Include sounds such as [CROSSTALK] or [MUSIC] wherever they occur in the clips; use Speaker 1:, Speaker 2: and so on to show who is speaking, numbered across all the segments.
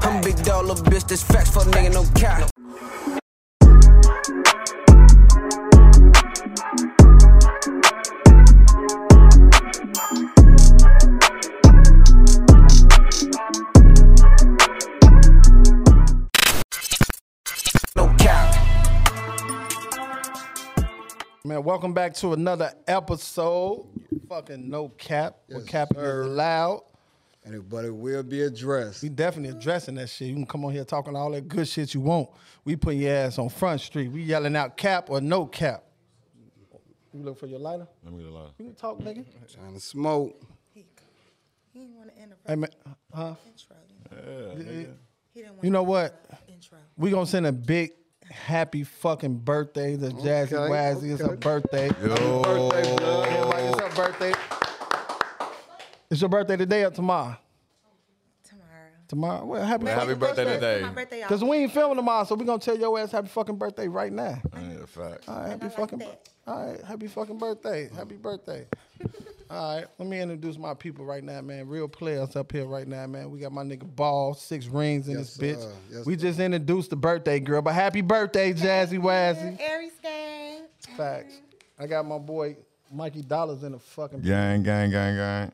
Speaker 1: I'm big dog, little bitch, this facts, fuck nigga, no cap. No cap.
Speaker 2: Man, welcome back to another episode. Fucking no cap. We're
Speaker 3: Yes,
Speaker 2: capping is
Speaker 3: sir.
Speaker 2: loud.
Speaker 3: And it- but it will be addressed.
Speaker 2: We definitely addressing that shit. You can come on here talking all that good shit you want. We putting your ass on front street. We yelling out cap or no cap. You look for your lighter?
Speaker 4: Let me get a lighter.
Speaker 2: You can talk, nigga.
Speaker 3: Trying to smoke.
Speaker 5: He, he didn't want to interrupt
Speaker 2: Hey man, huh?
Speaker 5: the intro. He didn't want
Speaker 2: You know what?
Speaker 5: intro.
Speaker 2: We gonna send a big happy fucking birthday to Jazzy
Speaker 3: Okay,
Speaker 2: Wazzy. It's her
Speaker 3: okay.
Speaker 2: birthday.
Speaker 4: Yo,
Speaker 3: Birthday, blood.
Speaker 2: Everybody, it's her birthday. It's your birthday today or tomorrow?
Speaker 5: Tomorrow.
Speaker 2: Tomorrow. Well, happy
Speaker 4: Well,
Speaker 2: fucking
Speaker 4: happy birthday today.
Speaker 5: My birthday.
Speaker 2: Cause we ain't filming tomorrow, so we gonna tell your ass happy fucking birthday right now.
Speaker 4: Yeah, fact.
Speaker 2: All right, happy
Speaker 5: like
Speaker 2: fucking,
Speaker 5: that.
Speaker 2: bir- all right, happy fucking birthday, happy birthday. [LAUGHS] all right, let me introduce my people right now, man. Real players up here right now, man. We got my nigga Ball, six rings in
Speaker 3: Yes,
Speaker 2: this bitch.
Speaker 3: sir. Yes,
Speaker 2: we just introduced the birthday girl, but happy birthday, Jazzy Wazzy.
Speaker 5: Aries gang.
Speaker 2: Facts. I got my boy Mikey Dollars in the fucking.
Speaker 4: Gang, gang, gang, gang.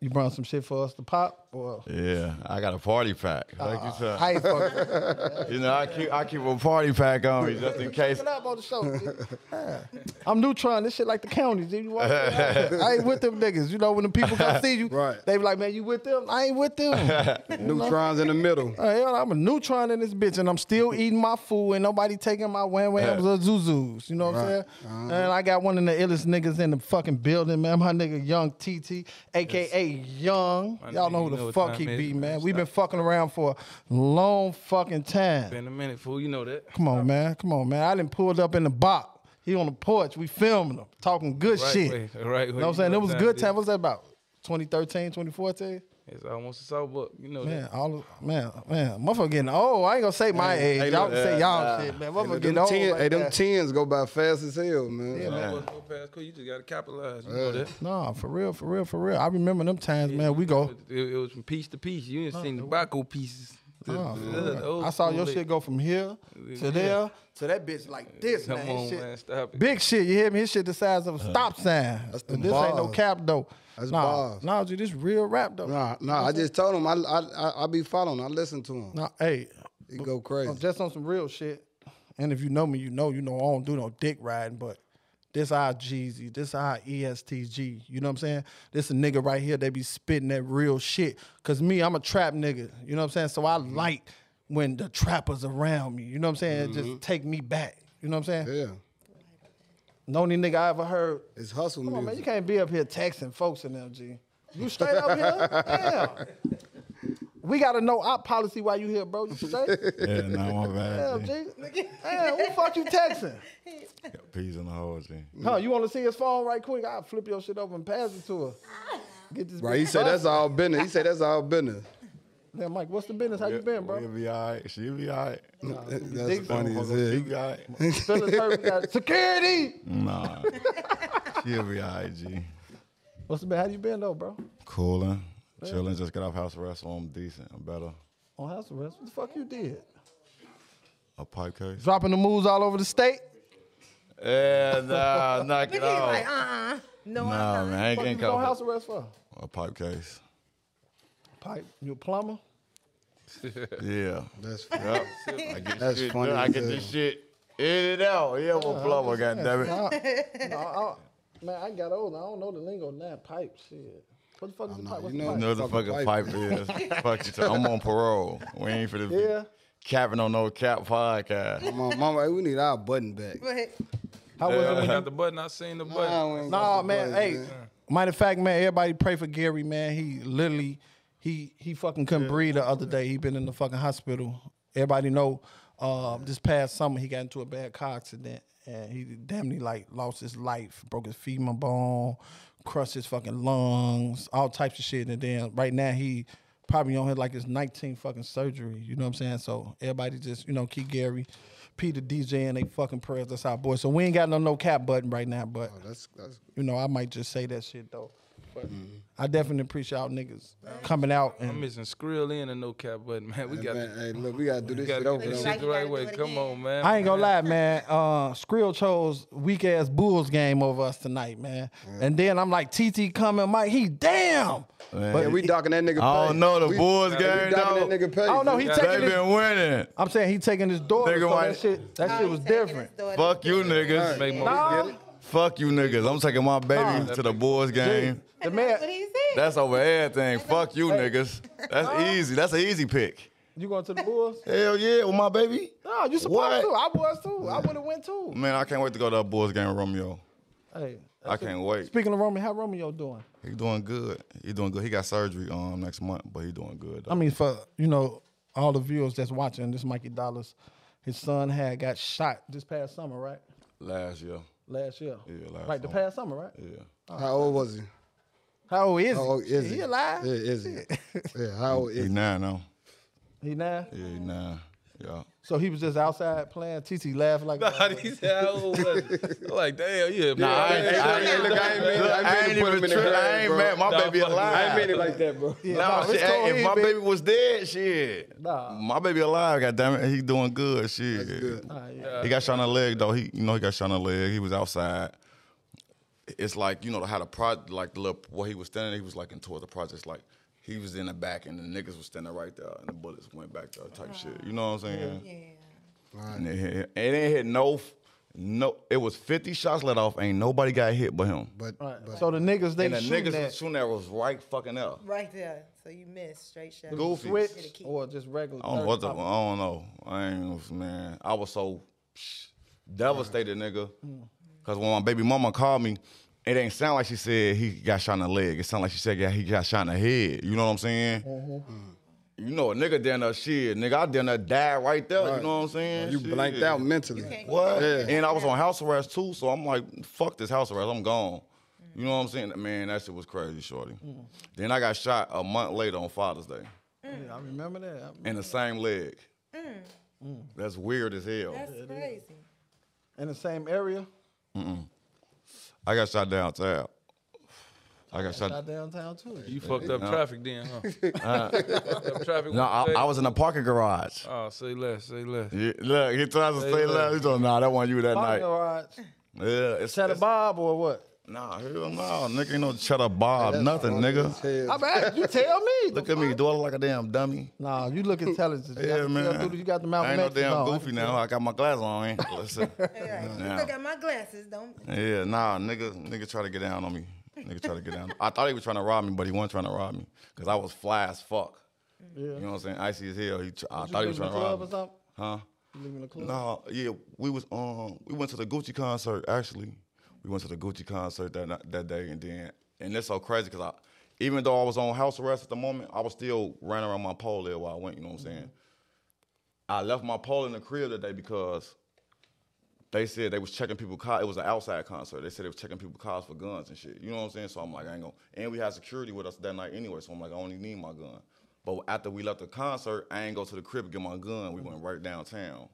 Speaker 2: You brought some shit for us to pop, or
Speaker 4: Yeah, I got a party pack. Like you said,
Speaker 2: how you fucking
Speaker 4: you know, I keep I keep a party pack on me just in case.
Speaker 2: Get up on the show.
Speaker 3: [LAUGHS]
Speaker 2: G. Yeah. I'm Neutron. This shit like the county. G. You walk around, I ain't with them niggas. You know when the people come see you,
Speaker 3: Right.
Speaker 2: they be like, "Man, you with them? I ain't with
Speaker 3: [LAUGHS]
Speaker 2: them."
Speaker 3: Neutrons in the middle.
Speaker 2: Uh, hell, I'm a neutron in this bitch, and I'm still eating my food, and nobody taking my wham whams
Speaker 4: Yeah.
Speaker 2: or zuzus. You know what I'm saying?
Speaker 3: Right. Uh-huh.
Speaker 2: And I got one of the illest niggas in the fucking building, man. My nigga Young TT, aka Young.
Speaker 6: My
Speaker 2: Y'all
Speaker 6: nigga,
Speaker 2: know
Speaker 6: you
Speaker 2: who
Speaker 6: know
Speaker 2: the
Speaker 6: what
Speaker 2: fuck
Speaker 6: time
Speaker 2: he
Speaker 6: it is,
Speaker 2: be,
Speaker 6: man.
Speaker 2: man. We've been
Speaker 6: Stop.
Speaker 2: fucking around for a long fucking time.
Speaker 6: Been a minute, fool. You know that.
Speaker 2: Come on, man. Come on, man. I done pulled up in the box. He on the porch. We filming him, talking good [LAUGHS]
Speaker 6: Right
Speaker 2: shit.
Speaker 6: way,
Speaker 2: You
Speaker 6: right way.
Speaker 2: know what I'm
Speaker 6: You
Speaker 2: saying?
Speaker 6: know
Speaker 2: It was
Speaker 6: what
Speaker 2: good time.
Speaker 6: time it is.
Speaker 2: What's that about? 2013, 2014?
Speaker 6: It's almost a sober book. You know
Speaker 2: Man,
Speaker 6: that.
Speaker 2: all of, man, man, motherfucker getting old. I ain't gonna say my age. y'all can
Speaker 6: uh,
Speaker 2: say y'all shit, man. Motherfucker
Speaker 3: Them,
Speaker 2: getting old.
Speaker 3: ten-
Speaker 2: like
Speaker 3: hey, them
Speaker 2: that.
Speaker 3: tens go by fast as hell, man.
Speaker 6: No bus, no pass. Cool. You just gotta capitalize. You know that.
Speaker 2: Nah, for real, for real, for real. I remember them times, man. We go.
Speaker 6: It, it was from piece to piece. You ain't seen the Baco pieces. The-
Speaker 2: Nah, for
Speaker 6: the- the
Speaker 2: real.
Speaker 6: old
Speaker 2: I saw your
Speaker 6: school
Speaker 2: shit go from here to
Speaker 6: Yeah.
Speaker 2: there to that bitch like this,
Speaker 6: Come
Speaker 2: man. His
Speaker 6: on,
Speaker 2: shit-
Speaker 6: man. Stop it.
Speaker 2: Big shit, you hear me? His shit the size of a stop sign.
Speaker 3: Uh, them
Speaker 2: this ain't no
Speaker 3: bars.
Speaker 2: cap though.
Speaker 3: That's
Speaker 2: nah,
Speaker 3: bars.
Speaker 2: Nah, G, this real rap though.
Speaker 3: Nah, nah. I just told him I I I, I be following. I listen to him.
Speaker 2: Nah, hey,
Speaker 3: He go crazy.
Speaker 2: I'm just on some real shit. And if you know me, you know, you know, I don't do no dick riding, but this our Jeezy, this our E ESTG. You know what I'm saying? This a nigga right here, they be spitting that real shit. Cause me, I'm a trap nigga. You know what I'm saying? So I
Speaker 3: Mm-hmm.
Speaker 2: like when the trappers around me. You know what I'm saying? It just take me back. You know what I'm saying?
Speaker 3: Mm-hmm. yeah,
Speaker 2: The only nigga I ever heard
Speaker 3: it's hustle
Speaker 2: Come on, man. You
Speaker 3: music.
Speaker 2: can't be up here texting folks in LG. You straight up here? Damn. We gotta know our policy while you here, bro. You
Speaker 3: [LAUGHS]
Speaker 2: straight?
Speaker 4: Yeah, no, my
Speaker 2: Damn,
Speaker 4: bad.
Speaker 2: G.
Speaker 4: G.
Speaker 2: Damn, who fuck you texting?
Speaker 4: Peas in the hole, G.
Speaker 2: Huh, you wanna see his phone right quick? I'll flip your shit over and pass it to her. Get this
Speaker 3: Right. He
Speaker 2: bitch
Speaker 3: said that's
Speaker 2: busted.
Speaker 3: all business. He said that's
Speaker 2: [LAUGHS]
Speaker 3: all business.
Speaker 2: Damn, Mike, what's the business? How you been,
Speaker 4: We'll
Speaker 2: [LAUGHS] bro?
Speaker 4: be all right. She'll be all right.
Speaker 3: That's funny as
Speaker 4: She
Speaker 3: hell.
Speaker 4: be all right. [LAUGHS]
Speaker 2: Feeling hurt, we
Speaker 3: [LAUGHS]
Speaker 2: got security.
Speaker 4: Nah. She'll be all right, G.
Speaker 2: What's the been? How you been though, bro?
Speaker 4: Cooling, chilling, just got off house arrest, so I'm decent. I'm better.
Speaker 2: On house arrest. What the fuck you did?
Speaker 4: A pipe case?
Speaker 2: Dropping the moves all over the state.
Speaker 4: Yeah, nah, knock
Speaker 5: But
Speaker 4: it
Speaker 5: he's like, uh
Speaker 4: off.
Speaker 5: uh No,
Speaker 4: Nah, man,
Speaker 5: I'm not.
Speaker 4: I ain't
Speaker 2: Fuck you
Speaker 4: getting
Speaker 2: was on
Speaker 4: caught.
Speaker 2: house arrest for?
Speaker 4: A pipe case.
Speaker 2: Pipe. You a plumber?
Speaker 4: Yeah.
Speaker 3: That's
Speaker 4: Yep. I get
Speaker 3: That's
Speaker 4: shit
Speaker 3: funny
Speaker 4: done. I
Speaker 3: as
Speaker 4: get this
Speaker 3: hell.
Speaker 4: shit in and out. Yeah, I'm a plumber, goddammit.
Speaker 2: Nah, nah, I, man, I got old. I don't know the lingo now. Pipe shit. What the fuck is a pipe?
Speaker 3: you
Speaker 2: What's a
Speaker 3: know-
Speaker 2: pipe?
Speaker 4: Know the
Speaker 3: Fucking
Speaker 4: fucking pipe is. [LAUGHS] Fuck you. talking- I'm on parole. We ain't for the
Speaker 2: Yeah.
Speaker 4: capping on no cap podcast.
Speaker 3: mama. mama hey, we need our button back.
Speaker 5: But
Speaker 2: How was it
Speaker 6: I
Speaker 2: when
Speaker 6: [LAUGHS] got the button. I seen the button.
Speaker 3: Nah, we ain't
Speaker 2: Nah,
Speaker 3: got the
Speaker 2: man.
Speaker 3: buttons,
Speaker 2: hey, matter of fact, man, everybody pray for Gary, man. He literally, he he fucking couldn't breathe the other day. He been in the fucking hospital. Everybody know. Uh, this past summer, he got into a bad car accident, and he damn near like lost his life, broke his femur bone, crushed his fucking lungs, all types of shit. And then right now, he probably on his like his 19 fucking surgery. You know what I'm saying? So everybody just you know keep Gary, Peter DJ, and they fucking prayers. That's our boy. So we ain't got no no cap button right now, but
Speaker 3: That's that's
Speaker 2: you know, I might just say that shit though. But I definitely appreciate y'all niggas coming out
Speaker 6: I'm
Speaker 2: and
Speaker 6: missing Skrill in a no cap button, man. We got
Speaker 3: Man, hey, look, we gotta do
Speaker 6: we
Speaker 3: this
Speaker 6: got
Speaker 3: shit
Speaker 6: to
Speaker 3: over.
Speaker 6: get this
Speaker 5: though.
Speaker 6: shit the right
Speaker 5: You
Speaker 6: way.
Speaker 5: gotta do it
Speaker 6: Come
Speaker 5: again.
Speaker 6: on, man.
Speaker 2: I ain't gonna
Speaker 6: [LAUGHS]
Speaker 2: lie, man. Uh, Skrill chose weak ass Bulls game over us tonight, man. And then I'm like, TT coming, Mike. He damn.
Speaker 4: Man.
Speaker 3: Yeah, we docking that nigga.
Speaker 4: I
Speaker 3: pay.
Speaker 4: don't know the
Speaker 3: We-
Speaker 4: Bulls
Speaker 3: we docking
Speaker 4: game though.
Speaker 3: that nigga
Speaker 4: They
Speaker 3: pay.
Speaker 2: I don't know. He
Speaker 6: Yeah.
Speaker 2: taking his,
Speaker 4: been winning.
Speaker 2: I'm saying he taking his daughter.
Speaker 4: Nigga
Speaker 2: So
Speaker 4: might-
Speaker 2: that shit, that
Speaker 5: Oh,
Speaker 2: shit
Speaker 5: he
Speaker 2: was
Speaker 5: taking his
Speaker 2: different.
Speaker 5: daughter
Speaker 4: Fuck
Speaker 5: to
Speaker 4: you
Speaker 5: the-
Speaker 4: niggas.
Speaker 6: Make more.
Speaker 2: Nah,
Speaker 4: Fuck you niggas. I'm taking my baby
Speaker 2: Nah.
Speaker 4: to the Bulls game.
Speaker 2: the
Speaker 5: That's what
Speaker 2: man,
Speaker 5: he said.
Speaker 4: That's over everything. Fuck you niggas. That's easy. That's an easy pick.
Speaker 2: you going to the Bulls?
Speaker 4: Hell yeah, with my baby.
Speaker 2: No, you supposed
Speaker 4: What?
Speaker 2: to.
Speaker 4: Mm.
Speaker 2: I was too. I would have went too.
Speaker 4: Man, I can't wait to go to that Bulls game, Romeo.
Speaker 2: Hey,
Speaker 4: I can't wait.
Speaker 2: speaking of Romeo, how Romeo doing?
Speaker 4: He doing good. He doing good. He got surgery um next month, but he doing good.
Speaker 2: I mean, for you know all the viewers that's watching, this Mikey Dollars, his son had got shot this past summer, right?
Speaker 4: last year.
Speaker 2: Last year.
Speaker 4: Yeah, last
Speaker 2: Like the
Speaker 4: summer.
Speaker 2: past summer, right?
Speaker 4: Yeah.
Speaker 3: How old was he?
Speaker 2: How old is
Speaker 3: How old
Speaker 2: he?
Speaker 3: is he?
Speaker 2: he alive?
Speaker 3: Yeah, is he? Yeah, how old
Speaker 4: He
Speaker 3: is he?
Speaker 4: nine now.
Speaker 2: He now?
Speaker 4: Yeah, he nine. Yeah.
Speaker 2: So he was just outside playing. TT laughed like
Speaker 6: Nah, he said, how old was it? I'm like, damn, yeah.
Speaker 4: Nah, I ain't- I
Speaker 3: Look, I ain't mean-
Speaker 4: ain't- Look,
Speaker 3: I
Speaker 4: I
Speaker 3: ain't
Speaker 4: ain't
Speaker 3: mean to put him
Speaker 4: even
Speaker 3: in the
Speaker 4: tripping.
Speaker 3: hurt,
Speaker 4: I ain't
Speaker 3: bro.
Speaker 4: mad. My
Speaker 6: Nah,
Speaker 4: baby
Speaker 6: fuck you.
Speaker 4: alive.
Speaker 6: I ain't mean
Speaker 3: it like that, bro.
Speaker 2: Yeah,
Speaker 4: Nah,
Speaker 2: nah,
Speaker 4: shit,
Speaker 2: let's go
Speaker 4: hey,
Speaker 2: in,
Speaker 4: if my
Speaker 2: baby.
Speaker 4: baby was dead, shit.
Speaker 2: Nah.
Speaker 4: My baby alive, goddamn it. He doing good, shit.
Speaker 3: good.
Speaker 2: Nah, yeah.
Speaker 4: He got shot in the leg though. He, you know, he got shot in the leg. He was outside. It's like you know how the project, like the little where he was standing, he was like in towards the projects. Like he was in the back, and the niggas was standing right there, and the bullets went back there, type shit. You know what I'm saying? And it, hit- it ain't hit no, f- no. It was 50 shots let off. Ain't nobody got hit but him.
Speaker 3: But,
Speaker 2: All right.
Speaker 3: but
Speaker 2: So the niggas they
Speaker 4: and the
Speaker 2: shooting
Speaker 4: niggas
Speaker 2: at
Speaker 4: was shooting that was right fucking up.
Speaker 5: Right there. So you missed straight shot.
Speaker 4: Goofy.
Speaker 2: switch
Speaker 5: Hit a key.
Speaker 2: or just regular.
Speaker 4: I don't know what the, I
Speaker 2: 30?
Speaker 4: don't know. I ain't man. I was so psh, devastated, nigga. Cause when my baby mama called me, it ain't sound like she said he got shot in the leg. It sound like she said yeah, he got shot in the head. You know what I'm saying? You know a nigga down there shit, nigga. I down there died right there. You know what I'm saying?
Speaker 3: you
Speaker 4: Shit.
Speaker 3: blanked out mentally.
Speaker 4: What?
Speaker 3: Yeah.
Speaker 4: And I was on house arrest too, so I'm like, fuck this house arrest. I'm gone. You know what I'm saying? Man, that shit was crazy, shorty. Then I got shot a month later on Father's Day
Speaker 2: Yeah, I remember that. I-
Speaker 4: in the same leg. That's weird as hell.
Speaker 5: That's crazy.
Speaker 2: In the same area,
Speaker 4: I got shot downtown. I got
Speaker 2: out
Speaker 4: shot.
Speaker 2: downtown too.
Speaker 6: You fucked up traffic
Speaker 4: [LAUGHS]
Speaker 6: then, huh? Fucked up traffic.
Speaker 4: Uh, No, I, I was in a parking garage.
Speaker 6: Oh, say less, say less.
Speaker 4: Yeah, look, he tries to
Speaker 6: Say
Speaker 4: say
Speaker 6: that.
Speaker 4: left. He told nah, that wasn't you that
Speaker 2: Parking
Speaker 4: night.
Speaker 2: garage.
Speaker 4: Yeah, it's,
Speaker 2: Cheddar
Speaker 4: it's-
Speaker 2: Bob or what?
Speaker 4: Nah, hell no, nigga ain't no cheddar bob, nothing, nigga.
Speaker 2: I bet you tell me.
Speaker 4: Look at me, do I look like a damn dummy?
Speaker 2: Nah, you look intelligent. You got
Speaker 4: Yeah,
Speaker 2: the
Speaker 4: man.
Speaker 2: tattoo, You got the mouth.
Speaker 4: I ain't no damn goofy now. I got my glasses on. Ain't.
Speaker 2: [LAUGHS]
Speaker 4: Listen,
Speaker 5: Yeah. You
Speaker 4: Now.
Speaker 5: still got my glasses, don't
Speaker 4: yeah, nah, nigga, nigga try to get down on me. Nigga try to get down. I thought he was trying to rob me, but he wasn't trying to rob me because I was fly as fuck.
Speaker 2: Yeah.
Speaker 4: You know what I'm saying? Icy as hell. He tr- I
Speaker 2: You
Speaker 4: thought he
Speaker 2: leaving the
Speaker 4: was trying to
Speaker 2: club or
Speaker 4: rob me.
Speaker 2: something?
Speaker 4: Huh?
Speaker 2: You leaving the club?
Speaker 4: No, yeah, we was um we went to the Gucci concert actually. We went to the Gucci concert that night- that day and then and that's so crazy because I even though I was on house arrest at the moment, I was still running around my pole there while I went, you know what I'm saying? I left my pole in the crib that day because they said they was checking people cars. It was an outside concert. They said they was checking people cars for guns and shit. You know what I'm saying? So I'm like, I ain't gonna. And we had security with us that night anyway. So I'm like, I only need my gun. But after we left the concert, I ain't go to the crib and get my gun. We went right downtown.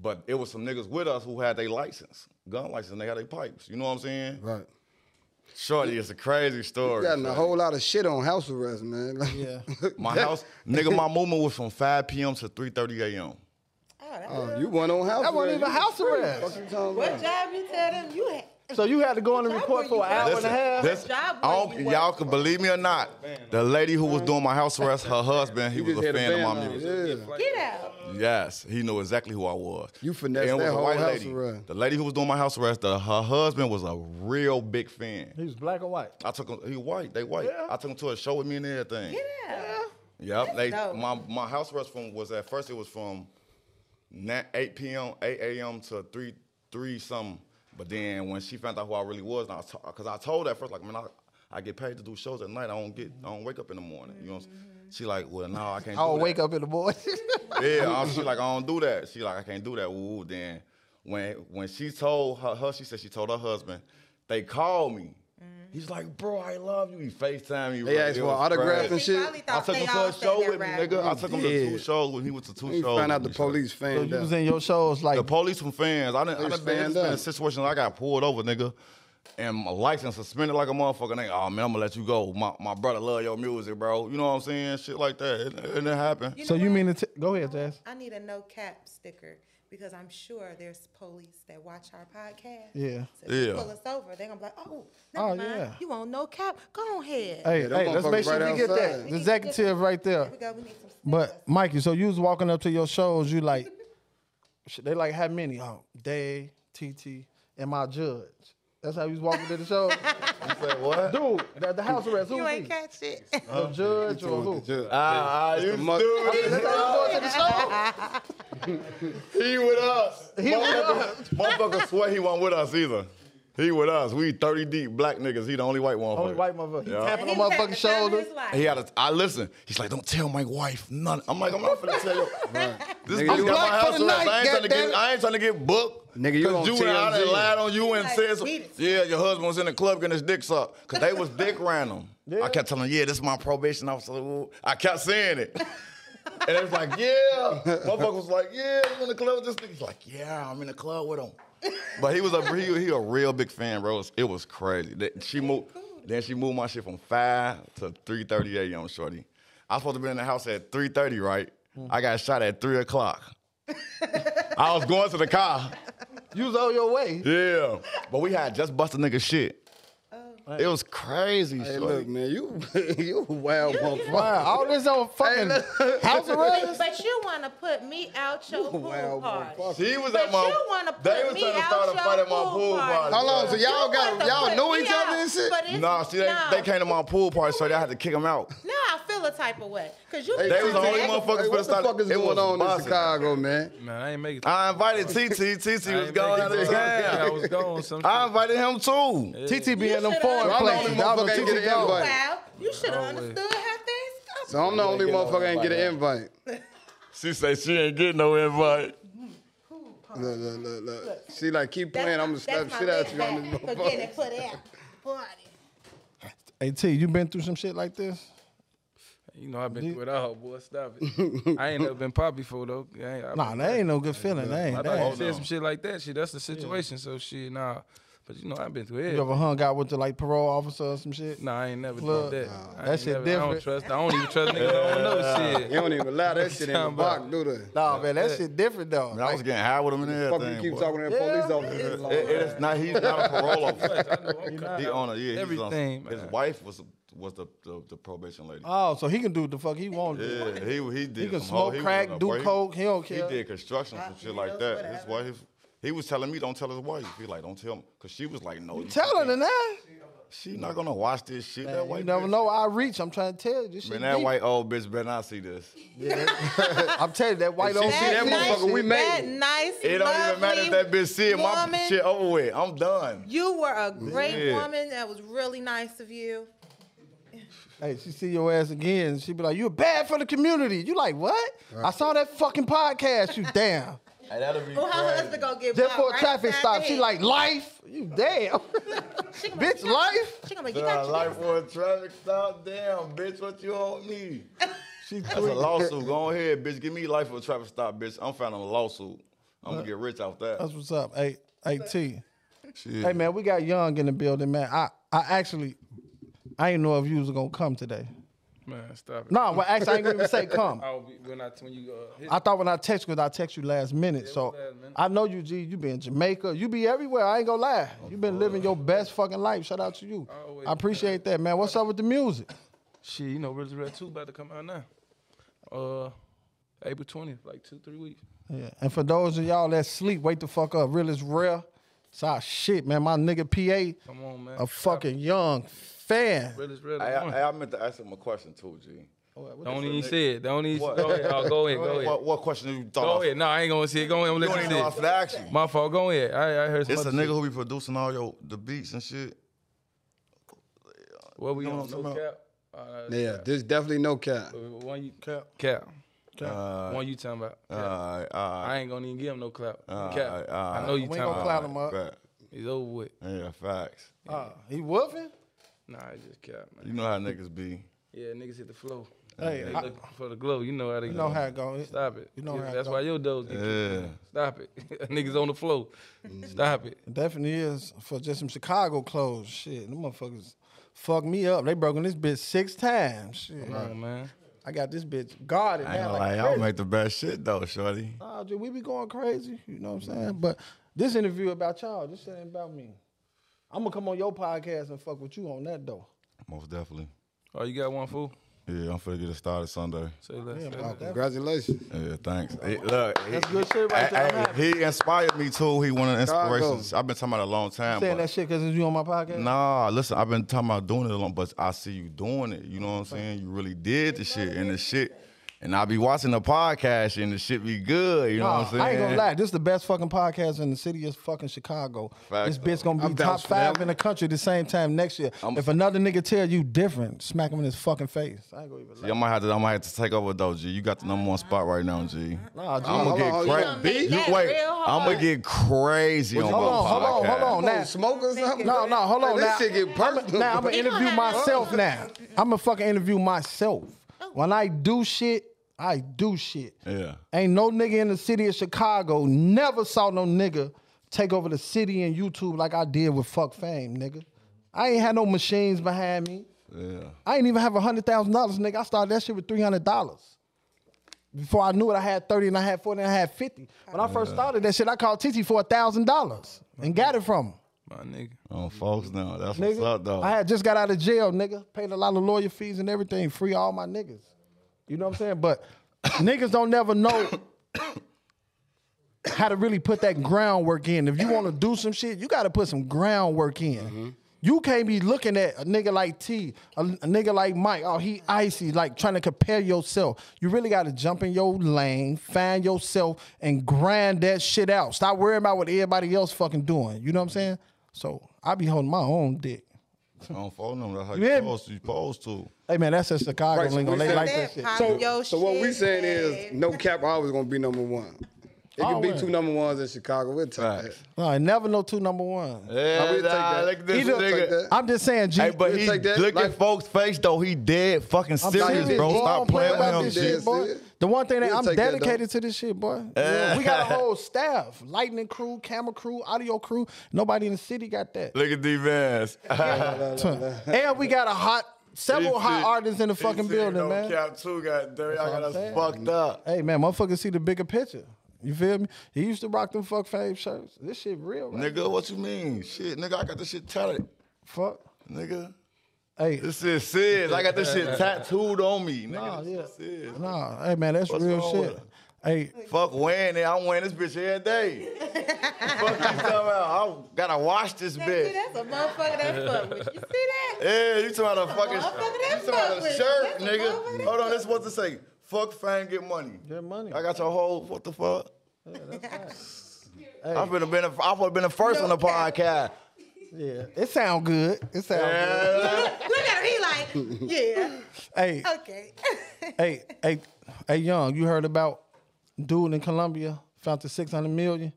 Speaker 4: But it was some niggas with us who had their license, gun license, and they had their pipes. You know what I'm saying?
Speaker 3: Right.
Speaker 4: Shorty, it's a crazy story.
Speaker 3: You gotten a
Speaker 4: shorty.
Speaker 3: whole lot of shit on house arrest, man. [LAUGHS] Like,
Speaker 2: Yeah.
Speaker 4: My house, nigga, my movement was from 5 p.m. to 3:30 a.m.
Speaker 5: you? Oh, that's
Speaker 3: Oh, you went on house
Speaker 2: That wasn't
Speaker 3: arrest.
Speaker 2: even
Speaker 3: You
Speaker 2: house arrest.
Speaker 3: fucking talking
Speaker 5: What
Speaker 3: about?
Speaker 5: job you tell them you had?
Speaker 2: So you had to go in and
Speaker 5: What
Speaker 2: report
Speaker 5: job were
Speaker 2: for an
Speaker 5: you
Speaker 2: hour
Speaker 5: working?
Speaker 2: and a half.
Speaker 4: Listen,
Speaker 5: What job
Speaker 4: I
Speaker 5: were
Speaker 4: don't-
Speaker 5: you
Speaker 4: y'all
Speaker 5: working
Speaker 4: can believe me or not, the lady who was doing my house arrest, her husband, he, was
Speaker 3: just
Speaker 4: a
Speaker 3: had
Speaker 4: fan of
Speaker 3: band
Speaker 4: my
Speaker 3: on.
Speaker 4: music.
Speaker 3: Yeah.
Speaker 5: Get out.
Speaker 4: Yes, he knew exactly who I was.
Speaker 3: You finessed
Speaker 4: And it was
Speaker 3: that
Speaker 4: a
Speaker 3: whole
Speaker 4: white
Speaker 3: house
Speaker 4: lady.
Speaker 3: arrest.
Speaker 4: The lady who was doing my house arrest, the, her husband was a real big
Speaker 2: He
Speaker 4: fan.
Speaker 2: was black or white.
Speaker 4: I took him. He white. They white.
Speaker 2: Yeah.
Speaker 4: I took him to a show with me and everything.
Speaker 5: Get out.
Speaker 4: Yep. They,
Speaker 5: dope.
Speaker 4: my my house arrest from was at first it was from ni- 8 p.m. 8 a.m. to 3 3 something. But then when she found out who I really was, and I was because I told her at first like, man, I, I get paid to do shows at night. I don't get I don't wake up in the morning. You know. what I'm saying? She like, well, no, I can't.
Speaker 2: I would
Speaker 4: do that.
Speaker 2: wake up in the morning.
Speaker 4: Yeah, I- she like I don't do that. She like I can't do that. Ooh, then when when she told her, her she said she told her husband, they called me. He's like, bro, I love you. He Facetime me.
Speaker 3: They asked for autographs and
Speaker 5: They
Speaker 3: shit.
Speaker 5: probably
Speaker 4: I
Speaker 5: thought
Speaker 4: took
Speaker 5: they
Speaker 4: him to
Speaker 5: all
Speaker 4: a
Speaker 5: said
Speaker 4: show
Speaker 5: that
Speaker 4: with me,
Speaker 5: rap.
Speaker 4: nigga. I took him to two
Speaker 3: Yeah.
Speaker 4: shows when he was to two
Speaker 3: You
Speaker 4: shows.
Speaker 3: found out the
Speaker 4: with me, shorty.
Speaker 3: police
Speaker 2: so
Speaker 3: fanned
Speaker 2: you was
Speaker 3: out.
Speaker 2: in your shows like
Speaker 4: The police from fans. I didn't.
Speaker 3: They
Speaker 4: I done been
Speaker 3: stand
Speaker 4: in
Speaker 3: up.
Speaker 4: situations. I got pulled over, nigga. and my license suspended like a motherfucker. And they, oh man, I'm gonna let you go. My my brother love your music, bro. You know what I'm saying? Shit like that. It, it didn't happen.
Speaker 5: You
Speaker 2: So
Speaker 5: know
Speaker 2: you
Speaker 5: what?
Speaker 2: mean to t- go ahead, Jazz?
Speaker 5: I need a no cap sticker because I'm sure there's police that watch our podcast.
Speaker 2: Yeah.
Speaker 5: So if you
Speaker 4: Yeah.
Speaker 5: Pull us over. They're gonna be like, oh, never
Speaker 2: Oh,
Speaker 5: mind.
Speaker 2: yeah.
Speaker 5: You want no cap? Go ahead.
Speaker 2: Hey,
Speaker 3: Yeah, them
Speaker 2: hey, let's make
Speaker 3: motherfuckers
Speaker 2: sure
Speaker 3: right
Speaker 2: we get
Speaker 3: outside.
Speaker 2: that. The executive right there.
Speaker 5: Here we go. We need some stickers.
Speaker 2: But Mikey, so you was walking up to your shows, you [LAUGHS] like, sh- they like how many? Oh, Dave, TT, and my judge. That's how you was walking to the [LAUGHS] show.
Speaker 4: You said what?
Speaker 2: Dude, the, the house arrest. Who
Speaker 5: you
Speaker 2: was
Speaker 5: ain't
Speaker 2: he?
Speaker 3: [LAUGHS]
Speaker 5: catch it.
Speaker 2: The judge or who?
Speaker 4: Ah, ah, you
Speaker 3: muck-
Speaker 4: [LAUGHS] stupid.
Speaker 2: That's how you was going to the show.
Speaker 4: [LAUGHS] He with us.
Speaker 2: He with
Speaker 4: Motherfucker- Motherfucker swear he wasn't with us either. He with us. We 30 deep black niggas. He the only white one.
Speaker 2: Only white motherfucker. He
Speaker 4: Yeah.
Speaker 2: tapping on
Speaker 5: He had the time
Speaker 2: motherfucking
Speaker 5: of
Speaker 2: shoulders.
Speaker 5: his life.
Speaker 4: He had a, I listen. He's like, don't tell my wife none. I'm like, I'm not finna tell you. This
Speaker 3: Nigga,
Speaker 4: bitch
Speaker 3: you-
Speaker 4: got
Speaker 2: Black
Speaker 4: my
Speaker 2: for
Speaker 4: house
Speaker 2: the night,
Speaker 4: arrest. I ain't trying to
Speaker 2: goddammit.
Speaker 4: get, I ain't trying to get booked.
Speaker 3: Nigga, you on
Speaker 4: Cause you and I
Speaker 3: TMZ.
Speaker 4: done lied on you and
Speaker 5: Like,
Speaker 4: said,
Speaker 5: beat it.
Speaker 4: yeah, your husband was in the club getting his dick sucked. Cause they was dick random. I kept telling him, yeah, this is my probation officer. Ooh. I kept saying it. And it was like, yeah. Motherfucker was like, yeah, I'm in the club with this nigga. He's like, yeah, I'm in the club with him. But he was a he, he a real big fan, bro. It was, it was crazy. That- She moved, then she moved my shit from five to three thirty a.m. Shorty. I was supposed to be in the house at three thirty, right?
Speaker 3: Hmm.
Speaker 4: I got shot at three o'clock. I was going to the car.
Speaker 2: You was on your way.
Speaker 4: Yeah, but we had just busted nigga shit. It was crazy.
Speaker 3: Hey,
Speaker 4: shorty.
Speaker 3: look, man, you [LAUGHS] you wild motherfucker.
Speaker 2: Wow, all this on fucking house arrest.
Speaker 5: But you want to put me out your pool
Speaker 3: wild
Speaker 5: party.
Speaker 3: motherfucker.
Speaker 4: She was
Speaker 5: But
Speaker 4: at my.
Speaker 5: you wanna
Speaker 4: they
Speaker 5: put
Speaker 4: was
Speaker 5: me
Speaker 4: trying to
Speaker 5: out
Speaker 4: start a
Speaker 5: your
Speaker 4: fight at my
Speaker 5: pool
Speaker 4: pool
Speaker 5: party.
Speaker 4: party.
Speaker 3: Hold on,
Speaker 4: bro.
Speaker 3: so y'all
Speaker 5: want
Speaker 3: got
Speaker 5: to
Speaker 3: y'all
Speaker 5: put
Speaker 3: know
Speaker 5: me
Speaker 3: each other
Speaker 5: out,
Speaker 3: and shit.
Speaker 5: but it's-
Speaker 4: Nah, see, they,
Speaker 5: no.
Speaker 4: they came to my pool party, so they had to kick him
Speaker 5: [LAUGHS]
Speaker 4: out.
Speaker 5: No, I feel a type of way. Cause you
Speaker 3: Hey,
Speaker 4: They was the
Speaker 3: TT,
Speaker 4: only
Speaker 3: what
Speaker 4: motherfuckers
Speaker 3: fuck-
Speaker 4: finna
Speaker 3: What the
Speaker 4: start-
Speaker 3: fuck is
Speaker 4: it
Speaker 3: going
Speaker 4: was
Speaker 3: on in
Speaker 4: buzzing.
Speaker 3: Chicago, man?
Speaker 6: Man, I ain't make it.
Speaker 4: I invited TT. TT
Speaker 6: I
Speaker 4: was gone
Speaker 6: ain't make
Speaker 4: out
Speaker 6: it
Speaker 4: of
Speaker 6: to- Yeah, I
Speaker 4: town. [LAUGHS]
Speaker 6: was gone. Some shit.
Speaker 4: I invited him too.
Speaker 2: TT be
Speaker 5: You
Speaker 2: in them
Speaker 5: should've-
Speaker 2: foreign
Speaker 5: Y'all the only
Speaker 2: places. Y'all know
Speaker 3: motherfucker ain't
Speaker 2: TT
Speaker 3: get an
Speaker 2: go.
Speaker 3: invite.
Speaker 5: Wow, you should have understood how things
Speaker 3: So I'm the only motherfucker ain't get an invite.
Speaker 4: She said she ain't getting no invite.
Speaker 3: Look, look, look, look. She like keep playing. I'm gonna slap
Speaker 5: that's
Speaker 3: shit
Speaker 5: my
Speaker 3: out you on
Speaker 5: man
Speaker 3: this
Speaker 5: back For getting
Speaker 3: motherfucker.
Speaker 5: it put out. Party.
Speaker 2: Hey T, you been through some shit like this?
Speaker 6: You know, I've been through it all, boy. Stop it. I ain't never been popped before, though. I ain't, I
Speaker 2: Nah, that ain't no good feeling. That ain't
Speaker 6: I thought
Speaker 2: that.
Speaker 6: you said some shit like that. Shit, that's the situation. So, shit, nah. But, you know, I've been through it.
Speaker 2: You ever hung out with the like parole officer or some shit?
Speaker 6: Nah, I ain't never
Speaker 2: Look,
Speaker 6: did that.
Speaker 2: nah,
Speaker 6: I
Speaker 2: that
Speaker 6: ain't
Speaker 2: shit
Speaker 6: never, I
Speaker 2: different.
Speaker 6: don't trust. I don't even trust niggas. I
Speaker 4: [LAUGHS]
Speaker 6: don't know shit.
Speaker 3: You don't even allow that shit in the
Speaker 6: Talking
Speaker 3: block,
Speaker 6: about-
Speaker 3: do they?
Speaker 2: Nah, man, that shit different though.
Speaker 4: Man, I was getting high with him and
Speaker 3: Fuck
Speaker 4: everything.
Speaker 3: you keep
Speaker 4: boy.
Speaker 3: talking to that police officer.
Speaker 4: It, it is not. He's not a parole officer.
Speaker 6: I'm
Speaker 4: he on a yeah. He's on,
Speaker 6: Everything,
Speaker 4: his
Speaker 6: man.
Speaker 4: wife was was the the, the probation lady.
Speaker 2: Oh, so he can do what the fuck he want. to do.
Speaker 4: Yeah, he he did.
Speaker 2: He can
Speaker 4: some hoe-
Speaker 2: smoke
Speaker 4: was
Speaker 2: crack,
Speaker 4: in a
Speaker 2: do
Speaker 4: break.
Speaker 2: coke, he don't care.
Speaker 4: He did construction some shit like that. His wife, he was telling me, don't tell his wife. He like, don't tell him, cause she was like, no, you
Speaker 2: Tell her
Speaker 4: can't.
Speaker 2: to now.
Speaker 4: She not gonna watch this shit. that
Speaker 2: You
Speaker 4: white
Speaker 2: never
Speaker 4: bitch.
Speaker 2: know. I reach. I'm trying to tell you. This shit
Speaker 4: Man, that
Speaker 2: deep.
Speaker 4: white old bitch better not see this.
Speaker 2: I'm telling you, that white
Speaker 3: If she
Speaker 2: old
Speaker 3: see that
Speaker 2: bitch-
Speaker 3: motherfucker, we made
Speaker 5: That
Speaker 3: it.
Speaker 5: nice,
Speaker 4: It don't even matter if that
Speaker 5: lovely
Speaker 4: bitch see it. My
Speaker 5: woman.
Speaker 4: shit over with. I'm done.
Speaker 5: You were a great
Speaker 4: Yeah.
Speaker 5: woman. That was really nice of you.
Speaker 2: Hey, she see your ass again. She be like, "You're bad for the community." You like what? I saw that fucking
Speaker 5: [LAUGHS]
Speaker 2: podcast. You damn.
Speaker 4: Hey, that'll be
Speaker 5: Well, her
Speaker 4: crazy.
Speaker 5: husband gonna get
Speaker 2: Just
Speaker 5: blocked
Speaker 2: for a
Speaker 5: right
Speaker 2: traffic
Speaker 5: after
Speaker 2: stop,
Speaker 5: that.
Speaker 2: she like life. You damn. [LAUGHS]
Speaker 5: She gonna be
Speaker 2: bitch,
Speaker 5: like, "You
Speaker 2: life.
Speaker 5: got- She gonna be like, you
Speaker 4: Nah,
Speaker 5: got your
Speaker 4: Life for a traffic stop. Damn, bitch, what you on
Speaker 5: [LAUGHS]
Speaker 4: me?
Speaker 2: She
Speaker 4: That's a lawsuit. Go ahead, bitch. Give me life for a traffic stop, bitch. I'm filing a lawsuit. I'm gonna get rich off that.
Speaker 2: That's what's up. Hey, hey T.
Speaker 4: Shit.
Speaker 2: Hey man, we got Young in the building, man. I, I actually, I didn't know if you was gonna come today.
Speaker 6: Man, stop it.
Speaker 2: No, well actually, I ain't gonna even say
Speaker 6: [LAUGHS]
Speaker 2: come.
Speaker 6: I'll be, when I when you uh, hit
Speaker 2: I thought when I text because I text you last minute. So
Speaker 6: last minute.
Speaker 2: I know you, G. You be in Jamaica. You be everywhere. I ain't gonna lie. You been living your best fucking life. Shout out to you.
Speaker 6: Always.
Speaker 2: I appreciate that, man. What's up with the music?
Speaker 6: shit, you know, Rizzy Red Two about to come out now. Uh, April twentieth, like two three weeks.
Speaker 2: Yeah. And for those of y'all that sleep, wake the fuck up. Real is rare. It's our shit, man. My nigga PA,
Speaker 6: Come on, man.
Speaker 2: a fucking young fan.
Speaker 6: Red is red.
Speaker 4: Hey,
Speaker 6: is one.
Speaker 4: I, I meant to ask him a question too, G.
Speaker 6: Don't even say it. Don't even.
Speaker 4: What?
Speaker 6: Go ahead. Oh, go ahead. Go
Speaker 4: What,
Speaker 6: ahead.
Speaker 4: what question do you thought?
Speaker 6: Go
Speaker 4: I-
Speaker 6: ahead. No, I ain't gonna say it. Go ahead. I'm
Speaker 4: You don't
Speaker 6: listening
Speaker 4: even know I was
Speaker 6: to it.
Speaker 4: finna ask you.
Speaker 6: My fault. Go ahead. I, I heard some
Speaker 4: It's a
Speaker 6: other
Speaker 4: nigga
Speaker 6: shit.
Speaker 4: who be producing all your the beats and shit.
Speaker 6: What we
Speaker 4: You know
Speaker 6: on?
Speaker 4: what I'm
Speaker 6: No
Speaker 4: talking
Speaker 6: cap. Uh,
Speaker 3: Yeah, there's definitely no cap.
Speaker 6: One you
Speaker 2: Cap.
Speaker 6: cap. One you talking about.
Speaker 4: Uh,
Speaker 6: Cap.
Speaker 4: uh,
Speaker 6: I ain't gonna even give him no clap.
Speaker 4: Uh,
Speaker 6: cap.
Speaker 4: uh,
Speaker 6: I know you
Speaker 2: We ain't
Speaker 6: talking
Speaker 2: gonna
Speaker 6: about.
Speaker 2: clown him up.
Speaker 4: fact.
Speaker 6: He's over with.
Speaker 4: Yeah, facts.
Speaker 2: Uh, he woofing?
Speaker 6: Nah, it's just cap, man.
Speaker 4: You know how niggas be.
Speaker 6: Yeah, niggas hit the flow.
Speaker 2: Hey,
Speaker 6: They
Speaker 2: I,
Speaker 6: look for the glow. You know how they
Speaker 2: you
Speaker 6: go.
Speaker 2: know how it go.
Speaker 6: Stop it.
Speaker 2: You know how it
Speaker 6: That's
Speaker 2: go.
Speaker 6: why your dogs get kicked.
Speaker 4: Yeah.
Speaker 6: Stop it. [LAUGHS] Niggas on the floor.
Speaker 4: Mm.
Speaker 6: Stop it.
Speaker 2: It definitely is for just some Chicago clothes. Shit, them motherfuckers fucked me up. They broken this bitch six times. Shit.
Speaker 6: Come on, man.
Speaker 2: I got this bitch guarded
Speaker 4: I ain't
Speaker 2: now.
Speaker 4: gonna
Speaker 2: Like,
Speaker 4: lie,
Speaker 2: crazy.
Speaker 4: y'all make the best shit though, shorty.
Speaker 2: Nah, dude, we be going crazy. You know what I'm saying? But this interview about y'all. This shit ain't about me. I'm gonna come on your podcast and fuck with you on that though.
Speaker 4: Most definitely.
Speaker 6: Oh, you got one fool?
Speaker 4: Yeah, I'm finna get it started Sunday.
Speaker 6: Say less. say less.
Speaker 3: Congratulations.
Speaker 4: Yeah, thanks. Hey, look,
Speaker 2: That's
Speaker 4: he,
Speaker 2: good shit right there. I'm
Speaker 4: hey,
Speaker 2: happy.
Speaker 4: he inspired me too. He one of the
Speaker 3: Chicago.
Speaker 4: inspirations. I've been talking about it a long time.
Speaker 2: Saying
Speaker 4: but-
Speaker 2: that shit because it's you on my podcast.
Speaker 4: Nah, listen, I've been talking about doing it a long, but I see you doing it. You know what I'm saying? You really did the shit and the shit. And I be watching the podcast and the shit be good. You know
Speaker 2: Nah,
Speaker 4: what I'm saying?
Speaker 2: I ain't gonna lie. This is the best fucking podcast in the city of fucking Chicago. this
Speaker 4: Facts,
Speaker 2: bitch gonna be
Speaker 3: I'm down
Speaker 2: top
Speaker 3: for
Speaker 2: five
Speaker 3: that.
Speaker 2: in the country the same time next year. if another nigga tell you different, smack him in his fucking face. I ain't gonna even lie.
Speaker 4: See, I might have to. I might have to take over though, G. You got the number one spot right now,
Speaker 2: Nah,
Speaker 4: G.
Speaker 2: G.
Speaker 4: I'm gonna
Speaker 3: Hold
Speaker 4: get
Speaker 3: on, hold on.
Speaker 5: You
Speaker 4: crazy.
Speaker 5: gonna make
Speaker 4: You
Speaker 5: that
Speaker 4: wait.
Speaker 5: real hard.
Speaker 4: I'm gonna get crazy on
Speaker 2: hold
Speaker 4: my
Speaker 2: on, hold on, hold
Speaker 4: podcast.
Speaker 2: on. Now-
Speaker 3: Now, Oh, smoke or something?
Speaker 2: No, no, hold on.
Speaker 3: This
Speaker 2: now.
Speaker 3: shit get personal.
Speaker 2: Now I'm gonna
Speaker 3: bro.
Speaker 2: interview
Speaker 5: have a-
Speaker 2: myself. Now I'm gonna fucking interview myself. When I do shit, I do shit.
Speaker 4: Yeah.
Speaker 2: Ain't no nigga in the city of Chicago never saw no nigga take over the city and YouTube like I did with Fuck Fame, nigga. I ain't had no machines behind me.
Speaker 4: Yeah.
Speaker 2: I ain't even have hundred thousand dollars, nigga. I started that shit with three hundred dollars. Before I knew it, I had thirty and I had forty and I had fifty. When I first started that shit, I called Titi for thousand dollars and got it from him.
Speaker 6: My nigga.
Speaker 4: On folks now. That's what's up
Speaker 2: Nigga,
Speaker 4: though.
Speaker 2: I had just got out of jail, nigga. Paid a lot of lawyer fees and everything. Free all my niggas. You know what I'm saying? But [COUGHS] niggas don't never know [COUGHS] how to really put that groundwork in. If you want to do some shit, you got to put some groundwork in.
Speaker 4: Mm-hmm.
Speaker 2: You can't be looking at a nigga like T, a, a nigga like Mike. Oh, he icy, like trying to compare yourself. You really got to jump in your lane, find yourself, and grind that shit out. Stop worrying about what everybody else fucking doing. You know what I'm saying? So I be holding my own dick.
Speaker 4: On phone number. That's how
Speaker 2: Yeah.
Speaker 4: you supposed to. You supposed to.
Speaker 2: Hey man, that's a Chicago
Speaker 3: Right, so
Speaker 2: lingo.
Speaker 3: we
Speaker 2: They
Speaker 3: said
Speaker 2: like that shit.
Speaker 5: Pop
Speaker 3: So,
Speaker 5: your
Speaker 3: so what we
Speaker 5: shit,
Speaker 3: saying is,
Speaker 5: babe.
Speaker 3: no cap, always gonna be number one. It could be
Speaker 2: Always.
Speaker 3: two number ones in Chicago. We'll take that.
Speaker 4: Facts.
Speaker 2: No, I never know two number one.
Speaker 4: Yeah,
Speaker 3: will take
Speaker 4: nah,
Speaker 3: that.
Speaker 4: look at this
Speaker 3: He just
Speaker 4: nigga.
Speaker 3: take that.
Speaker 2: I'm just saying, G.
Speaker 4: Hey, but
Speaker 3: You
Speaker 4: he
Speaker 3: take that,
Speaker 4: look
Speaker 3: like-
Speaker 4: at folks' face though. He dead fucking
Speaker 2: I'm
Speaker 4: serious,
Speaker 2: serious,
Speaker 4: bro.
Speaker 2: boy. I
Speaker 4: Stop
Speaker 2: don't play
Speaker 4: playing
Speaker 2: about
Speaker 4: with him,
Speaker 2: this
Speaker 4: G.
Speaker 2: shit, boy.
Speaker 3: Serious?
Speaker 2: The one thing that
Speaker 3: We'll
Speaker 2: I'm
Speaker 3: take that,
Speaker 2: dedicated to this shit, boy.
Speaker 4: [LAUGHS]
Speaker 2: we got a whole staff, lightning crew, camera crew, audio crew. Nobody in the city got that.
Speaker 4: Look at
Speaker 2: [LAUGHS]
Speaker 4: D Vance. [LAUGHS]
Speaker 2: and we got a hot, several hot artists in the fucking building,
Speaker 4: no
Speaker 2: man.
Speaker 4: Cap two got dirty. I
Speaker 2: what
Speaker 4: got
Speaker 2: I'm
Speaker 4: us
Speaker 2: saying.
Speaker 4: fucked up.
Speaker 2: Hey man, motherfuckers see the bigger picture. You feel me? He used to rock them fuck fave shirts. This shit real, right?
Speaker 4: Nigga, what you mean? Shit, nigga, I got this shit tatted.
Speaker 2: Fuck.
Speaker 4: Nigga,
Speaker 2: Hey,
Speaker 4: this shit Sis. I got this shit tattooed on me. Nigga,
Speaker 2: Nah,
Speaker 4: this shit
Speaker 2: yeah.
Speaker 4: Sis.
Speaker 2: nah, hey man, that's
Speaker 4: What's
Speaker 2: real
Speaker 4: wrong
Speaker 2: shit.
Speaker 4: with it?
Speaker 2: Hey,
Speaker 4: Fuck wearing it. I'm wearing this bitch every day. Fuck you talking about? I gotta wash this
Speaker 5: See,
Speaker 4: bitch.
Speaker 5: that's a motherfucker that fuck with you. See that?
Speaker 4: Yeah, you talking about a fucking,
Speaker 5: motherfucker, that
Speaker 4: you talking about
Speaker 5: fuck
Speaker 4: a
Speaker 5: with-
Speaker 4: shirt,
Speaker 5: that's a motherfucker,
Speaker 4: nigga.
Speaker 5: that
Speaker 4: Hold on, this is what to say. Fuck fame, get money.
Speaker 2: Get money.
Speaker 4: I got your whole. What the fuck?
Speaker 5: [LAUGHS]
Speaker 4: I've been been I would have been the first on the podcast.
Speaker 2: yeah, it sound good. It sound good.
Speaker 4: [LAUGHS] Yeah.
Speaker 5: Look at
Speaker 2: [LAUGHS]
Speaker 5: him. He like, yeah,
Speaker 2: Hey,
Speaker 5: okay.
Speaker 2: hey, hey, hey, young, you heard about dude in Colombia found the six hundred million?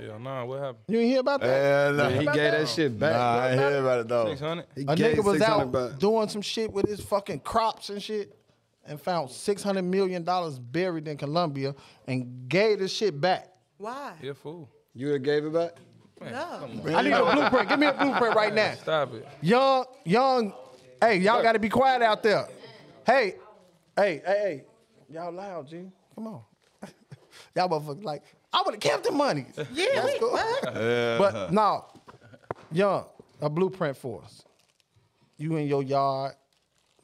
Speaker 6: Yeah, nah, what happened?
Speaker 2: You ain't hear about that?
Speaker 4: Yeah, nah.
Speaker 3: He gave that shit back.
Speaker 4: Nah, I ain't hear about it though.
Speaker 6: 600?
Speaker 3: He
Speaker 2: A
Speaker 3: gave
Speaker 2: nigga was
Speaker 3: 600
Speaker 2: out
Speaker 3: back.
Speaker 2: doing some shit with his fucking crops and shit, and found six hundred million dollars buried in Colombia, and gave the shit back.
Speaker 5: Why?
Speaker 6: Yeah, fool.
Speaker 3: You would gave it back.
Speaker 5: No.
Speaker 2: I need a blueprint. Give me a blueprint right now.
Speaker 6: Stop it.
Speaker 2: Young, young, hey, y'all gotta be quiet out there. Hey, hey, hey, hey, y'all loud, G. Come on. [LAUGHS] y'all motherfuckers like, I would have kept the money.
Speaker 5: Yeah,
Speaker 2: That's
Speaker 5: we-
Speaker 2: cool.
Speaker 5: what?
Speaker 2: But no, young, a blueprint for us. You in your yard,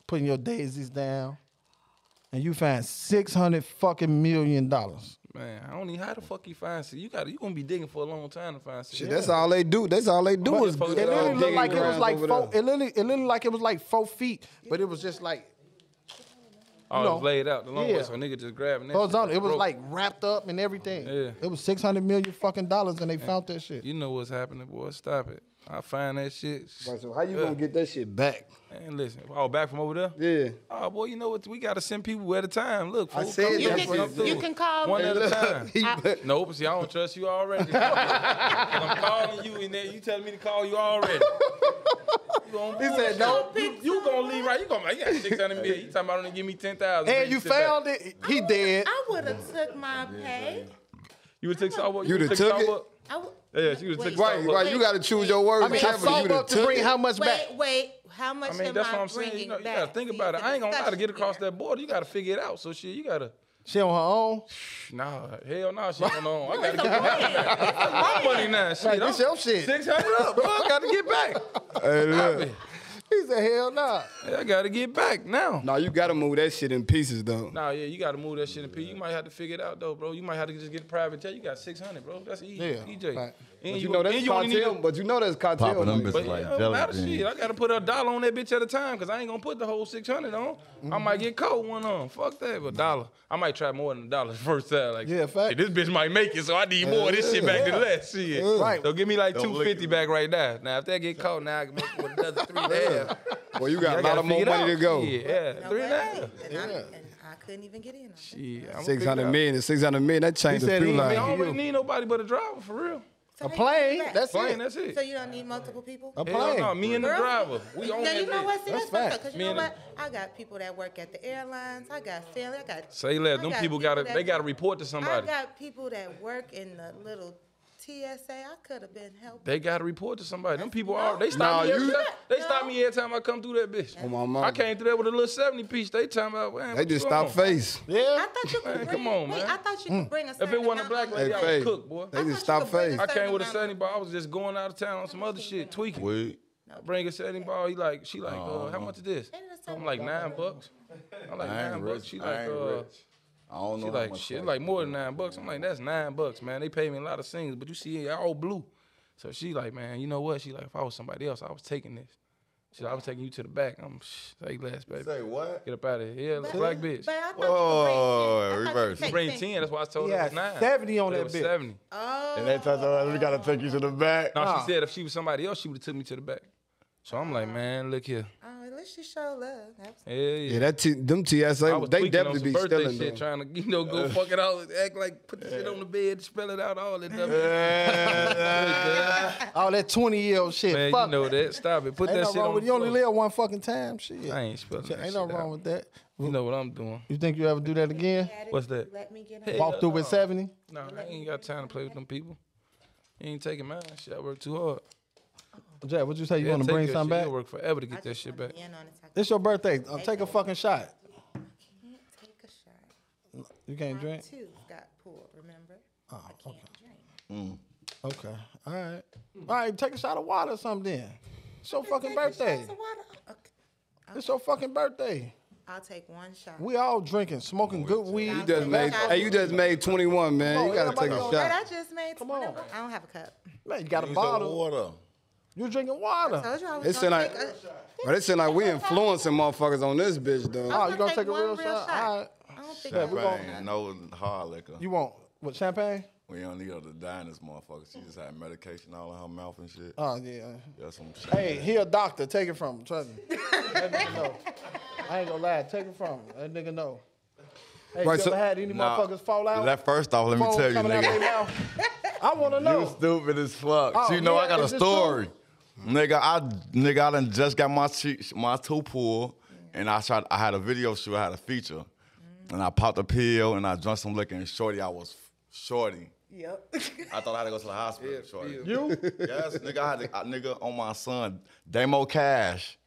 Speaker 2: putting your daisies down, and you find six hundred fucking million dollars.
Speaker 6: Man, I don't even how the fuck you find shit. You got you gonna be digging for a long time to find shit.
Speaker 3: Shit, That's all they do. That's all they do is
Speaker 2: It
Speaker 6: It all
Speaker 2: literally looked
Speaker 3: digging
Speaker 2: like it was
Speaker 3: grounds
Speaker 2: like
Speaker 3: over
Speaker 2: four,
Speaker 3: there.
Speaker 2: it literally, it literally like it was like four feet, but it was just like
Speaker 6: all
Speaker 2: you know.
Speaker 6: it's laid out the long
Speaker 2: Yeah.
Speaker 6: way, so nigga just grabbing that. shit
Speaker 2: Arizona.
Speaker 6: like
Speaker 2: It was
Speaker 6: rope.
Speaker 2: like wrapped up and everything.
Speaker 6: Oh, Yeah.
Speaker 2: It was six hundred million fucking dollars, and they found that shit.
Speaker 6: you know what's happening, boy. Stop it. I find that shit.
Speaker 3: Right, so how you gonna get that shit back?
Speaker 6: And listen, oh, back from over there.
Speaker 3: Yeah.
Speaker 6: Oh boy, you know what? We gotta send people at a time. Look,
Speaker 3: I
Speaker 6: fool,
Speaker 3: said
Speaker 6: come
Speaker 3: You
Speaker 6: through,
Speaker 3: can-
Speaker 6: come
Speaker 3: you
Speaker 6: through.
Speaker 5: can call
Speaker 6: one
Speaker 5: me.
Speaker 6: at a time.
Speaker 3: [LAUGHS] He back.
Speaker 6: Nope. See, I don't trust you [LAUGHS] already. I'm calling you, and then you telling me to call you already. gonna
Speaker 3: He said,
Speaker 6: no.
Speaker 3: "Don't
Speaker 6: You, you gonna leave right? You gonna make you got six hundred million? You talking about only give me ten thousand?
Speaker 2: And you found it. [LAUGHS] He dead.
Speaker 5: I would have took my pay.
Speaker 6: You would take Starbucks.
Speaker 3: You'd have took it?
Speaker 6: Starbucks?
Speaker 5: I would-
Speaker 6: Yeah, she would've took
Speaker 5: Wait,
Speaker 6: Starbucks.
Speaker 3: Right, right. You got to choose your words
Speaker 2: I mean, I
Speaker 3: carefully.
Speaker 2: saw
Speaker 3: You done
Speaker 2: up to
Speaker 3: took
Speaker 2: bring
Speaker 3: it.
Speaker 2: how much back?
Speaker 5: Wait, wait. How much
Speaker 6: I mean,
Speaker 5: am
Speaker 6: that's
Speaker 5: I
Speaker 6: what I'm
Speaker 5: bringing
Speaker 6: saying. You, know, you
Speaker 5: back?
Speaker 6: gotta think
Speaker 5: See,
Speaker 6: about it.
Speaker 5: it's a
Speaker 6: I ain't gonna lie to get
Speaker 5: discussion
Speaker 6: across
Speaker 5: there.
Speaker 6: that border. You gotta figure it out. So shit, you gotta.
Speaker 2: She on her own. [LAUGHS]
Speaker 6: Nah, hell no, she don't know.
Speaker 5: No,
Speaker 6: I gotta
Speaker 5: it's a
Speaker 6: get my,
Speaker 5: brand.
Speaker 6: my money now. Shit,
Speaker 2: Like, this your shit.
Speaker 6: Six hundred up, bro. I gotta get back.
Speaker 3: Hey,
Speaker 6: Stop
Speaker 3: look.
Speaker 6: it.
Speaker 2: He said, hell nah.
Speaker 6: Yeah, I gotta get back now.
Speaker 3: Nah, you got to move that shit in pieces, though.
Speaker 6: Nah, yeah, you gotta move that shit in P. You might have to figure it out though, bro. You might have to just get a private jet. You got six hundred, bro. That's easy.
Speaker 2: Yeah,
Speaker 6: EJ.
Speaker 2: right.
Speaker 6: And
Speaker 3: But you, know that's
Speaker 6: and only need
Speaker 3: cartel.
Speaker 6: a-
Speaker 3: But you know that's cartel.
Speaker 7: Popping them
Speaker 3: money.
Speaker 7: bitches
Speaker 6: But
Speaker 7: like
Speaker 6: yeah, it don't
Speaker 7: jelly
Speaker 6: matter
Speaker 7: beans.
Speaker 6: shit. I gotta put a dollar on that bitch at a time because I ain't gonna put the whole six hundred on. I
Speaker 3: Mm-hmm.
Speaker 6: might get caught one on. Fuck that, but dollar. I might try more than a dollar the first time. Like,
Speaker 2: Yeah, fact.
Speaker 6: shit, this bitch might make it, so I need more of this shit back than less shit.
Speaker 2: Right.
Speaker 6: So give me like
Speaker 4: Don't
Speaker 6: two
Speaker 4: look
Speaker 6: fifty
Speaker 4: at
Speaker 6: back right now. Now if that get caught, now I can make it with another three and a half.
Speaker 3: Well, you
Speaker 6: I
Speaker 3: got a lot
Speaker 6: gotta
Speaker 3: of more
Speaker 6: figure it
Speaker 3: money
Speaker 6: out.
Speaker 3: to go.
Speaker 6: Yeah, yeah.
Speaker 5: No
Speaker 6: three and a half.
Speaker 5: way. And, I, and I couldn't even get in. on that.
Speaker 6: Yeah, I'ma
Speaker 3: Six
Speaker 6: figure it
Speaker 3: hundred
Speaker 6: out.
Speaker 3: million and six hundred million. That changed
Speaker 2: He
Speaker 3: the
Speaker 2: said
Speaker 3: few
Speaker 2: he-
Speaker 6: I mean, I
Speaker 3: lines.
Speaker 6: don't really need nobody but a driver for real.
Speaker 5: So
Speaker 2: A
Speaker 5: how you get
Speaker 2: plane?
Speaker 5: back?
Speaker 2: That's
Speaker 6: Plane,
Speaker 2: it.
Speaker 6: that's it.
Speaker 5: So you don't need multiple people?
Speaker 2: A
Speaker 6: Hell
Speaker 2: plane.
Speaker 6: no, me and the
Speaker 5: Girl,
Speaker 6: driver. We on
Speaker 5: now
Speaker 6: that
Speaker 5: you know
Speaker 6: bitch.
Speaker 5: what? See,
Speaker 2: That's
Speaker 5: that's, that's
Speaker 2: fact.
Speaker 5: because you
Speaker 6: Me
Speaker 5: know
Speaker 6: and
Speaker 5: what? I got people that work at the airlines. I got family. I got
Speaker 6: Say less.
Speaker 5: I
Speaker 6: Them
Speaker 5: got
Speaker 6: people gotta
Speaker 5: that-
Speaker 6: they gotta report to somebody.
Speaker 5: I got people that work in the little TSA. I could have been helping.
Speaker 6: They gotta report to somebody. Them people are they stop
Speaker 3: No,
Speaker 6: me every
Speaker 3: you-
Speaker 6: time. They stop
Speaker 5: No.
Speaker 6: me every time I come through that bitch.
Speaker 3: Oh, my mama.
Speaker 6: I came through there with a little 70 piece. They talking about man,
Speaker 3: They
Speaker 6: what
Speaker 3: just
Speaker 6: you
Speaker 3: stop
Speaker 6: on?
Speaker 3: face.
Speaker 5: I
Speaker 6: [LAUGHS]
Speaker 2: Yeah.
Speaker 5: thought you could
Speaker 6: Man,
Speaker 5: bring.
Speaker 6: come on,
Speaker 5: wait,
Speaker 6: man.
Speaker 5: I thought you could bring a.
Speaker 6: If it
Speaker 5: certain
Speaker 6: wasn't a
Speaker 5: amount
Speaker 6: black
Speaker 5: of-
Speaker 6: lady, I
Speaker 3: Faye.
Speaker 6: was cooked, boy.
Speaker 3: They
Speaker 5: I
Speaker 3: just
Speaker 5: thought you
Speaker 3: stop
Speaker 5: could bring
Speaker 3: face.
Speaker 5: a
Speaker 6: I came
Speaker 5: certain
Speaker 6: with a
Speaker 5: amount
Speaker 6: 70
Speaker 5: of-
Speaker 6: ball. I was just going out of town on some other shit, tweaking.
Speaker 4: Wait.
Speaker 6: I bring a 70 ball. He like, she like, uh, how much is this?
Speaker 5: They did a
Speaker 6: I'm like nine bucks. I'm like
Speaker 4: I
Speaker 6: nine
Speaker 4: ain't
Speaker 6: bucks.
Speaker 4: rich.
Speaker 6: She
Speaker 4: I
Speaker 6: like,
Speaker 4: ain't
Speaker 6: uh,
Speaker 4: rich. I don't know.
Speaker 6: she
Speaker 4: how
Speaker 6: like,
Speaker 4: much
Speaker 6: shit,
Speaker 4: that-
Speaker 6: like more than nine bucks. I'm like, that's nine bucks, man. They pay me a lot of singles, but you see, I all blue. So she like, man, you know what? She like, if I was somebody else, I was taking this. She like, I was taking you to the back. I'm shh, take less, baby.
Speaker 4: Say what?
Speaker 6: Get up out of here. Yeah, black bitch.
Speaker 5: But I thought
Speaker 4: Whoa,
Speaker 5: you could bring 10. I thought
Speaker 4: reverse.
Speaker 5: you could take
Speaker 6: Bring 10, that's why I told her
Speaker 2: Yeah,
Speaker 6: it was nine.
Speaker 2: 70 on
Speaker 6: But it
Speaker 2: that
Speaker 6: was
Speaker 2: bitch.
Speaker 6: 70.
Speaker 4: And they tell us we gotta take you to the back. [LAUGHS]
Speaker 6: No, she said if she was somebody else, she would have took me to the back. So I'm like, man, look here.
Speaker 5: Oh, at least you show love. That was-
Speaker 6: Hell yeah.
Speaker 3: Yeah, that t- them
Speaker 6: I
Speaker 3: TSA,
Speaker 6: was
Speaker 3: they
Speaker 6: tweaking on
Speaker 3: definitely
Speaker 6: some
Speaker 3: be
Speaker 6: birthday
Speaker 3: stealing
Speaker 6: shit,
Speaker 3: them.
Speaker 6: trying to you know go fuck it out, act like put the shit on the bed, spell it out, all that. Stuff.
Speaker 2: All that 20 year old shit.
Speaker 6: Man,
Speaker 2: Fuck.
Speaker 6: you know that. Stop it. Put
Speaker 2: Ain't
Speaker 6: that
Speaker 2: no
Speaker 6: shit
Speaker 2: wrong
Speaker 6: on.
Speaker 2: with
Speaker 6: the
Speaker 2: you only
Speaker 6: floor.
Speaker 2: live one fucking time. Shit.
Speaker 6: I ain't spelling. that
Speaker 2: Ain't no
Speaker 6: shit
Speaker 2: wrong
Speaker 6: out.
Speaker 2: with that.
Speaker 6: You know what I'm doing?
Speaker 2: You think you ever do that again?
Speaker 6: What's that?
Speaker 5: Let me get
Speaker 6: Hey,
Speaker 5: in.
Speaker 2: Walk through with 70?
Speaker 6: Nah, I ain't got time to play with them people. You ain't taking mine. Shit, I work too hard.
Speaker 2: Jack, what you say? You
Speaker 6: They'll
Speaker 2: want to
Speaker 6: take
Speaker 2: bring
Speaker 6: your
Speaker 2: something
Speaker 6: shit.
Speaker 2: back?
Speaker 6: You'll work forever to
Speaker 5: I
Speaker 6: get that
Speaker 5: just
Speaker 6: shit
Speaker 5: wanna
Speaker 6: back.
Speaker 5: be in on it. I
Speaker 2: It's your birthday. Uh, take a fucking shot.
Speaker 5: can't take a shot.
Speaker 2: You can't drink?
Speaker 5: Two got pulled. Remember? I can't drink.
Speaker 2: Okay. All right. All right, take a shot of water or something then. It's your fucking birthday. It's your fucking birthday.
Speaker 5: I'll take one shot.
Speaker 2: We all drinking, smoking good weed.
Speaker 3: You just made, hey, you just made twenty one, man. You gotta
Speaker 2: everybody
Speaker 3: take a
Speaker 2: go-
Speaker 5: But
Speaker 3: shot.
Speaker 5: I just made. Come
Speaker 2: on.
Speaker 5: I don't have a cup.
Speaker 2: Man, you got a
Speaker 4: Use the
Speaker 2: bottle.
Speaker 4: water.
Speaker 2: You're drinking water.
Speaker 5: Told you I was
Speaker 3: It
Speaker 5: gonna
Speaker 3: seem like,
Speaker 5: take a-
Speaker 3: but it seem like we influencing motherfuckers on this bitch though.
Speaker 2: Oh, you gonna
Speaker 5: I'll
Speaker 2: take a
Speaker 5: take
Speaker 2: real
Speaker 5: one real
Speaker 2: shot?
Speaker 5: shot.
Speaker 2: All right.
Speaker 5: I don't think I
Speaker 4: Champagne, no hard liquor.
Speaker 2: You want what champagne?
Speaker 4: We don't need her to die in this motherfucker. She just had medication all in her mouth and shit.
Speaker 2: Oh yeah.
Speaker 4: That's some shit.
Speaker 2: Hey, he a doctor. Take it from him. Trust me. That nigga know. I ain't gonna lie. Take it from him. That nigga know. Hey,
Speaker 3: Right,
Speaker 2: you
Speaker 3: so-
Speaker 2: ever had any
Speaker 4: Nah,
Speaker 2: motherfuckers fall out?
Speaker 4: That first off, let me
Speaker 2: Phone
Speaker 4: tell you,
Speaker 2: coming out their
Speaker 4: nigga.
Speaker 2: mouth? I wanna
Speaker 4: You
Speaker 2: know.
Speaker 4: stupid as fuck.
Speaker 2: Oh,
Speaker 4: you know
Speaker 2: yeah,
Speaker 4: I got a
Speaker 2: is this true?
Speaker 4: story. Nigga, I nigga, I done just got my cheeks, my toe pulled, and I tried. I had a video shoot. I had a feature,
Speaker 2: Mm-hmm.
Speaker 4: and I popped a pill and I drank some liquor. And shorty, I was shorty.
Speaker 5: Yep.
Speaker 4: [LAUGHS] I thought I had to go to the hospital. shorty. You? Yes, nigga. I had to, I, nigga on my son, Damo Cash.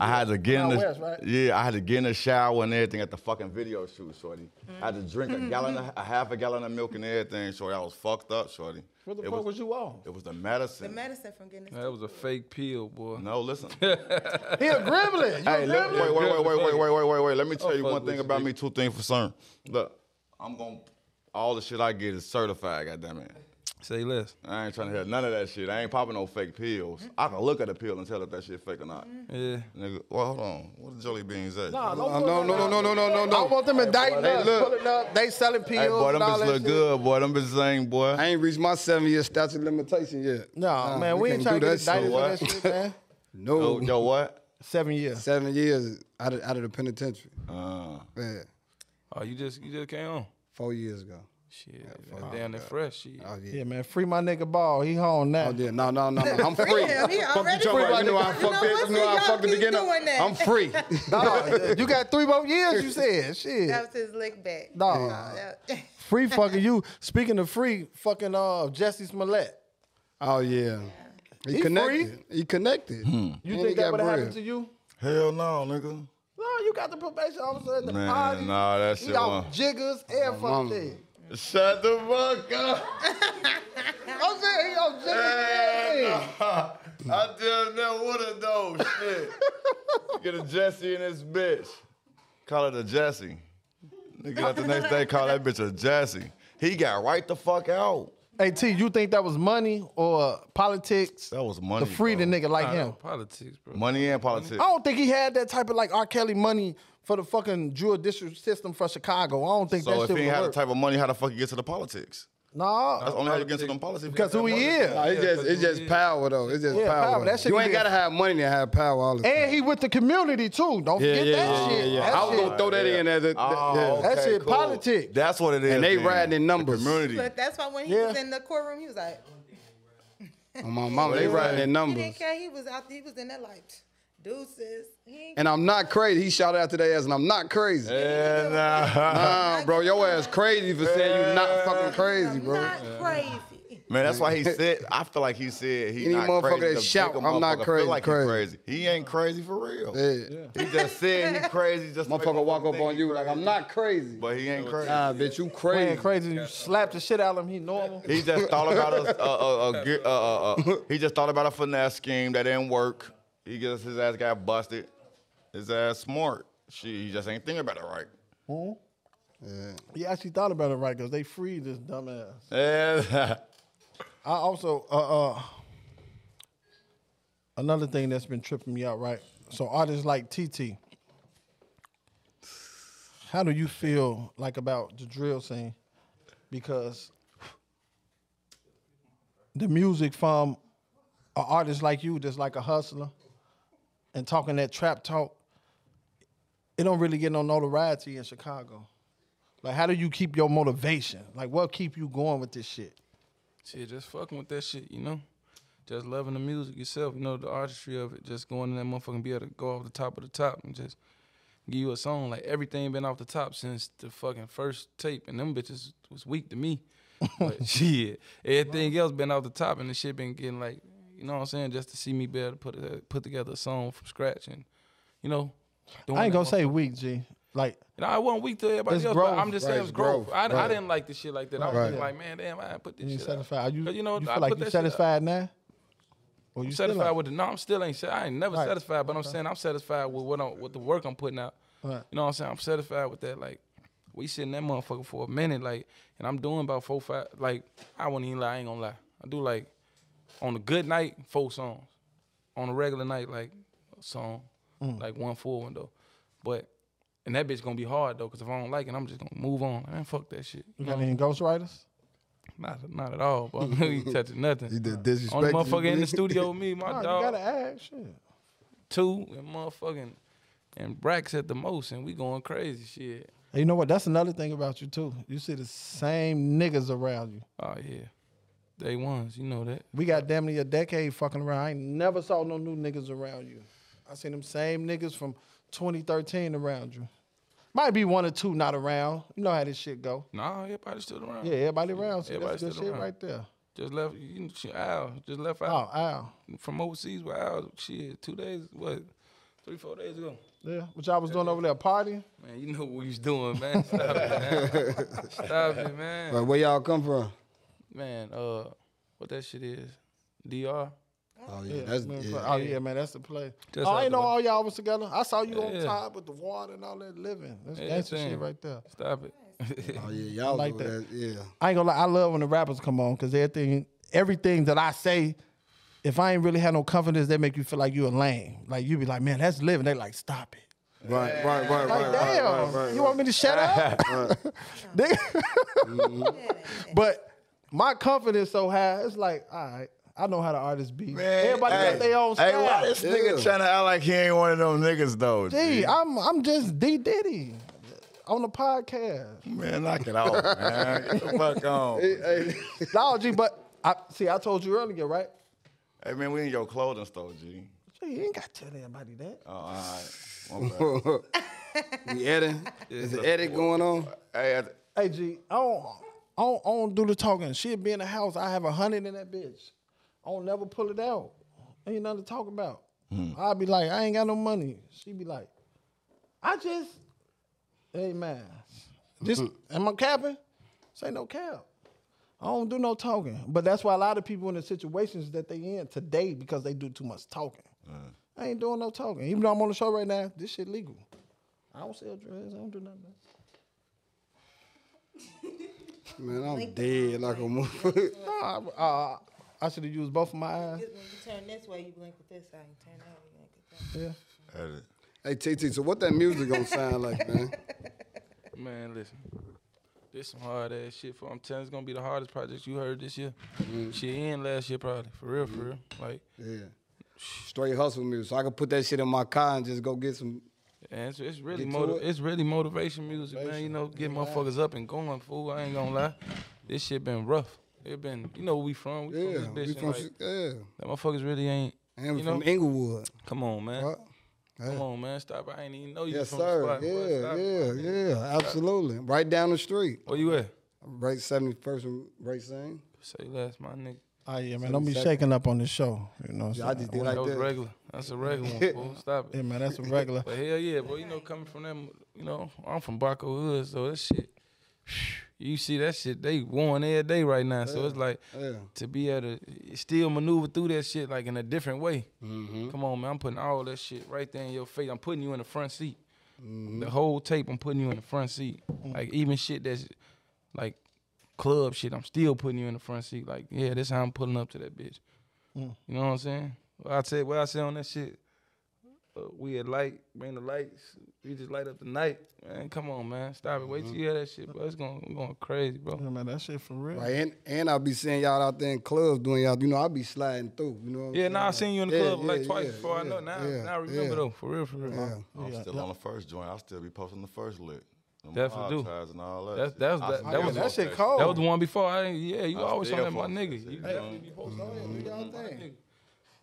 Speaker 4: I had to get in
Speaker 2: Out
Speaker 4: the
Speaker 2: west, right?
Speaker 4: yeah. I had to get in the shower and everything at the fucking video shoot, shorty. I had to drink a gallon, of- a half a gallon of milk and everything, shorty. I was fucked up, shorty.
Speaker 2: What the
Speaker 4: It
Speaker 2: fuck was, you on?
Speaker 4: it was the medicine.
Speaker 5: The medicine from getting. [LAUGHS]
Speaker 6: That was a fake pill, boy.
Speaker 4: no, listen.
Speaker 2: He a gremlin. You
Speaker 4: hey,
Speaker 2: a
Speaker 4: look,
Speaker 2: gremlin?
Speaker 4: wait, wait, wait, wait, wait, wait, wait, wait, Let me tell you
Speaker 6: fuck
Speaker 4: one
Speaker 6: with
Speaker 4: thing
Speaker 6: you,
Speaker 4: about
Speaker 6: nigga.
Speaker 4: me. Two things for certain. Look, I'm gonna. All the shit I get is certified. Goddamn it.
Speaker 6: Say less.
Speaker 4: I ain't trying to hear none of that shit. I ain't popping no fake pills. I can look at a pill and tell if that shit fake or not.
Speaker 6: Yeah.
Speaker 4: Nigga, well, hold on. What the jelly beans at?
Speaker 2: Nah, don't
Speaker 3: Uh,
Speaker 2: put
Speaker 3: no,
Speaker 2: that
Speaker 3: no, no,
Speaker 2: out.
Speaker 3: no, no, no, no,
Speaker 2: I
Speaker 3: no.
Speaker 2: want them indicting us,
Speaker 4: look.
Speaker 2: pulling up. They selling pills
Speaker 4: hey, boy,
Speaker 2: and
Speaker 4: them
Speaker 2: all
Speaker 4: bitches
Speaker 2: that
Speaker 4: look
Speaker 2: shit.
Speaker 4: good, boy. Them bitches ain't, boy.
Speaker 3: I ain't reached my seven year statute of limitation yet.
Speaker 2: No,
Speaker 4: Mm.
Speaker 3: Nah,
Speaker 2: man, we, ain't
Speaker 3: can't
Speaker 2: trying to
Speaker 3: do
Speaker 2: get indicted for that
Speaker 3: that shit.
Speaker 2: shit,
Speaker 4: [LAUGHS]
Speaker 2: man. Oh,
Speaker 4: yo,
Speaker 3: No,
Speaker 4: yo, what?
Speaker 2: Seven years.
Speaker 3: seven years out of out of the penitentiary.
Speaker 4: Uh,
Speaker 3: Yeah,
Speaker 6: Oh, you just you just came on.
Speaker 3: four years ago.
Speaker 6: Shit, damn, they fresh. Shit.
Speaker 3: Oh yeah.
Speaker 2: Yeah, man. Free my nigga ball. He home now.
Speaker 3: Oh yeah. No, no,
Speaker 2: [LAUGHS]
Speaker 3: no, no. I'm free.
Speaker 5: him. He
Speaker 3: Fuck
Speaker 5: already
Speaker 3: you talking
Speaker 5: free.
Speaker 3: about. You know I
Speaker 5: You
Speaker 3: fucked
Speaker 5: know
Speaker 3: this.
Speaker 5: what?
Speaker 3: You know I
Speaker 5: Y'all
Speaker 3: fucked the
Speaker 5: keep
Speaker 3: beginning.
Speaker 5: doing that.
Speaker 3: I'm free.
Speaker 2: [LAUGHS] Nah, you got three more years. You
Speaker 3: [LAUGHS]
Speaker 2: said shit.
Speaker 5: That was his lick back.
Speaker 2: Nah.
Speaker 5: Uh, that-
Speaker 2: Free fucking you. Speaking of free, fucking uh Jesse Smollett.
Speaker 3: Oh yeah. He,
Speaker 2: He
Speaker 3: connected. He connected.
Speaker 2: You
Speaker 3: And he
Speaker 2: think
Speaker 3: got
Speaker 2: that would have happened
Speaker 3: bread.
Speaker 2: to you?
Speaker 4: Hell no, nigga.
Speaker 2: No, you got the probation officer at the
Speaker 4: Man,
Speaker 2: party.
Speaker 4: nah, that
Speaker 2: He
Speaker 4: shit
Speaker 2: out
Speaker 4: was-
Speaker 2: jiggers and fucking thing.
Speaker 4: Shut the fuck up.
Speaker 2: I'm saying he out jiggers and
Speaker 4: Man, [LAUGHS] nah. I just never would have known shit. [LAUGHS] Get a Jesse in this bitch. Call it a Jesse.
Speaker 2: [LAUGHS]
Speaker 4: Nigga out the next day, call that bitch a Jesse. He got right the fuck out.
Speaker 2: Hey T, you think that was money or politics?
Speaker 4: That was money.
Speaker 2: to free the
Speaker 4: bro.
Speaker 2: nigga like
Speaker 6: Nah, that
Speaker 2: him.
Speaker 6: was politics, bro.
Speaker 4: Money and politics.
Speaker 2: I don't think he had that type of like R. Kelly money for the fucking judicial system for Chicago. I don't think
Speaker 4: so
Speaker 2: that
Speaker 4: if
Speaker 2: shit
Speaker 4: he
Speaker 2: would
Speaker 4: had the
Speaker 2: work.
Speaker 4: type of money, how the fuck you get to the politics? That's
Speaker 2: nah,
Speaker 4: the only how you get to them
Speaker 6: Politics.
Speaker 4: politics.
Speaker 2: because who he
Speaker 6: Yeah,
Speaker 2: is.
Speaker 3: Nah, it's
Speaker 6: Yeah,
Speaker 3: just, it's
Speaker 6: but-
Speaker 3: just power though. It's just
Speaker 2: Yeah,
Speaker 3: power.
Speaker 2: power. That shit
Speaker 3: you
Speaker 2: can
Speaker 3: ain't
Speaker 2: be a-
Speaker 3: gotta have money to have power. All the time.
Speaker 2: And he with the community too. Don't
Speaker 3: Yeah,
Speaker 2: forget
Speaker 3: yeah,
Speaker 2: that
Speaker 3: yeah,
Speaker 2: shit.
Speaker 3: yeah, yeah.
Speaker 2: That
Speaker 3: I was
Speaker 2: shit-
Speaker 3: gonna throw that in as a.
Speaker 4: Oh,
Speaker 3: yeah.
Speaker 4: okay,
Speaker 2: That shit
Speaker 4: cool.
Speaker 2: politics.
Speaker 4: That's what it is.
Speaker 3: And they
Speaker 4: then.
Speaker 3: riding in numbers.
Speaker 4: The community.
Speaker 5: [LAUGHS] But that's why when he was
Speaker 2: Yeah.
Speaker 5: in the courtroom, he was like,
Speaker 3: On my mama, they riding in
Speaker 5: he
Speaker 3: numbers.
Speaker 5: didn't care. He was out. He was in that like, deuces. He ain't
Speaker 3: And I'm not crazy. He shouted out to their ass, and I'm not crazy.
Speaker 4: And, uh,
Speaker 3: Nah, [LAUGHS] bro, your ass crazy for saying you not fucking crazy,
Speaker 5: I'm
Speaker 3: bro.
Speaker 5: not crazy.
Speaker 4: man,
Speaker 3: [LAUGHS]
Speaker 4: that's why he said. I feel like he said he
Speaker 3: Any
Speaker 4: not
Speaker 3: motherfucker
Speaker 4: crazy.
Speaker 3: that
Speaker 4: to make
Speaker 3: shout,
Speaker 4: a
Speaker 3: "I'm not
Speaker 4: motherfucker
Speaker 3: crazy,"
Speaker 4: Feel like
Speaker 3: crazy.
Speaker 4: He crazy. He ain't crazy for real.
Speaker 3: Yeah.
Speaker 4: He just said he crazy. Just to make
Speaker 3: Motherfucker walk up
Speaker 4: think
Speaker 3: on
Speaker 4: he
Speaker 3: you like
Speaker 4: crazy.
Speaker 3: I'm not crazy.
Speaker 4: But he ain't crazy.
Speaker 3: Nah, bitch, you
Speaker 2: Man,
Speaker 3: crazy.
Speaker 2: crazy. You slap the shit out of him. He normal.
Speaker 4: He just thought about a, a, a, a, ge- a, a, a he just thought about a finesse scheme that didn't work. He just his ass got busted. His ass smart. She he just ain't thinking about it right. [LAUGHS]
Speaker 2: He actually thought about it right because they freed this dumbass.
Speaker 4: Yeah.
Speaker 2: I also uh, uh another thing that's been tripping me out, right? So artists like TT, how do you feel like about the drill scene? Because the music from an artist like you, that's like a hustler, and talking that trap talk, it don't really get no notoriety in Chicago. Like, how do you keep your motivation? Like, what keep you going with this shit?
Speaker 6: Shit, just fucking with that shit, you know? Just loving the music yourself, you know, the artistry of it. Just going in that motherfucker and be able to go off the top of the top and just give you a song. Like everything been off the top since the fucking first tape, and them bitches was weak
Speaker 2: [LAUGHS]
Speaker 6: to me. But shit, everything else been off the top, and the shit been getting like, you know what I'm saying? Just to see me be able to put, it, put together a song from scratch and, you know, doing
Speaker 2: I ain't
Speaker 6: that
Speaker 2: gonna say weak, G. Like,
Speaker 6: and I wasn't weak to everybody
Speaker 2: It's
Speaker 6: else,
Speaker 2: growth,
Speaker 6: but I'm just saying
Speaker 3: right,
Speaker 6: it was growth.
Speaker 3: growth,
Speaker 6: I, I
Speaker 3: right.
Speaker 6: didn't like the shit like that. I was
Speaker 3: Right.
Speaker 6: just like, man, damn, I ain't put this
Speaker 2: you
Speaker 6: shit.
Speaker 2: satisfied? You,
Speaker 6: Out. You know,
Speaker 2: you
Speaker 6: I
Speaker 2: feel like
Speaker 6: put
Speaker 2: you
Speaker 6: that shit out.
Speaker 2: satisfied now? Or you
Speaker 6: I'm
Speaker 2: still
Speaker 6: satisfied
Speaker 2: like-
Speaker 6: with the no, I'm still ain't. sa- I ain't never
Speaker 2: Right.
Speaker 6: satisfied, but I'm saying I'm satisfied with what I'm, with the work I'm putting out.
Speaker 2: Right.
Speaker 6: You know what I'm saying? I'm satisfied with that. Like we sitting that motherfucker for a minute, like, and I'm doing about four five. Like I won't even lie, I ain't gonna lie. I do like on a good night four songs, on a regular night like a song,
Speaker 2: Mm.
Speaker 6: like one full one though. But and that bitch gonna be hard though, cause if I don't like it, I'm just gonna move on. Man, fuck that shit.
Speaker 2: You got any ghostwriters?
Speaker 6: Not not at all, bro. [LAUGHS] you ain't touching nothing.
Speaker 3: He did
Speaker 6: Only
Speaker 3: disrespect.
Speaker 6: motherfucker in the studio with me, my
Speaker 2: Nah, you
Speaker 6: dog
Speaker 2: gotta ask. Shit.
Speaker 6: two and motherfucking and Brax at the most, and we going crazy shit.
Speaker 2: Hey, you know what? That's another thing about you too. You see the same niggas around you.
Speaker 6: Oh yeah, day ones, you know that.
Speaker 2: We got damn near a decade fucking around. I ain't never saw no new niggas around you. I seen them same niggas from 2013 around you. Might be one or two not around. You know how this shit go.
Speaker 6: Nah, everybody stood around.
Speaker 2: Yeah, everybody around. So
Speaker 6: Everybody
Speaker 2: that's good
Speaker 6: still
Speaker 2: shit
Speaker 6: around.
Speaker 2: right there.
Speaker 6: just left. You know, shit, Al just left
Speaker 2: Oh,
Speaker 6: out
Speaker 2: ow.
Speaker 6: from overseas with Al. Shit, two days, what, three, four days ago.
Speaker 2: Yeah. What y'all was doing over there? Party?
Speaker 6: Man, you know what we was
Speaker 2: [LAUGHS]
Speaker 6: doing, man. Stop it, man. Stop it, man.
Speaker 3: Right, where y'all come from?
Speaker 6: Man, uh, what that shit is? Dr.
Speaker 3: Oh yeah, that's
Speaker 2: Man,
Speaker 3: yeah.
Speaker 2: Oh yeah, man, that's the play.
Speaker 6: Just
Speaker 2: oh, I
Speaker 6: out
Speaker 2: ain't
Speaker 6: the
Speaker 2: know
Speaker 6: way.
Speaker 2: all y'all was together. I saw you on
Speaker 6: Yeah.
Speaker 2: top with the water and all that living. That's
Speaker 6: Yeah,
Speaker 2: gangster
Speaker 6: same.
Speaker 2: shit right there.
Speaker 6: Stop [LAUGHS] it.
Speaker 3: Oh yeah, y'all
Speaker 2: like
Speaker 3: do
Speaker 2: that.
Speaker 3: that. Yeah.
Speaker 2: I ain't gonna lie, I love when the rappers come on because everything, everything that I say, if I ain't really had no confidence, they make you feel like you a lame. Like you be like, man, that's living. They like, stop it.
Speaker 3: Right, right,
Speaker 2: Like,
Speaker 3: right, right, right,
Speaker 2: damn,
Speaker 3: right, right.
Speaker 2: you want me to shut
Speaker 3: [LAUGHS]
Speaker 2: up? [LAUGHS] Nigga. but my confidence so high, it's like, all right, I know how the artists be. Everybody got their own style.
Speaker 4: Hey, why this nigga
Speaker 3: Yeah.
Speaker 4: trying to act like he ain't one of them niggas though?
Speaker 2: Gee,
Speaker 4: G?
Speaker 2: I'm I'm just D Diddy. on the podcast.
Speaker 4: [LAUGHS] Man, knock it out, man. Get the
Speaker 3: [LAUGHS]
Speaker 4: fuck on. Hey,
Speaker 2: No, G, but I see. I told you earlier, right?
Speaker 4: man, we in your clothing store, G.
Speaker 2: G, you ain't got to tell anybody that.
Speaker 4: Oh, all right. My bad.
Speaker 3: We edit. Is the edit going on?
Speaker 2: [LAUGHS]
Speaker 4: hey, I-
Speaker 2: Hey, G, I don't, I don't, I don't do the talking. She'll be in the house. I have a hundred in that bitch. I don't never pull it out. Ain't nothing to talk about. I'll be like, I ain't got no money. She be like, I just, hey man, this am I capping? Say no cap. I don't do no talking. But that's why a lot of people in the situations that they in today because they do too much talking. I ain't doing no talking. Even though I'm on the show right now, this shit legal. I don't sell drugs. I don't do nothing.
Speaker 3: Man, I'm dead like a motherfucker.
Speaker 2: No, I, uh, I should have used both of my eyes.
Speaker 5: When you turn this way, you blink with this eye. You turn that way, you blink with that.
Speaker 2: Yeah.
Speaker 4: edit.
Speaker 3: Hey TT, so what that music gonna sound like,
Speaker 6: [LAUGHS]
Speaker 3: man?
Speaker 6: Man, listen. This some hard ass shit for I'm telling you, it's gonna be the hardest project you heard this year.
Speaker 3: Mm.
Speaker 6: Shit in last year probably. For real, for real. Like
Speaker 3: Yeah. Straight hustle music. So I can put that shit in my car and just go get some.
Speaker 6: and it's, it's really
Speaker 3: Get to
Speaker 6: motiv-
Speaker 3: it.
Speaker 6: it's really motivation music, man. You know, get motherfuckers up and going, fool. I ain't gonna lie. This shit been rough. It been you know where we from. We
Speaker 3: Yeah.
Speaker 6: from this bitch.
Speaker 3: We
Speaker 6: and,
Speaker 3: from,
Speaker 6: like,
Speaker 3: yeah.
Speaker 6: that motherfuckers really ain't
Speaker 3: And we
Speaker 6: you know?
Speaker 3: from
Speaker 6: [LAUGHS]
Speaker 3: Inglewood.
Speaker 6: Come on, man.
Speaker 3: What?
Speaker 6: Come on, man. Stop. I ain't even know you
Speaker 3: Yes,
Speaker 6: from the
Speaker 3: sir.
Speaker 6: spot. boy.
Speaker 3: Yeah,
Speaker 6: Stop it.
Speaker 3: yeah, yeah. Absolutely. Right down the street.
Speaker 6: Where you at?
Speaker 3: Right 71st and right same.
Speaker 6: Say less, my nigga.
Speaker 2: Oh yeah, man. Don't be shaking up on this show. You know what I'm
Speaker 3: Yeah, I
Speaker 2: saying?
Speaker 3: just did
Speaker 6: That
Speaker 3: like
Speaker 6: was
Speaker 3: that.
Speaker 6: regular. That's a regular
Speaker 3: [LAUGHS]
Speaker 6: one, fool. Stop it.
Speaker 2: yeah, man. That's a regular.
Speaker 6: But hell yeah, bro. You know, coming from them, you know, I'm from Baco Hood, so that shit. [SIGHS] You see that shit, they worn every day right now. So it's like
Speaker 3: Yeah.
Speaker 6: to be able to still maneuver through that shit like in a different way.
Speaker 3: Mm-hmm.
Speaker 6: Come on, man. I'm putting all that shit right there in your face. I'm putting you in the front seat.
Speaker 3: Mm-hmm.
Speaker 6: The whole tape, I'm putting you in the front seat.
Speaker 3: Mm.
Speaker 6: Like even shit that's like club shit, I'm still putting you in the front seat. Like, yeah, this how I'm pulling up to that bitch.
Speaker 3: Mm.
Speaker 6: You know what I'm saying? What I say what I say on that shit. Uh, we had light, bring the lights. We just light up the night, man. Come on, man, stop it.
Speaker 3: Mm-hmm.
Speaker 6: Wait till you hear that shit, bro. It's going, we going crazy, bro.
Speaker 2: Yeah, man. That shit for real.
Speaker 3: Right, and, and I'll be seeing y'all out there in clubs doing y'all, you know, I'll be sliding through, you know. what I'm
Speaker 6: Yeah, now I
Speaker 3: saying?
Speaker 6: seen you in the
Speaker 3: Yeah,
Speaker 6: club
Speaker 3: yeah,
Speaker 6: like twice
Speaker 3: yeah,
Speaker 6: before I
Speaker 3: yeah,
Speaker 6: know. Now,
Speaker 3: yeah,
Speaker 6: now I remember
Speaker 3: yeah.
Speaker 6: though, for real, for real.
Speaker 3: Yeah.
Speaker 4: I'm
Speaker 2: Yeah,
Speaker 4: still
Speaker 2: yeah.
Speaker 4: on the first joint. I'll still be posting the first lick. Them
Speaker 6: Definitely do.
Speaker 4: podcasts And all that.
Speaker 6: That's-
Speaker 4: shit.
Speaker 6: that's-
Speaker 4: I
Speaker 6: that-
Speaker 4: still
Speaker 6: that was-
Speaker 4: fuck
Speaker 2: that shit
Speaker 3: Oh.
Speaker 2: cold.
Speaker 6: That was the one before. I ain't- yeah, you
Speaker 4: I
Speaker 6: always on
Speaker 4: still
Speaker 6: that, my
Speaker 4: fuck
Speaker 6: nigga.
Speaker 4: with
Speaker 6: You
Speaker 4: it.
Speaker 6: definitely be posting I ain't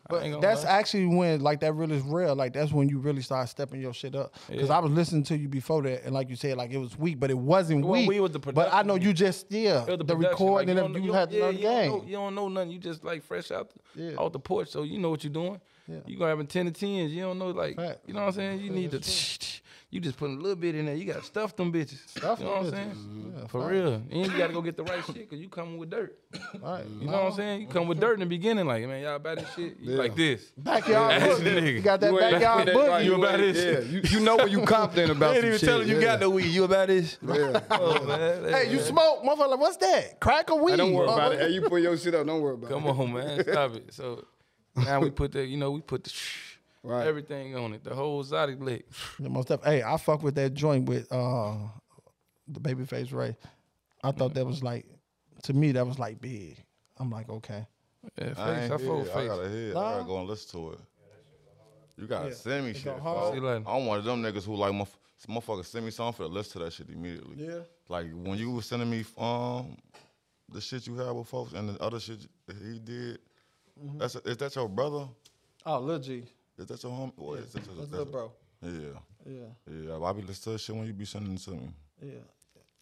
Speaker 2: But
Speaker 6: gonna
Speaker 2: that's
Speaker 6: lie.
Speaker 2: actually when, like, that real is real. Like, that's when you really start stepping your shit up. Because
Speaker 6: Yeah.
Speaker 2: I was listening to you before that, and like you said, like it was weak, but it wasn't
Speaker 6: wasn't
Speaker 2: weak.
Speaker 6: weak, it was the
Speaker 2: but I know
Speaker 6: production.
Speaker 2: you just yeah,
Speaker 6: It was
Speaker 2: the,
Speaker 6: production,
Speaker 2: recording
Speaker 6: like,
Speaker 2: and
Speaker 6: don't
Speaker 2: if
Speaker 6: know-
Speaker 2: you had
Speaker 6: don't-
Speaker 2: yeah,
Speaker 6: yeah, you
Speaker 2: game.
Speaker 6: don't know- You don't know nothing. You just like fresh out the,
Speaker 2: Yeah.
Speaker 6: out the porch, so you know what you're doing.
Speaker 2: Yeah.
Speaker 6: You gonna have a ten to tens. You don't know like
Speaker 2: Fact.
Speaker 6: you know what I'm saying. You need to. [LAUGHS] You just putting a little bit in there. You gotta stuff them bitches.
Speaker 2: Stuff
Speaker 6: you know
Speaker 2: them
Speaker 6: what I'm
Speaker 2: bitches. Mm-hmm.
Speaker 6: saying?
Speaker 2: Yeah,
Speaker 6: For
Speaker 2: fact.
Speaker 6: real. And you gotta go get the right shit because you coming with dirt.
Speaker 2: All right.
Speaker 6: You know what I'm saying? You come with dirt in the beginning, like man, y'all about this shit. You like this.
Speaker 2: Backyard
Speaker 6: Ask the
Speaker 2: boogie.
Speaker 6: nigga.
Speaker 2: You got
Speaker 6: [LAUGHS]
Speaker 2: that
Speaker 3: You ain't-
Speaker 2: backyard
Speaker 3: that-
Speaker 2: boogie.
Speaker 3: right,
Speaker 6: You about
Speaker 3: ain't-
Speaker 6: this?
Speaker 3: Yeah, you, you know what you
Speaker 6: [LAUGHS]
Speaker 3: confident about. some shit, yeah.
Speaker 6: weed. You about this?
Speaker 3: Yeah.
Speaker 6: [LAUGHS] Oh, man.
Speaker 2: Hey, you smoke, motherfucker. Like, what's that? Crack or weed?
Speaker 3: Hey, don't worry about it.
Speaker 2: motherfucker?
Speaker 3: Hey, you put your shit up. Don't worry about
Speaker 6: Come
Speaker 3: it.
Speaker 6: on, man, stop it. So now we put the, you know, we put the
Speaker 3: Right.
Speaker 6: everything on it. The whole exotic lick.
Speaker 2: The most def- hey, I fuck with that joint with uh the babyface Ray. I thought that was like to me that was like big. I'm like, okay.
Speaker 6: Yeah, face.
Speaker 4: I,
Speaker 6: I,
Speaker 4: ain't
Speaker 6: fuck
Speaker 4: hear
Speaker 6: with
Speaker 4: it. I
Speaker 6: face.
Speaker 4: gotta hear it. I gotta go and listen to it. You gotta send me shit.
Speaker 2: go
Speaker 4: folks.
Speaker 2: hard.
Speaker 6: See you later.
Speaker 4: I'm one of them niggas who like motherf- motherfuckers send me something for listen to that shit immediately.
Speaker 2: Yeah.
Speaker 4: Like when you was sending me um the shit you had with folks and the other shit he did.
Speaker 2: Mm-hmm.
Speaker 4: That's is that your brother?
Speaker 2: Oh, Lil G.
Speaker 4: Is that your homie? What is that your-
Speaker 2: That's
Speaker 4: that's-
Speaker 2: Lil Bro.
Speaker 4: Yeah.
Speaker 2: Yeah.
Speaker 4: Yeah. I be listening to that shit when you be sending it to me.
Speaker 2: Yeah.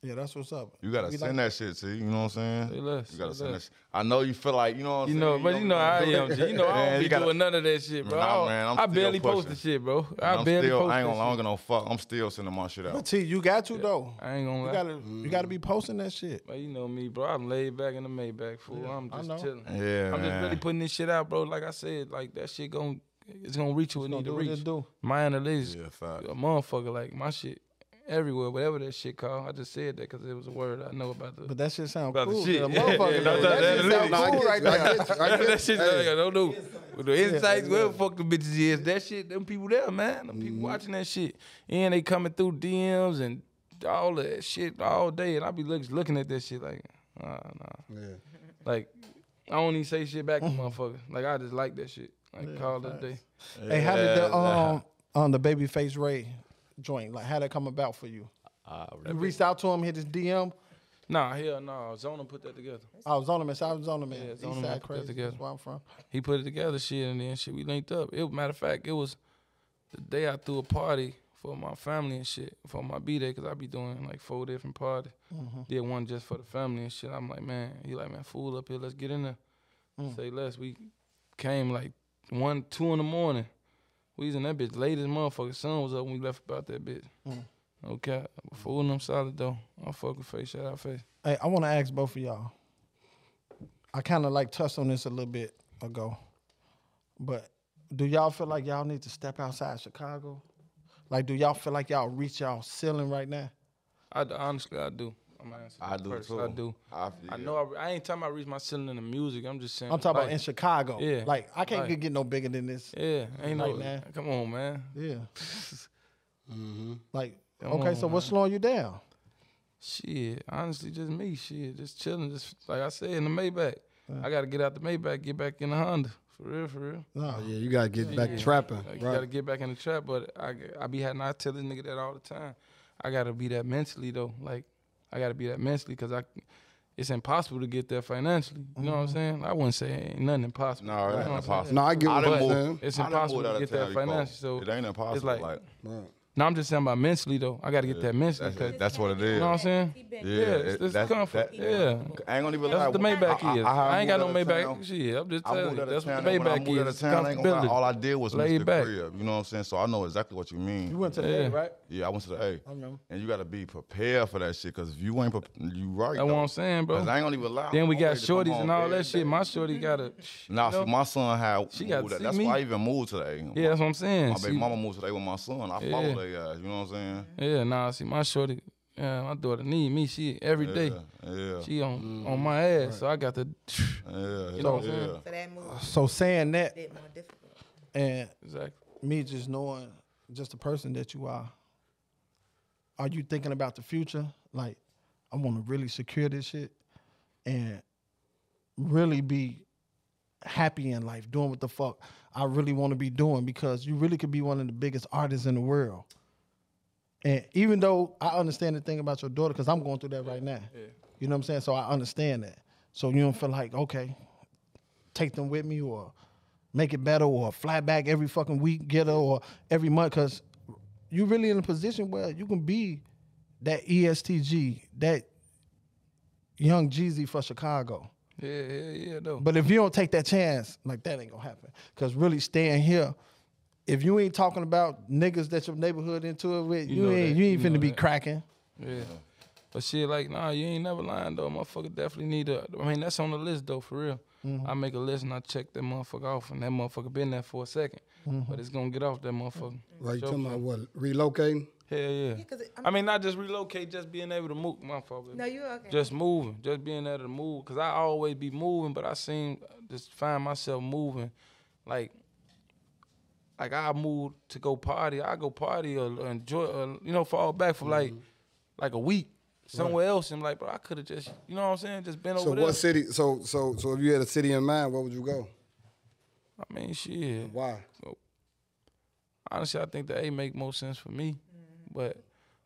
Speaker 2: Yeah, that's what's up.
Speaker 4: You gotta
Speaker 2: We
Speaker 4: send that shit to you. You know what I'm saying?
Speaker 6: Say less,
Speaker 4: You gotta
Speaker 6: say
Speaker 4: send that
Speaker 6: less.
Speaker 4: shit. I know you feel like you know. What I'm
Speaker 6: You know,
Speaker 4: saying?
Speaker 6: but you know how I am. G. You know I
Speaker 4: [LAUGHS] Man,
Speaker 6: don't
Speaker 4: you
Speaker 6: be
Speaker 4: gotta-
Speaker 6: doing none of that shit, bro.
Speaker 4: Nah,
Speaker 6: I don't-
Speaker 4: man, I'm
Speaker 6: I
Speaker 4: still
Speaker 6: barely post the
Speaker 4: pushing.
Speaker 6: shit, bro. I
Speaker 4: I'm
Speaker 6: barely
Speaker 4: still.
Speaker 6: post
Speaker 4: I ain't gonna, I
Speaker 6: that
Speaker 4: ain't
Speaker 6: shit.
Speaker 4: gonna fuck. I'm still sending my
Speaker 6: [LAUGHS]
Speaker 4: shit out.
Speaker 2: T, you got to though.
Speaker 6: I ain't gonna
Speaker 2: You
Speaker 6: lie.
Speaker 2: gotta you gotta be posting that shit.
Speaker 6: But you know me, bro. I'm laid back in the Maybach, fool. I'm
Speaker 2: I
Speaker 6: just
Speaker 2: know.
Speaker 6: chilling.
Speaker 4: Yeah,
Speaker 6: I'm just
Speaker 4: man.
Speaker 6: really putting this shit out, bro. Like I said, like that shit gon' it's gonna reach you. It
Speaker 2: gonna
Speaker 6: need to
Speaker 2: do what it
Speaker 6: reach.
Speaker 2: do.
Speaker 6: My analytics,
Speaker 4: Yeah, fact.
Speaker 6: a motherfucker. Like my shit everywhere, whatever that shit called. I just said that because it was a word I know about the. [LAUGHS]
Speaker 2: But that shit sound
Speaker 6: About the
Speaker 2: cool.
Speaker 6: shit.
Speaker 2: to the
Speaker 6: Yeah,
Speaker 2: motherfucker,
Speaker 6: yeah,
Speaker 2: though.
Speaker 6: that's-
Speaker 2: that
Speaker 6: that's
Speaker 2: shit sound
Speaker 6: Lil
Speaker 3: I
Speaker 2: cool
Speaker 3: get
Speaker 2: right
Speaker 6: [LAUGHS]
Speaker 3: you, I
Speaker 2: there.
Speaker 3: get you, I get
Speaker 6: that shit,
Speaker 3: you. Hey,
Speaker 6: like, I don't know. With the insights, where the fuck the bitches is, that shit, them people there, man. Them people watching that shit. And they coming through DMs and all that shit all day. And I be look, looking at that shit like, nah, nah.
Speaker 3: Yeah.
Speaker 6: [LAUGHS] Like, I don't even say shit back to motherfucker. Like, I just like that shit. Like, call it a day.
Speaker 2: um, Hey, how did the um on the babyface Ray joint, like how that come about for you?
Speaker 7: I
Speaker 2: You reached out to him, hit his DM.
Speaker 6: Nah, hell no. Zona put that together.
Speaker 2: I was on him, I was on him, Oh, man.
Speaker 6: Yeah,
Speaker 2: East
Speaker 6: Zona Man
Speaker 2: side
Speaker 6: put that
Speaker 2: crazy.
Speaker 6: together.
Speaker 2: That's where I'm from.
Speaker 6: He put it together, shit, and then shit, we linked up. It matter of fact, it was the day I threw a party for my family and shit for my b day, cause I be doing like four different parties. Did one just for the family and shit. I'm like, man, he like, man, fool up here, let's get in there. Say less. We came like one, two in the morning. We was in that bitch late as motherfucker. Sun was up when we left about that bitch. Okay, fooling them solid though. I'm fucking face, shout out face.
Speaker 2: Hey, I want to ask both of y'all. I kind of like touched on this a little bit ago, but do y'all feel like y'all need to step outside Chicago? Like, do y'all feel like y'all reach y'all ceiling right now?
Speaker 6: I d- honestly, I do. I'm gonna answer
Speaker 4: I
Speaker 6: that
Speaker 4: do
Speaker 6: first.
Speaker 4: too.
Speaker 6: I do.
Speaker 4: I-
Speaker 6: I know. I, re- I ain't talking about reach my ceiling in the music. I'm just saying.
Speaker 2: I'm talking about
Speaker 6: like,
Speaker 2: in Chicago.
Speaker 6: yeah,
Speaker 2: Like, I can't
Speaker 6: like-
Speaker 2: get no bigger than
Speaker 6: [LAUGHS]
Speaker 2: this.
Speaker 6: Yeah, ain't no.
Speaker 2: Right now.
Speaker 6: Come on, man.
Speaker 2: Yeah. Like,
Speaker 6: Come
Speaker 2: okay,
Speaker 6: on,
Speaker 2: so what's slowing you down?
Speaker 6: Shit, honestly, just me. Shit, just chilling. Just like I said in the Maybach. I gotta get out the Maybach, get back in the Honda. For real, for real.
Speaker 2: No.
Speaker 3: Yeah, you gotta get back trapping.
Speaker 6: Like, You
Speaker 3: right.
Speaker 6: gotta get back in the trap, but I, g- I be having I tell this nigga that all the time. I gotta be that mentally though. Like I gotta be that mentally because I, it's impossible to get there financially. You know
Speaker 2: Mm-hmm.
Speaker 6: what I'm saying? I wouldn't say ain't nothing impossible.
Speaker 4: No, it
Speaker 6: You know
Speaker 4: ain't
Speaker 6: what I'm saying?
Speaker 4: impossible.
Speaker 3: No, I get
Speaker 4: I
Speaker 3: what
Speaker 4: done
Speaker 3: you're
Speaker 6: But
Speaker 4: moved-
Speaker 3: saying.
Speaker 6: it's
Speaker 4: I done
Speaker 6: impossible
Speaker 4: moved out
Speaker 6: to
Speaker 4: of
Speaker 6: get
Speaker 4: town
Speaker 6: that
Speaker 4: before.
Speaker 6: financially. So
Speaker 4: it ain't impossible.
Speaker 6: like-
Speaker 4: like
Speaker 3: Right.
Speaker 6: No, I'm just saying about mentally though. I got to get that mentally.
Speaker 4: that's,
Speaker 6: 'cause-
Speaker 4: that's what it is.
Speaker 6: you know what I'm saying?
Speaker 5: He been-
Speaker 4: Yeah,
Speaker 6: Yeah,
Speaker 4: it-
Speaker 6: it's, it's
Speaker 4: that's-
Speaker 6: comfort.
Speaker 4: that-
Speaker 6: yeah.
Speaker 4: I ain't gonna even
Speaker 6: That's
Speaker 4: lie.
Speaker 6: what the Maybach is. I, ain't got no
Speaker 4: moved out
Speaker 6: Maybach.
Speaker 4: of town.
Speaker 6: Shit, I'm just
Speaker 4: I
Speaker 6: telling
Speaker 4: moved
Speaker 6: you.
Speaker 4: out
Speaker 6: That's
Speaker 4: of
Speaker 6: what
Speaker 4: town.
Speaker 6: the
Speaker 4: and when I
Speaker 6: Maybach
Speaker 4: moved out
Speaker 6: is.
Speaker 4: of
Speaker 6: It's
Speaker 4: town, I ain't gonna lie,
Speaker 6: comfortability.
Speaker 4: all I did was
Speaker 6: Laid
Speaker 4: Mr.
Speaker 6: back.
Speaker 4: Crib. You know what I'm saying? So I know exactly what you mean.
Speaker 2: You went to the
Speaker 6: Yeah.
Speaker 2: A, right?
Speaker 4: yeah, I went to the A.
Speaker 2: remember.
Speaker 4: And you gotta be prepared for that shit, cause if you ain't, pre- you right.
Speaker 6: That's what
Speaker 4: though.
Speaker 6: I'm saying, bro.
Speaker 4: 'Cause I ain't gonna even lie.
Speaker 6: Then we
Speaker 4: I'm
Speaker 6: got
Speaker 4: ready to come
Speaker 6: shorties
Speaker 4: home
Speaker 6: and all
Speaker 4: every
Speaker 6: that shit.
Speaker 4: day.
Speaker 6: My shorty got a.
Speaker 4: [LAUGHS] Nah,
Speaker 6: you know?
Speaker 4: see, my son had
Speaker 6: She
Speaker 4: she
Speaker 6: gotta
Speaker 4: got that.
Speaker 6: see
Speaker 4: That's
Speaker 6: me.
Speaker 4: why I even moved to the A.
Speaker 6: Yeah, that's what I'm saying.
Speaker 4: my
Speaker 6: She-
Speaker 4: baby mama moved to the A with my son. I follow they guys. You know what I'm saying?
Speaker 6: Yeah, nah, see, my shorty, yeah, my daughter need me. She every day.
Speaker 4: Yeah, Mm-hmm. yeah,
Speaker 6: She on on my ass, so I got to.
Speaker 4: yeah.
Speaker 6: know what
Speaker 4: yeah.
Speaker 6: I'm saying?
Speaker 5: So that move is
Speaker 2: So saying
Speaker 5: a
Speaker 2: that
Speaker 5: bit more difficult.
Speaker 2: and
Speaker 6: [SIGHS] Exactly.
Speaker 2: me just knowing just the person that you are, are you thinking about the future? Like, I want to really secure this shit and really be happy in life, doing what the fuck I really want to be doing because you really could be one of the biggest artists in the world. And even though I understand the thing about your daughter, because I'm going through that right now. You know what I'm saying? So I understand that. So you don't feel like, okay, take them with me or make it better or fly back every fucking week, get her or every month, because you really in a position where you can be that E ESTG, that young Jeezy for Chicago.
Speaker 6: Yeah, yeah, yeah, though.
Speaker 2: But if you don't take that chance, like that ain't gonna happen. Cause really staying here, if you ain't talking about niggas that your neighborhood into it with, you,
Speaker 6: know
Speaker 2: ain't
Speaker 6: that,
Speaker 2: you ain't
Speaker 6: you
Speaker 2: finna
Speaker 6: know
Speaker 2: be
Speaker 6: that.
Speaker 2: cracking.
Speaker 6: Yeah. But shit, like, nah, you ain't never lying though. Motherfucker definitely need a. I mean, that's on the list though, for real. I make a list and I check that motherfucker off, and that motherfucker been there for a 2nd but it's gonna get off that motherfucker.
Speaker 3: Right, you
Speaker 6: Sure,
Speaker 3: talking
Speaker 6: sure.
Speaker 3: about what? Relocating?
Speaker 6: Hell yeah.
Speaker 5: Yeah, 'cause it-
Speaker 6: I mean, not just relocate, just being able to move. My fault. baby.
Speaker 5: No, you okay.
Speaker 6: Just moving, just being able to move. Cause I always be moving, but I seem just find myself moving, like, like I move to go party. I go party or enjoy, or, you know, fall back for like, like a week somewhere else. And like, bro, I could have just, you know what I'm saying, just been
Speaker 3: So
Speaker 6: over
Speaker 3: what
Speaker 6: there.
Speaker 3: city? So so so if you had a city in mind, where would you go?
Speaker 6: I mean, shit.
Speaker 3: Why?
Speaker 6: Honestly, I think the A make more sense for me, but.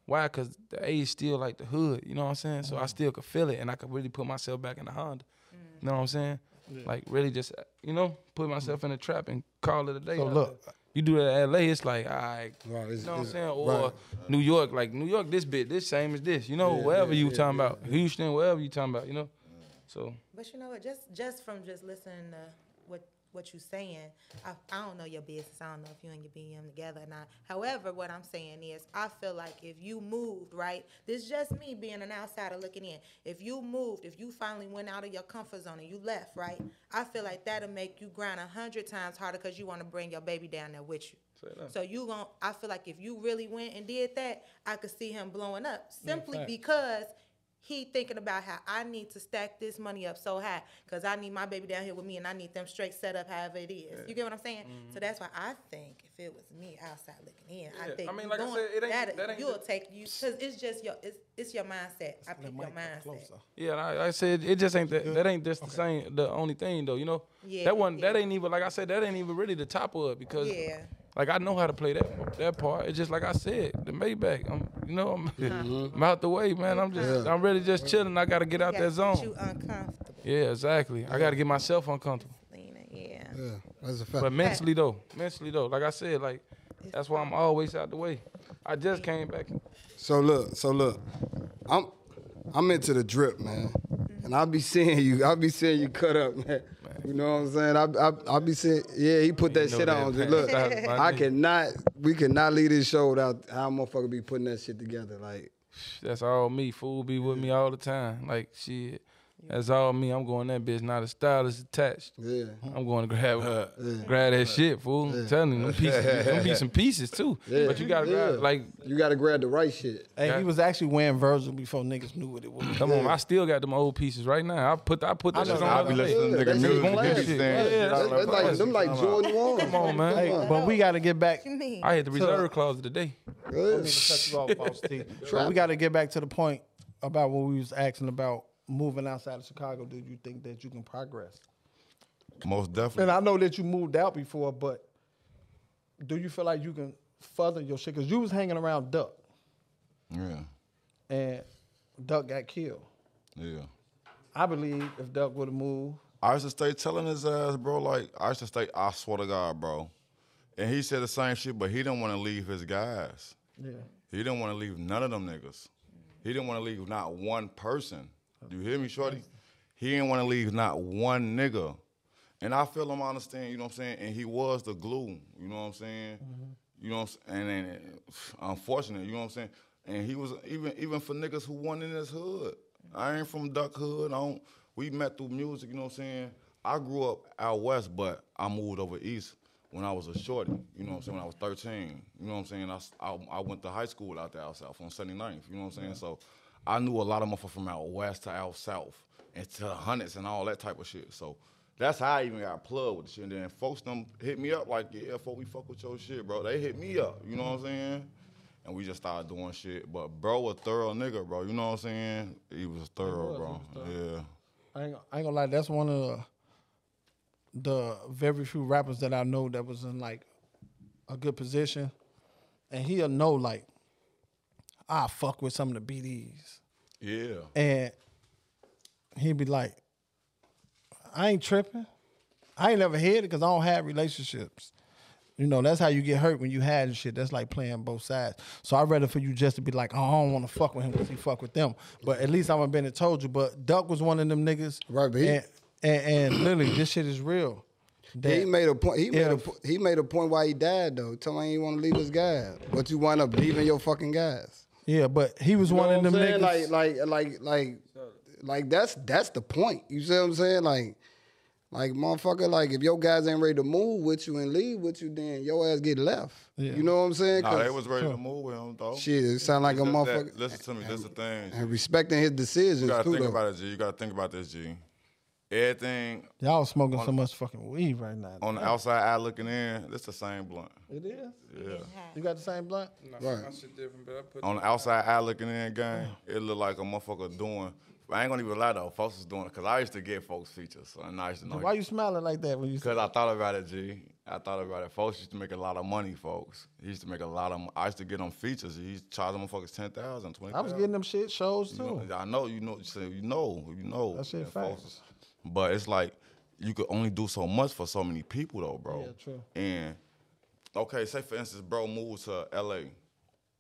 Speaker 6: Why? Cause the A is still like the hood, you know what I'm saying. So I still could feel it, and I could really put myself back in the Honda. You know what I'm saying? Like really just you know put myself in a trap and call it a day.
Speaker 2: So
Speaker 6: out
Speaker 2: look-
Speaker 6: there. you do that in LA, it's like all right.
Speaker 3: Right, it's-
Speaker 6: you know what I'm
Speaker 3: it's-
Speaker 6: saying? Or
Speaker 3: right.
Speaker 6: New York, like New York, this bit, this same as this. You know, wherever you talking about, Houston, wherever you talking about, you know. So
Speaker 5: But you know what? Just just from just listening to what what you saying, I, I don't know your business. I don't know if you and your BM together or not. However, what I'm saying is, I feel like if you moved, right? This is just me being an outsider looking in. If you moved, if you finally went out of your comfort zone and you left, right? I feel like that'll make you grind a hundred times harder because you want to bring your baby down there with you. So you gon' I feel like if you really went and did that, I could see him blowing up simply because he thinking about how I need to stack this money up so high because I need my baby down here with me and I need them straight set up however it is. You get what I'm saying?
Speaker 6: Mm-hmm.
Speaker 5: So that's why I think if it was me outside looking in, I
Speaker 6: Yeah,
Speaker 5: think
Speaker 6: I mean,
Speaker 5: you
Speaker 6: like I
Speaker 5: going-
Speaker 6: said, it ain't-
Speaker 5: that'll-
Speaker 6: that ain't
Speaker 5: you'll
Speaker 6: the-
Speaker 5: take you because it's just your it's, it's your mindset. I pick your mindset.
Speaker 6: Yeah, like I said, it just ain't that. That ain't just the same. The only thing though, you know,
Speaker 5: Yeah,
Speaker 6: that one, that
Speaker 5: yeah.
Speaker 6: ain't even like I said, that ain't even really the top of it because
Speaker 5: Yeah.
Speaker 6: Like I know how to play that that part. It's just like I said, the Maybach. I'm, you know, I'm, [LAUGHS] I'm out the way, man. I'm just, I'm really just chilling. I gotta get out that
Speaker 5: Uh-huh. You
Speaker 6: zone.
Speaker 5: uncomfortable.
Speaker 6: Yeah, exactly. I gotta get myself uncomfortable.
Speaker 5: Lena, yeah. [LAUGHS]
Speaker 7: Yeah, that's a fact.
Speaker 6: But mentally though, mentally though, like I said, like that's why I'm always out the way. I just came back.
Speaker 3: So look, so look, I'm I'm into the drip, man. And I'll be seeing you. I'll be seeing you cut up, man. You know what I'm saying? I I I'll be seeing. Yeah, he put that
Speaker 6: know
Speaker 3: shit
Speaker 6: that
Speaker 3: on.
Speaker 6: past
Speaker 3: Look,
Speaker 6: that, my
Speaker 3: I
Speaker 6: nigga.
Speaker 3: cannot. We cannot leave this show without how motherfucker be putting that shit together. Like,
Speaker 6: That's all me. Fool be with me all the time. Like shit. That's all me. I'm going that bitch. Not a stylist attached.
Speaker 3: yeah,
Speaker 6: I'm going to grab grab that shit, fool. I'm telling you, them pieces, them be some pieces too. But you gotta grab,
Speaker 3: Yeah.
Speaker 6: like,
Speaker 3: you gotta grab the right shit.
Speaker 2: Hey,
Speaker 6: Yeah.
Speaker 2: he was actually wearing Virgil before niggas knew what it was.
Speaker 6: come on. I still got them old pieces right now. I put I put that shit on.
Speaker 4: I be
Speaker 6: the other day.
Speaker 4: listening to
Speaker 3: That
Speaker 4: nigga
Speaker 3: shit
Speaker 4: music.
Speaker 6: gonna
Speaker 4: nigga
Speaker 6: be
Speaker 4: be
Speaker 6: shit.
Speaker 4: saying
Speaker 6: Yeah,
Speaker 4: shit.
Speaker 6: that's-
Speaker 4: I
Speaker 3: That's
Speaker 4: like,
Speaker 6: that's
Speaker 3: like
Speaker 4: what
Speaker 3: them
Speaker 4: you
Speaker 3: like
Speaker 4: talking about?
Speaker 3: Jordan ones.
Speaker 6: Come on, man.
Speaker 2: Hey, but we got to get back.
Speaker 5: You mean?
Speaker 6: I hit the reserve clause today.
Speaker 3: Yeah.
Speaker 2: Cut you off, Boss T. But we got to get back to the point about what we was asking about moving outside of Chicago. Do you think that you can progress?
Speaker 4: Most definitely.
Speaker 2: And I know that you moved out before, but do you feel like you can further your shit? Because you was hanging around Duck,
Speaker 4: Yeah,
Speaker 2: and Duck got killed.
Speaker 4: yeah.
Speaker 2: I believe if Duck would have moved,
Speaker 4: I used to stay telling his ass, bro. Like I used to stay. I swear to God, bro. And he said the same shit, but he didn't want to leave his guys.
Speaker 2: yeah,
Speaker 4: He didn't want to leave none of them niggas. He didn't want to leave not one person. You hear me, shorty? He didn't want to leave not one nigga. And I feel him, I understand, you know what I'm saying? And he was the glue, you know what I'm saying? You know what I'm saying? And, then unfortunate, you know what I'm saying? And he was, even even for niggas who won in this hood. I ain't from Duck Hood. I don't, we met through music, you know what I'm saying? I grew up out west, but I moved over east when I was a shorty, you know what I'm saying, when I was 13, you know what I'm saying? I, s- I- I went to high school out there out south on 79th, you know what I'm saying? So I knew a lot of motherfuckers from out west to out south and to the hundreds and all that type of shit. So that's how I even got plugged with the shit. And then folks them hit me up like, yeah, fuck, we fuck with your shit, bro. They hit me up, you know what I'm saying? And we just started doing shit. But bro, a thorough nigga, bro. You know what I'm saying? He was thorough, bro. Yeah.
Speaker 2: I ain't, I ain't gonna lie, that's one of the, the very few rappers that I know that was in like a good position, and he'll know like I fuck with some of the BDs.
Speaker 4: Yeah.
Speaker 2: And he'd be like, I ain't tripping. I ain't never had it because I don't have relationships. You know, that's how you get hurt when you had and shit. That's like playing both sides. So I'd rather for you just to be like, oh, I don't want to fuck with him because he fuck with them. But at least I haven't been and told you. But Duck was one of them niggas.
Speaker 7: Right, but he-
Speaker 2: and, and, and literally, this shit is real. That-
Speaker 3: He made a point. He made
Speaker 2: Yeah.
Speaker 3: a, po- he made a point why he died though. Tell me he want to leave his guys, but you wind up leaving your fucking guys.
Speaker 2: yeah, but he was one of them
Speaker 3: what I'm
Speaker 2: niggas.
Speaker 3: saying? Like, like, like, like, like that's that's the point. You see what I'm saying? Like, like, motherfucker, like if your guys ain't ready to move with you and leave with you, then your ass get left.
Speaker 2: Yeah.
Speaker 3: You know what I'm saying?
Speaker 4: Nah,
Speaker 3: 'Cause
Speaker 4: they was ready [LAUGHS] to move with him, though.
Speaker 3: shit. It sound like a
Speaker 4: That- that-
Speaker 3: motherfucker.
Speaker 4: listen to me. That's the thing.
Speaker 3: and respecting his decisions
Speaker 4: You gotta
Speaker 3: too.
Speaker 4: think
Speaker 3: though.
Speaker 4: about it, G. You gotta think about this, G. Everything
Speaker 2: Y'all smoking so much fucking weed right now.
Speaker 4: on the outside eye looking in, it's the same blunt.
Speaker 2: It is?
Speaker 4: Yeah.
Speaker 2: You got the same blunt?
Speaker 3: Right.
Speaker 6: different, but I put
Speaker 4: On the outside eye looking in game, it look like a motherfucker doing. I ain't gonna even lie though, folks was doing it because I used to get folks features, so and I used to know.
Speaker 2: Why you smiling like that when you
Speaker 4: Because I thought about it, G. I thought about it. Folks used to make a lot of money, folks. He used to make a lot of. mo- I used to get them features. He used to charge them motherfuckers ten thousand, twenty.
Speaker 2: I was getting them shit shows
Speaker 4: You know,
Speaker 2: too.
Speaker 4: I know you know. You, say, you know. You know.
Speaker 2: That shit
Speaker 4: and folks
Speaker 2: facts.
Speaker 4: is- But it's like you could only do so much for so many people, though, bro.
Speaker 2: Yeah, true.
Speaker 4: And okay, say for instance, bro moved to L.A.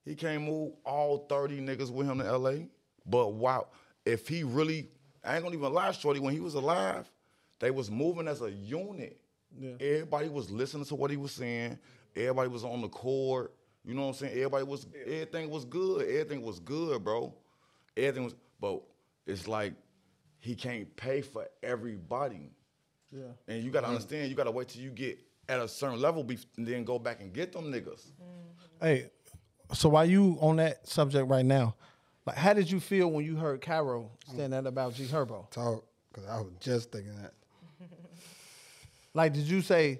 Speaker 4: He can't move all thirty niggas with him to L.A. But wow, if he really, I ain't gonna even lie, shorty. When he was alive, they was moving as a unit. Everybody was listening to what he was saying. Everybody was on the chord. You know what I'm saying? Everybody was, everything was good. Everything was good, bro. Everything was, but it's like he can't pay for everybody. Yeah. And you gotta understand, you gotta wait till you get at a certain level, be, and then go back and get them niggas.
Speaker 2: Hey, so while you on that subject right now, like how did you feel when you heard Cairo saying that about G Herbo?
Speaker 7: Talk, cause I was just thinking that.
Speaker 2: Like, did you say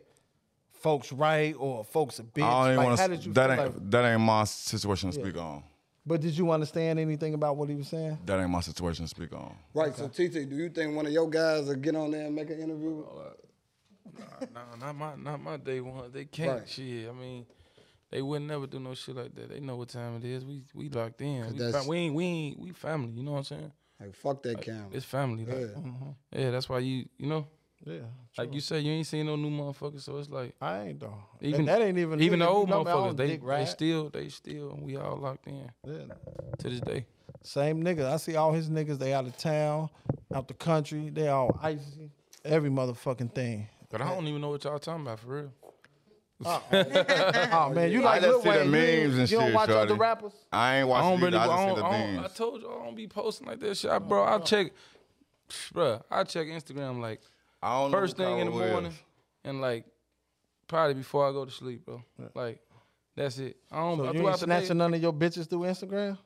Speaker 2: folks right or folks a bitch?
Speaker 4: I don't even
Speaker 2: like,
Speaker 4: wanna,
Speaker 2: how did you
Speaker 4: that ain't
Speaker 2: feel like-
Speaker 4: that ain't my situation to speak on.
Speaker 2: but did you understand anything about what he was saying?
Speaker 4: That ain't my situation to speak on.
Speaker 3: Right. So TT, do you think one of your guys will get on there and make an interview?
Speaker 6: nah, not my, not my day one. They can't.
Speaker 7: Right.
Speaker 6: Shit, I mean, they would never do no shit like that. They know what time it is. We we locked in. We,
Speaker 7: that's-
Speaker 6: fam- we ain't we ain't we family. You know what I'm saying?
Speaker 7: Like fuck that camera.
Speaker 6: It's family. Like,
Speaker 7: Yeah.
Speaker 6: mhm. yeah, that's why you you know,
Speaker 2: Yeah,
Speaker 6: like you say, you ain't seen no new motherfuckers. So it's like
Speaker 2: I ain't though.
Speaker 6: even
Speaker 2: Even that ain't even
Speaker 6: even the
Speaker 2: if you
Speaker 6: old
Speaker 2: know me, I
Speaker 6: motherfuckers.
Speaker 2: don't
Speaker 6: They
Speaker 2: dick ride.
Speaker 6: they still they still we all locked in
Speaker 2: Yeah.
Speaker 6: to this day.
Speaker 2: Same niggas. I see all his niggas. They out of town, out the country. They all icy. Every motherfucking
Speaker 4: [LAUGHS]
Speaker 2: thing.
Speaker 6: But I don't even know what y'all talking about for real.
Speaker 2: Oh man, you
Speaker 4: I
Speaker 2: like Lil
Speaker 4: just see the
Speaker 2: Wayne. You ain't-
Speaker 4: memes and
Speaker 2: You don't
Speaker 4: shit,
Speaker 2: watch other
Speaker 4: shawty.
Speaker 2: rappers.
Speaker 4: I ain't
Speaker 6: I
Speaker 4: watching
Speaker 6: don't
Speaker 4: it.
Speaker 6: really. I,
Speaker 4: I just
Speaker 6: don't,
Speaker 4: see the
Speaker 6: I, don't- I
Speaker 4: memes.
Speaker 6: told you I don't be posting like that shit, I, bro.
Speaker 2: Oh,
Speaker 6: I check, bro. I check Instagram like
Speaker 4: I don't know
Speaker 6: first
Speaker 4: who
Speaker 6: thing in the
Speaker 4: Conway is.
Speaker 6: morning, and like probably before I go to sleep, bro. Like that's it. I don't.
Speaker 2: So you
Speaker 6: throughout
Speaker 2: ain't
Speaker 6: the day-
Speaker 2: snatching none of your bitches through Instagram?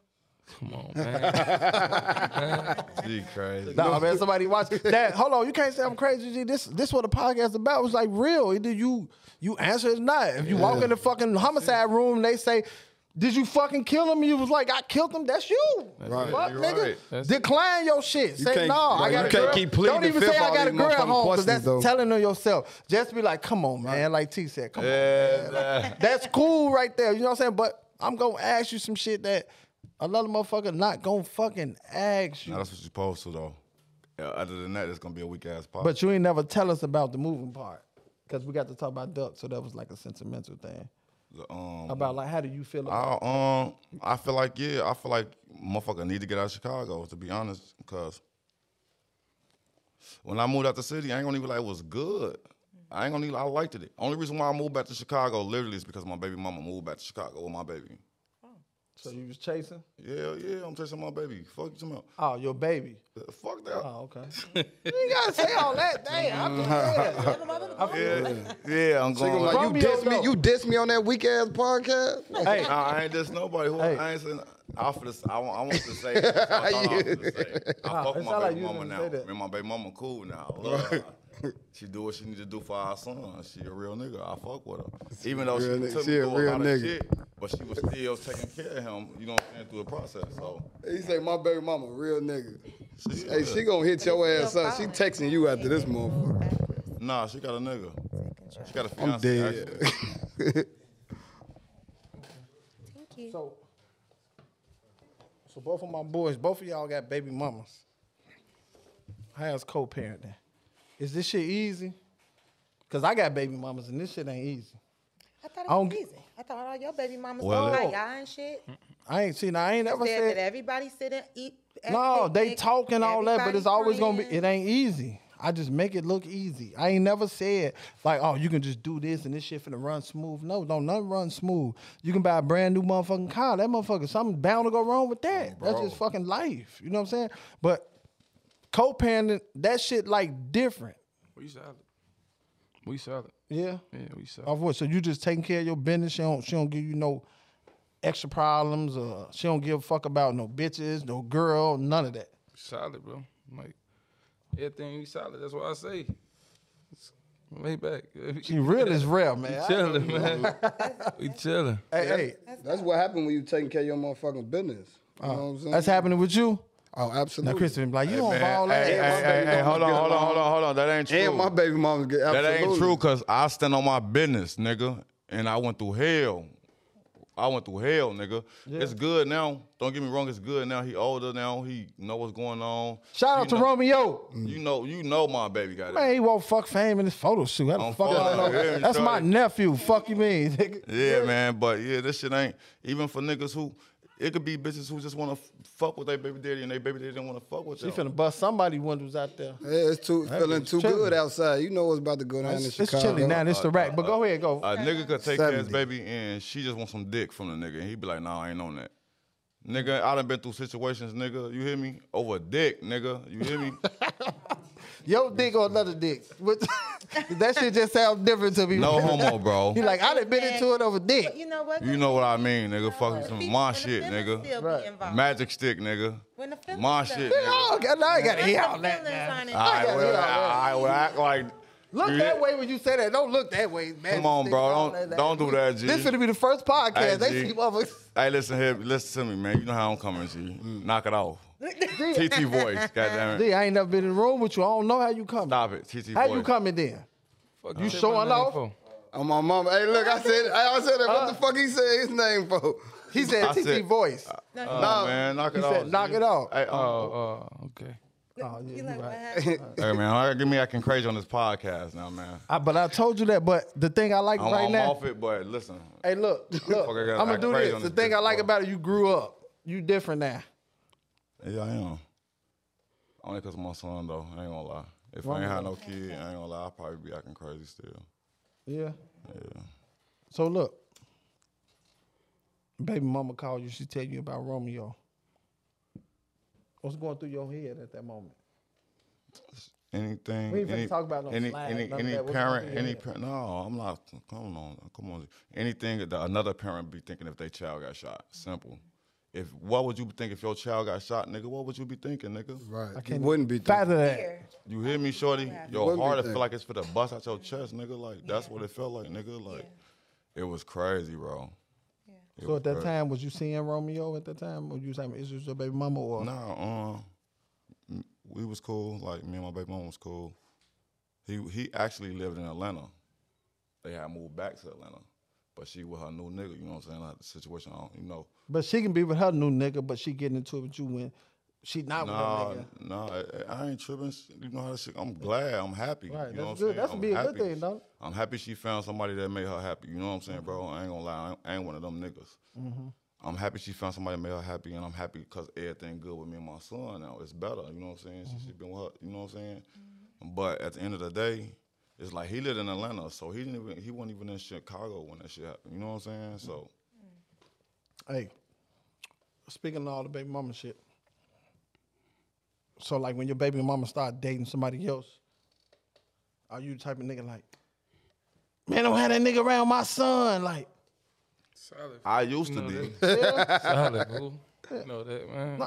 Speaker 6: Come on, man.
Speaker 4: [LAUGHS]
Speaker 6: [LAUGHS]
Speaker 4: She crazy.
Speaker 2: Nah, man, somebody watch [LAUGHS] that. Hold on, you can't say I'm crazy. G. This this what the podcast about. It's like real. Either you you answer it or not. If you walk in the fucking homicide room, and they say, "Did you fucking kill him?" You was like, "I killed him." That's you.
Speaker 7: Right.
Speaker 2: Fuck,
Speaker 4: You're
Speaker 2: nigga.
Speaker 4: right.
Speaker 6: That's-
Speaker 2: Decline your shit. say
Speaker 7: can't-
Speaker 2: no. I
Speaker 7: right,
Speaker 2: got
Speaker 7: you
Speaker 2: a
Speaker 7: can't
Speaker 2: girl.
Speaker 7: keep pleading
Speaker 2: Don't even
Speaker 7: the
Speaker 2: say
Speaker 7: fifth
Speaker 2: I
Speaker 7: all
Speaker 2: got a
Speaker 7: these
Speaker 2: girl
Speaker 7: motherfucking
Speaker 2: home because
Speaker 7: questions,
Speaker 2: that's
Speaker 7: though.
Speaker 2: telling on yourself. Just be like, "Come on, man." Like T said, "Come on."
Speaker 4: Yeah, nah.
Speaker 2: That's cool right there. You know what I'm saying? But I'm gonna ask you some shit that another motherfucker not gonna fucking ask you.
Speaker 4: Nah, that's what you supposed to though. Yeah, other than that, it's gonna be a weak ass pop.
Speaker 2: But you ain't never tell us about the moving part. Cause we got to talk about duck, so that was like a sentimental thing.
Speaker 4: The, um,
Speaker 2: About like how do you feel about
Speaker 4: I um I feel like yeah, I feel like motherfucker need to get out of Chicago to be honest, cause when I moved out the city, I ain't gonna even like it was good. I ain't gonna even I liked it. Only reason why I moved back to Chicago literally is because my baby mama moved back to Chicago with my baby.
Speaker 2: so you was chasing?
Speaker 4: Yeah, yeah, I'm chasing my baby. Fuck you talking about.
Speaker 2: Oh, your baby.
Speaker 4: Uh, Fuck that.
Speaker 2: Oh, okay. you ain't gotta say all that. Damn, I'm just saying.
Speaker 4: Yeah, yeah, I'm
Speaker 7: Nigga,
Speaker 4: going.
Speaker 7: like,
Speaker 4: Like,
Speaker 2: Romeo,
Speaker 7: you diss me,
Speaker 2: though.
Speaker 7: you diss me on that weak ass podcast. Like,
Speaker 2: [LAUGHS] Hey, uh,
Speaker 4: nah, I ain't this nobody. Who
Speaker 2: Hey.
Speaker 4: I ain't saying. I for this, I want, I want to say.
Speaker 7: [LAUGHS]
Speaker 4: That's what I, thought I, was gonna say. I fuck
Speaker 2: it
Speaker 4: with my
Speaker 2: sound like
Speaker 4: baby
Speaker 2: you
Speaker 4: mama
Speaker 2: didn't
Speaker 4: now.
Speaker 2: say that.
Speaker 4: Man, my baby mama cool now. I love her. she do what she need to do for our son. She a real nigga. I fuck with her. Even though she
Speaker 7: Real nigga.
Speaker 4: took
Speaker 7: She
Speaker 4: me
Speaker 7: a
Speaker 4: through a
Speaker 7: real
Speaker 4: lot of
Speaker 7: nigga.
Speaker 4: shit, but she was still taking care of him. You know what I'm saying through the process. So
Speaker 7: he say my baby mama, real nigga.
Speaker 4: she,
Speaker 7: Hey, she gonna hit your ass up. She texting you after this motherfucker.
Speaker 4: nah, she got a nigga. She got a fiance.
Speaker 7: I'm dead.
Speaker 4: actually.
Speaker 5: Thank you.
Speaker 2: so So both of my boys, both of y'all got baby mamas. How's co parenting? Is this shit easy? Cause I got baby mamas and this shit ain't easy.
Speaker 5: I thought it
Speaker 2: I don't
Speaker 5: was
Speaker 2: get-
Speaker 5: easy. I thought all your baby mamas
Speaker 4: Well,
Speaker 5: all
Speaker 4: it-
Speaker 5: like y'all and shit.
Speaker 6: Hmm?
Speaker 2: I ain't seen I ain't ever
Speaker 5: Said that
Speaker 2: said
Speaker 5: everybody sit and eat. at
Speaker 2: No, they
Speaker 5: picnic,
Speaker 2: talking all that, but it's
Speaker 5: everybody
Speaker 2: always gonna be.
Speaker 5: friends.
Speaker 2: It ain't easy. I just make it look easy. I ain't never said like, oh, you can just do this and this shit finna run smooth. No, don't nothing run smooth. You can buy a brand new motherfucking car. That motherfucker, something bound to go wrong with that. That's just fucking life. You know what I'm saying? But co-parenting, that shit like different.
Speaker 6: we solid. We solid.
Speaker 2: Yeah.
Speaker 6: Yeah, we solid.
Speaker 2: Of what? So you just taking care of your business. She don't she don't give you no extra problems or she don't give a fuck about no bitches, no girl, none of that.
Speaker 6: solid, bro. Like everything we solid. That's what I say. It's Way back. [LAUGHS]
Speaker 2: She real is real, man. I-
Speaker 6: chilling, man. [LAUGHS] we chilling.
Speaker 2: Hey, hey,
Speaker 7: [LAUGHS] That's what happened when you taking care of your motherfucking business. You know what I'm saying?
Speaker 2: Oh, that's happening with you.
Speaker 7: Oh,
Speaker 2: Now,
Speaker 7: absolutely.
Speaker 2: Christopher, be like you on
Speaker 4: Man,
Speaker 2: ball
Speaker 4: hey, hey,
Speaker 2: ass.
Speaker 7: my
Speaker 4: hey,
Speaker 7: baby
Speaker 4: hey,
Speaker 7: mama
Speaker 4: hold on,
Speaker 7: get
Speaker 4: hold on,
Speaker 7: along.
Speaker 4: hold on, hold on. That ain't true.
Speaker 7: And my baby mama get absolutely.
Speaker 4: That ain't true, cause I stand on my business, nigga, and I went through hell. I went through hell, nigga. It's good now. Don't get me wrong, it's good now. He older now. He know what's going on.
Speaker 2: Shout
Speaker 4: You
Speaker 2: out to
Speaker 4: know-
Speaker 2: Romeo.
Speaker 4: You know, you know my baby got
Speaker 2: Man,
Speaker 4: it.
Speaker 2: he won't fuck fame in his photo shoot. How the
Speaker 4: On
Speaker 2: fuck
Speaker 4: photo,
Speaker 2: I know?
Speaker 4: yeah,
Speaker 2: That's my
Speaker 4: Charlie.
Speaker 2: nephew. Fuck you mean? nigga?
Speaker 4: Yeah, man. But yeah, this shit ain't even for niggas who. It could be bitches who just want to fuck with their baby daddy and their baby daddy don't want to fuck with
Speaker 2: She
Speaker 4: them.
Speaker 2: finna bust somebody windows out there.
Speaker 7: Yeah, it's too feeling
Speaker 2: bitch
Speaker 7: too
Speaker 2: chilling.
Speaker 7: good outside. You know what's about to go down in
Speaker 2: It's, it's
Speaker 7: Chicago.
Speaker 2: chilly now. It's the rack. But go ahead, go.
Speaker 4: A nigga could take care of his
Speaker 7: 70.
Speaker 4: baby and she just want some dick from the nigga. And he be like, nah, I ain't on that. Nigga, I done been through situations, nigga. You hear me? Over dick, nigga. You
Speaker 2: [LAUGHS]
Speaker 4: hear me?
Speaker 2: Yo dick or another dick. What- [LAUGHS] that shit just sounds different to me.
Speaker 4: No homo,
Speaker 2: He
Speaker 4: bro.
Speaker 2: like I done been into it over dick.
Speaker 5: But you know what?
Speaker 4: You know what I mean, nigga.
Speaker 5: When
Speaker 4: Fucking
Speaker 5: the
Speaker 4: some
Speaker 5: fe-
Speaker 4: my
Speaker 5: when the
Speaker 4: shit,
Speaker 5: feelings
Speaker 4: nigga.
Speaker 5: still be involved.
Speaker 4: Magic stick, nigga.
Speaker 5: When the feelings
Speaker 4: My
Speaker 5: still-
Speaker 2: [LAUGHS]
Speaker 4: shit,
Speaker 5: When
Speaker 4: nigga.
Speaker 2: Oh,
Speaker 4: All
Speaker 2: God, now I
Speaker 5: the
Speaker 2: gotta hear all that.
Speaker 5: feelings
Speaker 2: now.
Speaker 5: aren't
Speaker 4: right,
Speaker 5: involved.
Speaker 4: well, I, I would act like.
Speaker 2: Look that way when you say that. Don't look that way, man.
Speaker 4: Come on,
Speaker 2: Just
Speaker 4: bro.
Speaker 2: think all
Speaker 4: Don't don't do that, G.
Speaker 2: This gonna be the first podcast.
Speaker 4: Hey,
Speaker 2: they
Speaker 4: G.
Speaker 2: see motherfuckers. [LAUGHS]
Speaker 4: Hey, listen here, listen to me, man. You know how I'm coming, G. Knock
Speaker 2: [LAUGHS]
Speaker 4: it off. TT voice, goddammit.
Speaker 2: D, I ain't never been in the room with you. I don't know how you coming.
Speaker 4: Stop it, TT voice.
Speaker 2: How you coming then?
Speaker 6: Fuck
Speaker 4: You
Speaker 6: said
Speaker 4: showing
Speaker 6: my name
Speaker 4: off?
Speaker 6: for?
Speaker 7: Oh,
Speaker 3: On my mama. Hey, look, I said, I said, that.
Speaker 2: Uh.
Speaker 3: what the fuck he said his name for?
Speaker 8: He said
Speaker 4: [LAUGHS] I
Speaker 8: TT
Speaker 4: said-
Speaker 8: voice.
Speaker 4: Oh, man, knock it
Speaker 8: he
Speaker 4: off.
Speaker 8: said, knock it off.
Speaker 4: Hey,
Speaker 2: um,
Speaker 4: oh,
Speaker 6: Oh, uh, okay.
Speaker 5: You like what happened?
Speaker 2: oh.
Speaker 4: hey, man, I- give me acting crazy on this podcast now, man.
Speaker 2: I, but I told you that. But the thing I like
Speaker 4: I'm,
Speaker 2: right
Speaker 4: I'm
Speaker 2: now,
Speaker 4: off it, but listen,
Speaker 2: Hey,
Speaker 4: [LAUGHS]
Speaker 2: look, look.
Speaker 4: Fucker got
Speaker 2: I'm gonna
Speaker 4: act
Speaker 2: do
Speaker 4: crazy
Speaker 2: this.
Speaker 4: on
Speaker 2: The
Speaker 4: this
Speaker 2: thing I
Speaker 4: bitch,
Speaker 2: like
Speaker 4: boy.
Speaker 2: about it, you grew up. You different now.
Speaker 4: yeah, I am. Only because my son though, I ain't gonna lie. If I ain't had no kid, I ain't gonna lie, I'll probably be acting crazy still.
Speaker 2: Yeah. So look, baby mama called you. She tell you about Romeo. What's going through your head at that moment?
Speaker 4: Anything.
Speaker 2: We ain't finna
Speaker 4: any,
Speaker 2: talk about no
Speaker 4: any,
Speaker 2: flag,
Speaker 4: any,
Speaker 2: none of
Speaker 4: any
Speaker 2: that. What's going
Speaker 4: parent,
Speaker 2: through your
Speaker 4: any
Speaker 2: head?
Speaker 4: parent. No, I'm not. Come on, come on. Anything that another parent be thinking if their child got shot. Simple. If what would you think if your child got shot, nigga? What would you be thinking, nigga?
Speaker 3: Right. He wouldn't be thinking.
Speaker 2: Fatter that.
Speaker 5: Here.
Speaker 4: You hear me, shorty? Your
Speaker 3: What we
Speaker 4: heart it
Speaker 3: think?
Speaker 4: feel like it's for the bust out your chest, nigga. Like that's what it felt like, nigga. Like it was crazy, bro. It
Speaker 2: So
Speaker 4: was
Speaker 2: at that
Speaker 4: crazy.
Speaker 2: time, was you seeing Romeo at that time, or you was having issues with your baby mama, or
Speaker 4: Nah, um, m- we was cool. Like me and my baby mom was cool. He he actually lived in Atlanta. They had moved back to Atlanta, but she with her new nigga. You know what I'm saying? Like the situation, I don't, you know.
Speaker 2: but she can be with her new nigga, but she getting into it with you when she not
Speaker 4: Nah,
Speaker 2: with her nigga.
Speaker 4: nah, I- I ain't tripping. You know how this shit. I'm glad. I'm happy.
Speaker 2: Right,
Speaker 4: you know
Speaker 2: that's
Speaker 4: what
Speaker 2: good.
Speaker 4: I'm saying?
Speaker 2: That's
Speaker 4: I'm
Speaker 2: be a good
Speaker 4: happy.
Speaker 2: thing, though. Mm-hmm.
Speaker 4: I'm happy she found somebody that made her happy. You know what I'm saying, bro? I ain't gonna lie. I ain't, I ain't one of them niggas. I'm happy she found somebody that made her happy, and I'm happy because everything good with me and my son now. It's better. You know what I'm saying? She-
Speaker 2: Mm-hmm.
Speaker 4: She, been with her. You know what I'm saying? But at the end of the day, it's like he lived in Atlanta, so he didn't even. He wasn't even in Chicago when that shit happened. You know what I'm saying? So
Speaker 2: Hey, speaking of all the baby mama shit. So like when your baby mama start dating somebody else, are you the type of nigga like, man, don't have that nigga around my son? Like,
Speaker 6: Solid.
Speaker 2: Mm-hmm.
Speaker 4: I used to be.
Speaker 6: Solid, fool. You know that, man.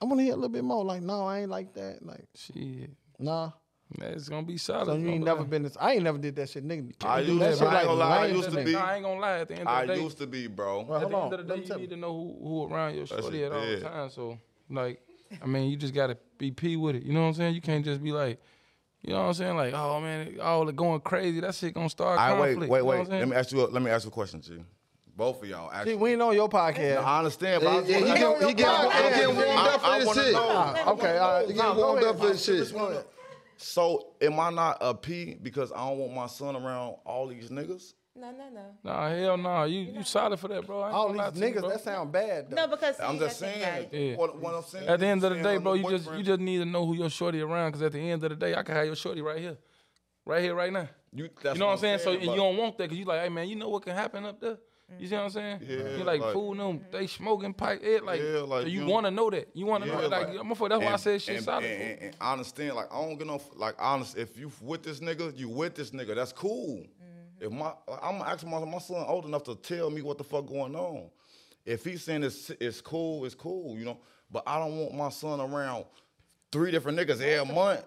Speaker 2: I want to hear a little bit more. Like, no, I ain't like that. Like,
Speaker 6: Shit.
Speaker 2: nah.
Speaker 6: Man, it's gonna be solid.
Speaker 2: So you
Speaker 6: Don't
Speaker 2: ain't
Speaker 6: be
Speaker 2: never
Speaker 6: like-
Speaker 2: been this. I ain't never did that shit, nigga.
Speaker 4: I
Speaker 2: You do
Speaker 4: used
Speaker 2: that
Speaker 4: to.
Speaker 2: shit
Speaker 4: I ain't
Speaker 2: like
Speaker 4: gonna lie. I
Speaker 2: lame.
Speaker 4: used to be.
Speaker 6: No, I ain't gonna lie. At the end of
Speaker 2: [LAUGHS]
Speaker 4: I
Speaker 6: the day,
Speaker 4: used to be, bro.
Speaker 2: Well,
Speaker 6: at the
Speaker 2: hold
Speaker 6: end of the
Speaker 2: on.
Speaker 6: day, you need to know who, who around your shorty
Speaker 4: shit
Speaker 6: at all
Speaker 4: dead.
Speaker 6: times. So, like, I mean, you just gotta be p with it. You know what I'm saying? You can't just be like, you know what I'm saying? Like, oh man, all the going crazy. That shit gonna start
Speaker 4: I
Speaker 6: conflict.
Speaker 4: wait, wait,
Speaker 6: you know
Speaker 4: wait.
Speaker 6: what I'm
Speaker 4: Let me
Speaker 6: saying?
Speaker 4: ask you. A, let me ask you a question, G. Both of y'all, actually.
Speaker 2: Shit, we ain't on your podcast.
Speaker 4: I understand, but I
Speaker 3: Yeah, he
Speaker 4: I-
Speaker 3: get- he get- he
Speaker 4: I-
Speaker 3: get
Speaker 4: I-
Speaker 3: warmed up for
Speaker 4: I
Speaker 3: this
Speaker 4: wanna
Speaker 3: shit.
Speaker 4: know.
Speaker 2: Ah, okay, all right.
Speaker 3: He
Speaker 2: Nah,
Speaker 3: get
Speaker 2: go
Speaker 3: warmed
Speaker 2: ahead.
Speaker 3: up for his shit.
Speaker 4: So am I not a P because I don't want my son around all these niggas?
Speaker 5: No, no, no.
Speaker 6: Nah, hell nah. You you solid for that, bro? I ain't
Speaker 2: All
Speaker 6: gonna
Speaker 2: these
Speaker 6: lie to you,
Speaker 2: niggas,
Speaker 6: bro.
Speaker 2: that sound bad. [LAUGHS] Though.
Speaker 5: No, because
Speaker 4: I'm
Speaker 5: see,
Speaker 4: just
Speaker 5: I think,
Speaker 4: saying.
Speaker 5: like,
Speaker 6: Yeah.
Speaker 4: What, what I'm saying.
Speaker 6: At the end of the
Speaker 4: saying
Speaker 6: day,
Speaker 4: I'm
Speaker 6: bro,
Speaker 4: the
Speaker 6: you just you
Speaker 4: boyfriend.
Speaker 6: just need to know who your shorty around. Cause at the end of the day, I can have your shorty right here, right here, right now.
Speaker 4: You, that's
Speaker 6: You know what I'm saying? So
Speaker 4: but-
Speaker 6: and you don't want that because you like, hey man, you know what can happen up there. You see what I'm saying?
Speaker 4: Yeah,
Speaker 6: you like,
Speaker 4: like-
Speaker 6: fool them. They smoking pipe. It like,
Speaker 4: Yeah, like,
Speaker 6: so you,
Speaker 4: you-
Speaker 6: want to know that. You want to know
Speaker 4: Yeah,
Speaker 6: that. Like,
Speaker 4: like-
Speaker 6: motherfucker, that's why I
Speaker 4: and-
Speaker 6: said shit
Speaker 4: and-
Speaker 6: solid.
Speaker 4: And,
Speaker 6: fool.
Speaker 4: and- and I understand, like I don't get no, f- like honest. If you with this nigga, you with this nigga. That's cool. If my, I'm asking my my son old enough to tell me what the fuck going on. If he's saying it's it's cool, it's cool, you know. But I don't want my son around three different niggas every month.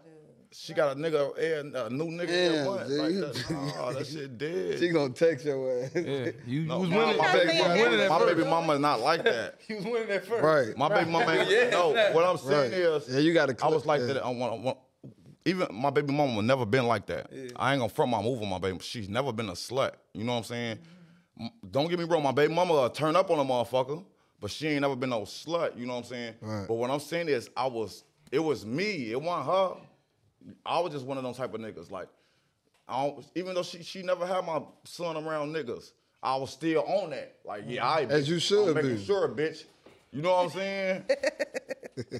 Speaker 4: She got a nigga, every- a new nigga every
Speaker 3: Yeah,
Speaker 4: month.
Speaker 3: dude,
Speaker 4: Like,
Speaker 3: you-
Speaker 4: that, nah, that shit dead.
Speaker 3: She gonna text your ass.
Speaker 6: yeah, you, you
Speaker 4: No,
Speaker 6: was
Speaker 4: my-
Speaker 6: winning.
Speaker 4: my baby,
Speaker 5: You was winning at
Speaker 4: my
Speaker 5: first.
Speaker 4: baby mama is not like that.
Speaker 6: You was winning at first.
Speaker 3: Right.
Speaker 4: My baby mama ain't. No, what I'm saying
Speaker 3: Right.
Speaker 4: is,
Speaker 3: Yeah, you gotta
Speaker 4: I was
Speaker 3: click,
Speaker 4: like
Speaker 3: yeah.
Speaker 4: that. I want, I want- even my baby mama would never been like that. I ain't gonna front my move on my baby. She's never been a slut. You know what I'm saying? M- Don't get me wrong. My baby mama will turn up on a motherfucker, but she ain't never been no slut. You know what I'm saying? But what I'm saying is, I was. It was me. It wasn't her. I was just one of them type of niggas. Like, I don't, even though she she never had my son around niggas, I was still on that. Like, yeah, I
Speaker 3: As you
Speaker 4: bitch.
Speaker 3: should
Speaker 4: I'm making
Speaker 3: be.
Speaker 4: sure, bitch. You know what I'm saying?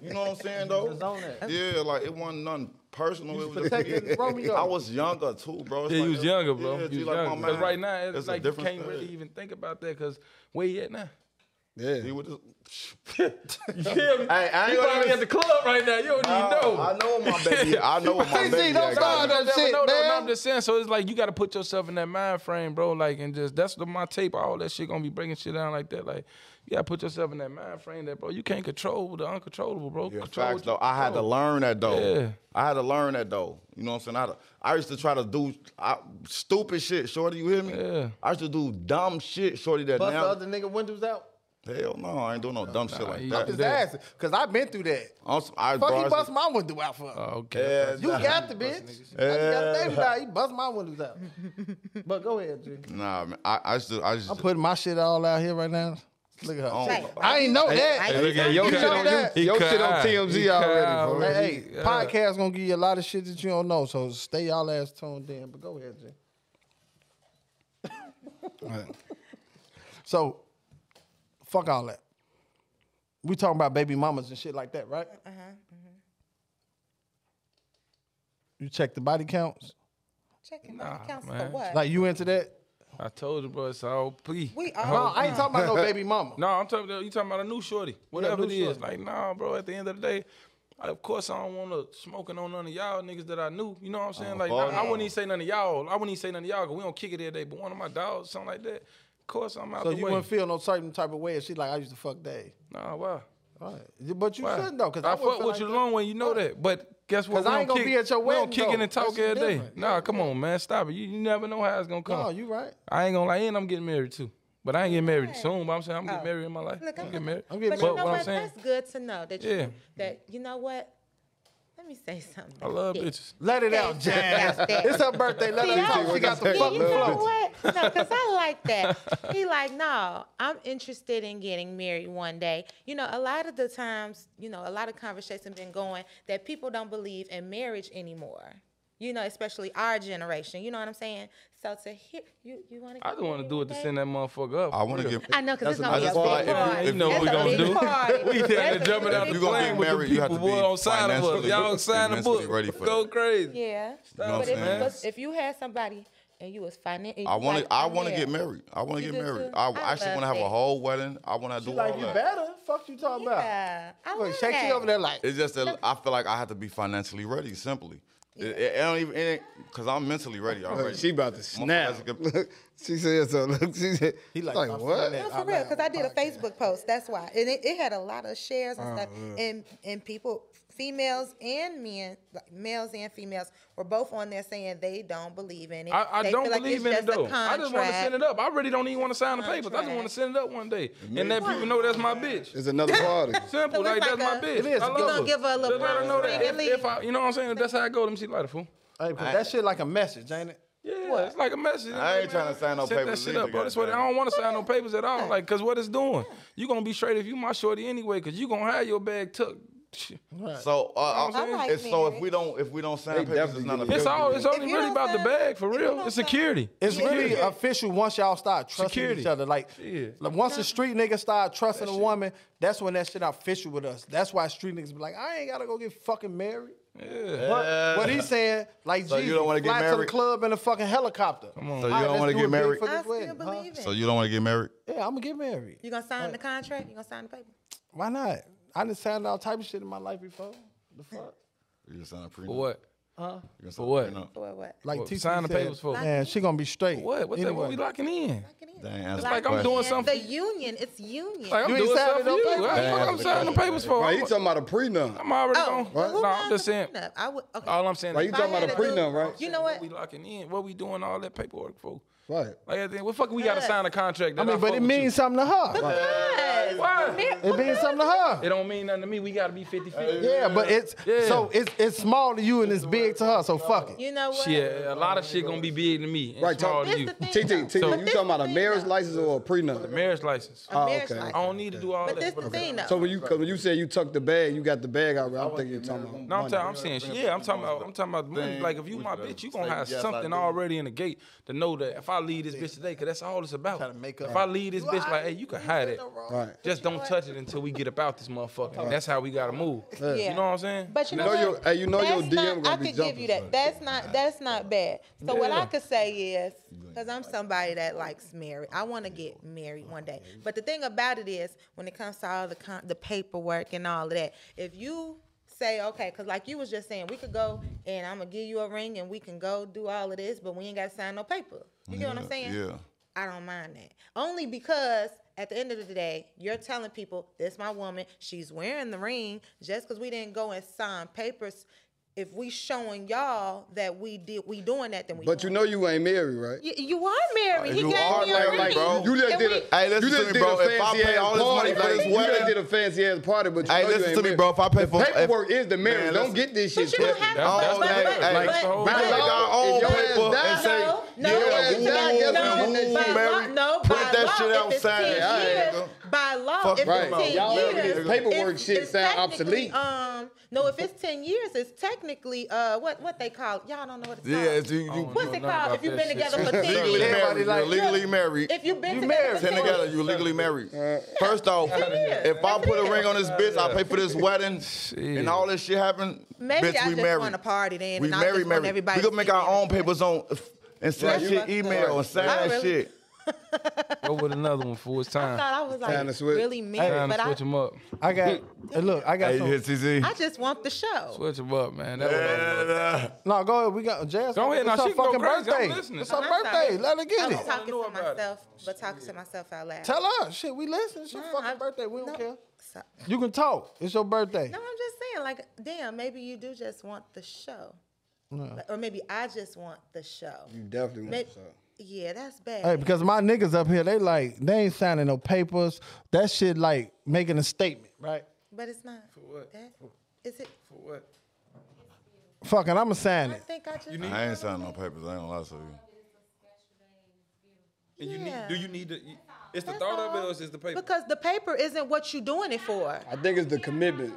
Speaker 4: You know what I'm saying though? Yeah, like it wasn't nothing personal. it was just,
Speaker 2: Romeo.
Speaker 4: I was younger too, bro. It's
Speaker 6: Yeah,
Speaker 4: like-
Speaker 6: you was younger, bro.
Speaker 4: Yeah,
Speaker 6: you
Speaker 4: G,
Speaker 6: was
Speaker 4: like, my
Speaker 6: younger. 'Cause
Speaker 4: mind-
Speaker 6: right now, it's,
Speaker 4: a
Speaker 6: like you
Speaker 4: different
Speaker 6: can't really
Speaker 4: thing.
Speaker 6: even think about that because where you at now? [LAUGHS]
Speaker 4: He
Speaker 3: Yeah.
Speaker 4: was just- [LAUGHS]
Speaker 6: You
Speaker 4: Hey, I ain't
Speaker 6: feel me? you
Speaker 4: gonna
Speaker 6: probably
Speaker 4: even-
Speaker 6: at the club right now. You don't even know.
Speaker 4: I know what my
Speaker 6: [LAUGHS]
Speaker 4: baby. I know what my baby.
Speaker 3: don't
Speaker 4: I
Speaker 3: start
Speaker 4: got.
Speaker 3: that
Speaker 6: never
Speaker 3: shit,
Speaker 6: know, though. No,
Speaker 3: man.
Speaker 6: I'm just saying. So it's like you got to put yourself in that mind frame, bro. Like, and just that's the, my tape. All that shit gonna be breaking shit down like that. Like, you gotta put yourself in that mind frame that, bro. You can't control the uncontrollable, bro.
Speaker 4: Yeah,
Speaker 6: control
Speaker 4: facts
Speaker 6: what you
Speaker 4: though. I had to
Speaker 6: control.
Speaker 4: learn that though.
Speaker 6: Yeah.
Speaker 4: I had to learn that though. You know what I'm saying? I, had to- I used to try to do I, stupid shit, shorty. You hear me?
Speaker 6: Yeah.
Speaker 4: I used to do dumb shit, shorty. That
Speaker 2: Bust the
Speaker 4: now,
Speaker 2: other nigga windows out.
Speaker 4: Hell no, I ain't doing no dumb shit like
Speaker 6: he-
Speaker 4: that. I'm
Speaker 6: I'm
Speaker 2: I'm just asking, cause I've been through that.
Speaker 4: s- I
Speaker 2: Fuck, he
Speaker 4: bars-
Speaker 2: bust my window out for.
Speaker 6: Oh, okay.
Speaker 4: Yeah,
Speaker 2: You
Speaker 4: nah.
Speaker 2: got the bitch. I just got a baby now. He bust my windows out. but go ahead, G.
Speaker 4: Nah, man. I, I just, I just.
Speaker 2: I'm putting my shit all out here right now. Look at her.
Speaker 4: I
Speaker 5: Hey,
Speaker 4: don't-
Speaker 2: I ain't know that.
Speaker 5: Oh. Hey,
Speaker 3: Look at your
Speaker 2: You
Speaker 3: shit
Speaker 2: know
Speaker 3: on
Speaker 2: that?
Speaker 3: you. Your
Speaker 6: He
Speaker 3: shit on
Speaker 6: cut
Speaker 3: TMZ already,
Speaker 6: eye. He uh,
Speaker 3: bro.
Speaker 6: cut eye.
Speaker 2: Hey, hey,
Speaker 6: Yeah.
Speaker 2: podcast gonna give you a lot of shit that you don't know, so stay y'all ass tuned in. But go ahead, Jay. So, fuck all that. We talking about baby mamas and shit like that, right? Uh-huh,
Speaker 6: mm-hmm.
Speaker 2: You check the body counts.
Speaker 5: Checking
Speaker 6: Nah,
Speaker 5: accounts for
Speaker 6: man.
Speaker 5: what?
Speaker 2: Like you into that?
Speaker 6: I told you, bro. It's all plea.
Speaker 5: We all-
Speaker 2: No, I ain't talking
Speaker 6: [LAUGHS]
Speaker 2: about no baby mama.
Speaker 6: Oh, No, I'm talking. About, you talking about a new shorty, whatever
Speaker 2: new
Speaker 6: it is.
Speaker 2: shorty.
Speaker 6: Like, nah, bro. At the end of the day, I, of course, I don't want to smoking on none of y'all niggas that I knew. You know what I'm saying? like,
Speaker 4: fuck
Speaker 6: I, I
Speaker 4: no.
Speaker 6: wouldn't even say none of y'all. I wouldn't even say none of y'all because we don't kick it every day. But one of my dogs, something like that. Of course, I'm out
Speaker 2: So
Speaker 6: the
Speaker 2: you
Speaker 6: way.
Speaker 2: wouldn't feel no certain type of way if she like I used to fuck Dave.
Speaker 6: nah, why?
Speaker 2: All right. But you
Speaker 6: Why?
Speaker 2: shouldn't though, cause I,
Speaker 6: I,
Speaker 2: wouldn't
Speaker 6: fuck
Speaker 2: feel
Speaker 6: with
Speaker 2: like
Speaker 6: you
Speaker 2: that.
Speaker 6: the long way. You know that, but. Guess what?
Speaker 2: Cause
Speaker 6: we
Speaker 2: I
Speaker 6: don't
Speaker 2: ain't gonna
Speaker 6: kick-
Speaker 2: be at your
Speaker 6: We
Speaker 2: wedding,
Speaker 6: don't kick it
Speaker 2: though.
Speaker 6: and talk
Speaker 2: That's
Speaker 6: every day.
Speaker 2: different.
Speaker 6: Nah, come on, man, stop it. You, you never know how it's gonna come.
Speaker 2: No, you right.
Speaker 6: I ain't gonna lie, and I'm getting married too. But I ain't getting married soon. But I'm saying I'm getting
Speaker 5: Oh.
Speaker 6: married in my life.
Speaker 5: Look,
Speaker 6: I'm,
Speaker 5: I'm-
Speaker 6: getting married.
Speaker 2: I'm
Speaker 5: But
Speaker 2: getting
Speaker 5: you
Speaker 2: married.
Speaker 6: But
Speaker 5: know
Speaker 6: what I'm
Speaker 5: what?
Speaker 6: saying,
Speaker 5: That's good to know that
Speaker 6: Yeah.
Speaker 5: you that you know what. Let me say something.
Speaker 6: I love
Speaker 5: Yeah.
Speaker 6: bitches.
Speaker 2: Let it out,
Speaker 5: Say something
Speaker 2: Jazz.
Speaker 5: about that.
Speaker 2: It's her birthday. Let her out. She got the
Speaker 5: See,
Speaker 2: fucking
Speaker 5: you know
Speaker 2: flow.
Speaker 5: what? No, because I
Speaker 2: [LAUGHS]
Speaker 5: like that. He like, no, I'm interested in getting married one day. You know, a lot of the times, you know, a lot of conversations been going that people don't believe in marriage anymore. You know, especially our generation. You know what I'm saying? So to hear you, you want to.
Speaker 6: I just want to do it to send
Speaker 5: that.
Speaker 6: that motherfucker up.
Speaker 4: I want
Speaker 6: to
Speaker 4: to get.
Speaker 5: I know, cause it's gonna
Speaker 4: I
Speaker 5: be a
Speaker 4: just
Speaker 5: big
Speaker 4: feel like if you-
Speaker 5: party.
Speaker 4: if you know
Speaker 5: That's
Speaker 4: what
Speaker 5: a
Speaker 4: we gonna
Speaker 5: big [LAUGHS]
Speaker 4: do,
Speaker 5: party.
Speaker 6: [LAUGHS] we
Speaker 5: That's
Speaker 6: there
Speaker 5: a
Speaker 6: jumping out
Speaker 5: big
Speaker 6: the
Speaker 4: You gonna get
Speaker 5: party.
Speaker 6: plane with
Speaker 4: married,
Speaker 6: the
Speaker 4: you have
Speaker 6: people,
Speaker 4: to
Speaker 6: boy,
Speaker 4: be
Speaker 6: on side of us.
Speaker 4: financially-
Speaker 6: Y'all sign the
Speaker 4: financially
Speaker 6: book.
Speaker 4: ready for
Speaker 6: Go
Speaker 4: that.
Speaker 6: crazy.
Speaker 5: Yeah.
Speaker 4: know what
Speaker 5: but
Speaker 4: I'm
Speaker 5: if,
Speaker 4: saying?
Speaker 5: but if you had somebody and you was financial,
Speaker 4: I want to. I want to get married. I want to
Speaker 5: You
Speaker 4: get
Speaker 5: do
Speaker 4: married.
Speaker 5: too?
Speaker 4: I,
Speaker 5: I
Speaker 4: actually want
Speaker 5: love
Speaker 4: to have
Speaker 5: that.
Speaker 4: a whole wedding. I want to do
Speaker 2: Like
Speaker 4: all
Speaker 2: you
Speaker 4: that.
Speaker 2: better. Fuck you talking about?
Speaker 5: Yeah, I
Speaker 2: Look,
Speaker 5: love
Speaker 2: shake
Speaker 5: that.
Speaker 2: you over there like.
Speaker 4: It's just that I feel like I have to be financially ready. Simply, it, it, it don't even it ain't- cause I'm mentally ready already.
Speaker 7: She about to
Speaker 4: Motherfuckers
Speaker 7: snap.
Speaker 4: can-
Speaker 3: Look, she said so. Look, she said. He like,
Speaker 2: I'm
Speaker 3: what?
Speaker 2: feeling that.
Speaker 5: No, for
Speaker 2: out
Speaker 5: real,
Speaker 2: loud
Speaker 5: because I did a Facebook post. That's why, and it, it had a lot of shares
Speaker 6: Oh,
Speaker 5: and stuff. And and people, females and men, like males and females, were both on there saying they don't believe in it.
Speaker 6: I, I
Speaker 5: They
Speaker 6: don't
Speaker 5: feel like it's
Speaker 6: believe in it
Speaker 5: just a
Speaker 6: though. I just want to
Speaker 5: contract.
Speaker 6: send it up. I really don't even want to sign the papers. I just want
Speaker 5: Contract.
Speaker 6: to send it up one day and let people know that's my bitch.
Speaker 3: It's another party.
Speaker 5: So
Speaker 6: Simple, like
Speaker 5: it's
Speaker 6: that's my
Speaker 5: like a-
Speaker 6: bitch.
Speaker 5: It
Speaker 2: is
Speaker 6: I
Speaker 2: a
Speaker 6: love
Speaker 2: good
Speaker 6: her.
Speaker 5: one. Give her a little
Speaker 6: Just let her know
Speaker 5: promise
Speaker 6: that.
Speaker 5: ring and
Speaker 6: If, if
Speaker 5: leave.
Speaker 6: I, you know what I'm saying, if that's how I go, let me see lighter fool.
Speaker 2: Hey, 'cause that shit like a message, ain't it?
Speaker 6: Yeah, it's like a message.
Speaker 4: I ain't
Speaker 6: Like, man,
Speaker 4: tryna sign no
Speaker 6: send
Speaker 4: papers
Speaker 6: that shit
Speaker 4: either,
Speaker 6: up, bro. That's what I
Speaker 4: goddamn.
Speaker 6: don't want to sign no papers at all. Like, cause what it's doing, you gonna be straight if you my shorty anyway, cause you gonna have your bag tucked.
Speaker 4: So, uh,
Speaker 5: I like
Speaker 4: it's, so if
Speaker 5: marriage.
Speaker 4: we don't if we don't sign papers, it's
Speaker 3: definitely
Speaker 4: not
Speaker 3: give
Speaker 4: a
Speaker 6: It's all. It's only
Speaker 5: you
Speaker 6: really
Speaker 5: don't
Speaker 6: about the
Speaker 5: sign-
Speaker 6: bag for
Speaker 5: if you
Speaker 6: real.
Speaker 5: don't
Speaker 6: It's
Speaker 5: sign-
Speaker 6: security.
Speaker 2: It's really
Speaker 6: Security.
Speaker 2: official once y'all start trusting
Speaker 6: Security.
Speaker 2: each other. Like,
Speaker 6: Yeah.
Speaker 2: like, once a street nigga start trusting a woman, that's when that shit official with us. That's why street niggas be like, I ain't gotta go get fucking married.
Speaker 6: Yeah.
Speaker 2: But what he's saying, like,
Speaker 4: So
Speaker 2: Jesus,
Speaker 4: you don't wanna get
Speaker 2: fly to the
Speaker 4: married?
Speaker 2: club in a fucking helicopter. Come
Speaker 4: on. So you don't wanna get married?
Speaker 5: I still believe it.
Speaker 4: So you don't want to get married?
Speaker 2: Yeah, I'm gonna get married.
Speaker 5: you gonna sign the contract? You gonna sign the paper?
Speaker 2: Why not? I done signed all type of shit in my life before. The fuck?
Speaker 4: You gonna sign a prenup?
Speaker 6: For what?
Speaker 4: You gonna sign
Speaker 6: For
Speaker 4: a
Speaker 6: what?
Speaker 4: prenup?
Speaker 5: Or what?
Speaker 2: Like
Speaker 6: Well,
Speaker 2: TC
Speaker 6: sign the
Speaker 2: said,
Speaker 6: papers for-
Speaker 2: Man, she gonna be straight.
Speaker 6: What? What's that? What
Speaker 2: Anyway.
Speaker 6: we locking in?
Speaker 4: They ain't answer
Speaker 6: like
Speaker 4: the
Speaker 6: I'm doing
Speaker 4: question.
Speaker 6: something-
Speaker 5: The union, it's union.
Speaker 6: Like I'm
Speaker 2: You ain't
Speaker 6: doing
Speaker 2: signing
Speaker 6: something for
Speaker 2: no
Speaker 6: you.
Speaker 2: papers?
Speaker 6: What the fuck I'm signing the papers for?
Speaker 3: Why you
Speaker 6: I'm,
Speaker 3: talking about a prenup?
Speaker 6: I'm already
Speaker 5: oh,
Speaker 6: on.
Speaker 5: well, who
Speaker 6: No, I'm
Speaker 5: signed
Speaker 6: just
Speaker 5: the
Speaker 6: saying. Oh,
Speaker 5: prenup? I would. Okay.
Speaker 6: All I'm saying.
Speaker 3: Why
Speaker 6: is-
Speaker 3: you talking
Speaker 5: I
Speaker 3: about a
Speaker 5: had to do-
Speaker 3: prenup, right?
Speaker 5: You know what?
Speaker 6: we locking in? What we doing all that paperwork for?
Speaker 3: Right.
Speaker 6: Like, at the end, what fuck we gotta sign a contract?
Speaker 2: I
Speaker 6: That
Speaker 2: mean, but
Speaker 6: fuck
Speaker 2: it
Speaker 6: with you?
Speaker 2: means something to her.
Speaker 5: Yes.
Speaker 6: Why?
Speaker 5: Mar-
Speaker 2: It means something to her.
Speaker 6: It don't mean nothing to me. We gotta be 50 50.
Speaker 2: Yeah, but it's
Speaker 6: Yeah.
Speaker 2: so it's it's small to you and it's big to her. So fuck it.
Speaker 5: You know what?
Speaker 6: Shit, a lot of shit gonna be big to me. And
Speaker 3: Right,
Speaker 6: small
Speaker 3: talk-
Speaker 6: to
Speaker 5: This
Speaker 6: you.
Speaker 5: the thing,
Speaker 3: TT,
Speaker 5: though.
Speaker 3: TT, you
Speaker 5: But
Speaker 3: talking
Speaker 5: this
Speaker 3: about
Speaker 5: the
Speaker 3: a
Speaker 5: thing,
Speaker 3: marriage
Speaker 5: though.
Speaker 3: license or a prenup?
Speaker 6: Marriage license.
Speaker 5: A marriage
Speaker 3: Oh, okay.
Speaker 5: license.
Speaker 6: I don't need to do all
Speaker 5: But this
Speaker 6: that.
Speaker 5: the
Speaker 6: bro.
Speaker 5: thing, though.
Speaker 3: So when you cause when you said you tucked the bag, you got the bag out. I'm thinking you're talking about.
Speaker 6: No, I'm, talking. I'm saying, shit. yeah, I'm talking about, I'm talking about money. Like, if you my bitch, you gonna
Speaker 4: Say,
Speaker 6: have
Speaker 4: yes, I
Speaker 6: something
Speaker 4: do.
Speaker 6: already in the gate to know that if I leave this bitch today, cause that's all it's about.
Speaker 2: Tryna make up.
Speaker 6: If I leave this bitch, like, hey, you can hide it.
Speaker 3: Right.
Speaker 6: Just don't touch it until we get about this motherfucker. And That's how we gotta move.
Speaker 5: Yeah.
Speaker 6: You know what I'm saying?
Speaker 5: But you know,
Speaker 3: know your-
Speaker 5: what?
Speaker 3: hey, you know your
Speaker 5: That's
Speaker 3: DM
Speaker 5: not,
Speaker 3: gonna
Speaker 5: I
Speaker 3: be
Speaker 5: could give
Speaker 3: jumping,
Speaker 5: you that. That's not that's not bad. So what I
Speaker 6: Yeah.
Speaker 5: could say is, because I'm somebody that likes marriage, I want to get married one day. But the thing about it is, when it comes to all the con- the paperwork and all of that, if you say okay, because like you was just saying, we could go and I'm gonna give you a ring and we can go do all of this, but we ain't gotta sign no paper. You get what I'm saying?
Speaker 4: Yeah.
Speaker 5: I don't mind that. Only because at the end of the day, you're telling people, this my woman, she's wearing the ring. Just because we didn't go and sign papers if we showing y'all that we did we doing that, then we.
Speaker 3: But you
Speaker 5: doing
Speaker 3: know Uh, you ain't married, right?
Speaker 5: it. you, you are married. he
Speaker 4: You
Speaker 5: gave
Speaker 4: are
Speaker 5: me a
Speaker 4: married,
Speaker 5: ring.
Speaker 4: bro.
Speaker 3: You just
Speaker 5: And
Speaker 3: did
Speaker 5: we-
Speaker 3: a,
Speaker 4: Hey, listen
Speaker 3: you
Speaker 4: to
Speaker 3: just
Speaker 4: me,
Speaker 3: did
Speaker 4: bro.
Speaker 3: a
Speaker 4: If I
Speaker 3: fancy
Speaker 4: pay
Speaker 3: ass
Speaker 4: all this
Speaker 3: party,
Speaker 4: money for
Speaker 3: like,
Speaker 4: this
Speaker 3: You just
Speaker 4: wedding-
Speaker 3: did a fancy ass party, but you
Speaker 4: Hey,
Speaker 3: know
Speaker 4: listen
Speaker 3: you
Speaker 4: to
Speaker 3: ain't
Speaker 4: me,
Speaker 3: married.
Speaker 4: bro. If I pay
Speaker 3: The
Speaker 4: for- if-
Speaker 3: paperwork is the marriage. Don't
Speaker 4: listen.
Speaker 3: get this
Speaker 5: But
Speaker 3: shit.
Speaker 5: you don't
Speaker 3: twisted.
Speaker 5: have
Speaker 6: That-
Speaker 5: to. But,
Speaker 6: that's
Speaker 5: but, but,
Speaker 6: the- hey,
Speaker 5: but,
Speaker 6: that's the whole
Speaker 5: but-
Speaker 6: thing.
Speaker 4: Make our
Speaker 3: If
Speaker 4: own
Speaker 3: your ass
Speaker 4: paper
Speaker 3: die,
Speaker 4: and say,
Speaker 5: no,
Speaker 3: no,
Speaker 4: yeah,
Speaker 5: no,
Speaker 4: woo,
Speaker 3: no,
Speaker 4: woo,
Speaker 3: no,
Speaker 4: woo,
Speaker 5: by
Speaker 4: Mary.
Speaker 5: law, no,
Speaker 4: Print
Speaker 5: by
Speaker 4: that
Speaker 5: law,
Speaker 4: shit out
Speaker 5: if it's
Speaker 4: Saturday.
Speaker 5: 10
Speaker 4: All right,
Speaker 5: years,
Speaker 4: nigga.
Speaker 5: by law,
Speaker 4: Fuck
Speaker 5: if
Speaker 4: right.
Speaker 5: it's 10
Speaker 4: Y'all
Speaker 5: years,
Speaker 4: ever did this
Speaker 3: paperwork
Speaker 5: it's-
Speaker 3: shit
Speaker 5: it's
Speaker 3: sound
Speaker 5: technically,
Speaker 3: obsolete.
Speaker 5: Um, no, if it's 10 years, it's technically, uh, what, what they call, it? y'all don't know what it's
Speaker 4: Yeah,
Speaker 5: called.
Speaker 4: it's you. you
Speaker 5: What's it called if you've been together for 10
Speaker 4: legally
Speaker 5: years?
Speaker 4: married. You're legally married.
Speaker 5: If you've been together for
Speaker 4: Ten
Speaker 5: 10
Speaker 4: together,
Speaker 5: years.
Speaker 4: you legally married. First off,
Speaker 5: Yeah.
Speaker 4: if I put a
Speaker 5: Yeah.
Speaker 4: ring on this bitch, I pay for this wedding, and all this shit happen.
Speaker 5: Maybe
Speaker 4: bitch,
Speaker 5: I
Speaker 4: we
Speaker 5: just
Speaker 4: married.
Speaker 5: wanna party then,
Speaker 4: We
Speaker 5: and I
Speaker 4: married,
Speaker 5: just want
Speaker 4: married.
Speaker 5: everybody
Speaker 4: we gonna
Speaker 5: to
Speaker 4: make
Speaker 5: see
Speaker 4: our
Speaker 5: me.
Speaker 4: own papers on and send
Speaker 5: That's
Speaker 4: shit
Speaker 5: fucked up.
Speaker 4: email and send
Speaker 5: I
Speaker 4: that
Speaker 5: really-
Speaker 4: shit.
Speaker 6: Go with another one for it's
Speaker 5: I
Speaker 6: time.
Speaker 5: thought I was
Speaker 3: Time to
Speaker 5: like
Speaker 3: switch.
Speaker 5: really mean,
Speaker 6: time
Speaker 5: but
Speaker 6: to switch
Speaker 5: I,
Speaker 6: them up.
Speaker 2: I got hey, look. I got
Speaker 4: Hey,
Speaker 2: some.
Speaker 4: hit TZ.
Speaker 5: I just want the show.
Speaker 6: Switch them up, man. That was
Speaker 4: And, uh,
Speaker 2: No, go ahead. We got Jazz.
Speaker 6: Go ahead.
Speaker 2: It's
Speaker 6: Now,
Speaker 2: her
Speaker 6: she can go
Speaker 2: fucking
Speaker 6: crazy. I'm
Speaker 2: birthday.
Speaker 6: listening.
Speaker 2: It's her
Speaker 5: I'm sorry.
Speaker 2: birthday. Let her
Speaker 5: I
Speaker 2: get
Speaker 5: was
Speaker 2: it.
Speaker 5: talking
Speaker 6: know
Speaker 5: to
Speaker 6: about it.
Speaker 5: myself, but talking to myself out loud.
Speaker 2: Tell her. Shit, we listen. It's your
Speaker 5: No,
Speaker 2: fucking
Speaker 5: I-
Speaker 2: birthday. We don't
Speaker 5: no.
Speaker 2: care.
Speaker 5: So-
Speaker 2: You can talk. It's your birthday.
Speaker 5: No, I'm just saying, like, damn, maybe you do just want the show. Like, or maybe I just want the show.
Speaker 3: You definitely want
Speaker 5: May-
Speaker 3: to
Speaker 5: yeah, that's bad.
Speaker 2: Hey, because my niggas up here, they like they ain't signing no papers. That shit like making a statement, right?
Speaker 5: but it's not. For
Speaker 6: what?
Speaker 5: That, is it?
Speaker 6: For what?
Speaker 2: Fucking, I'ma sign
Speaker 5: I
Speaker 2: it.
Speaker 5: think I just.
Speaker 4: I ain't signing no papers. I ain't gonna lie to you.
Speaker 6: And you need,
Speaker 5: Yeah.
Speaker 6: do you need the? you- It's the
Speaker 5: That's
Speaker 6: thought of it,
Speaker 5: all.
Speaker 6: or is it the paper?
Speaker 5: Because the paper isn't what you doing it for.
Speaker 3: I think it's the commitment.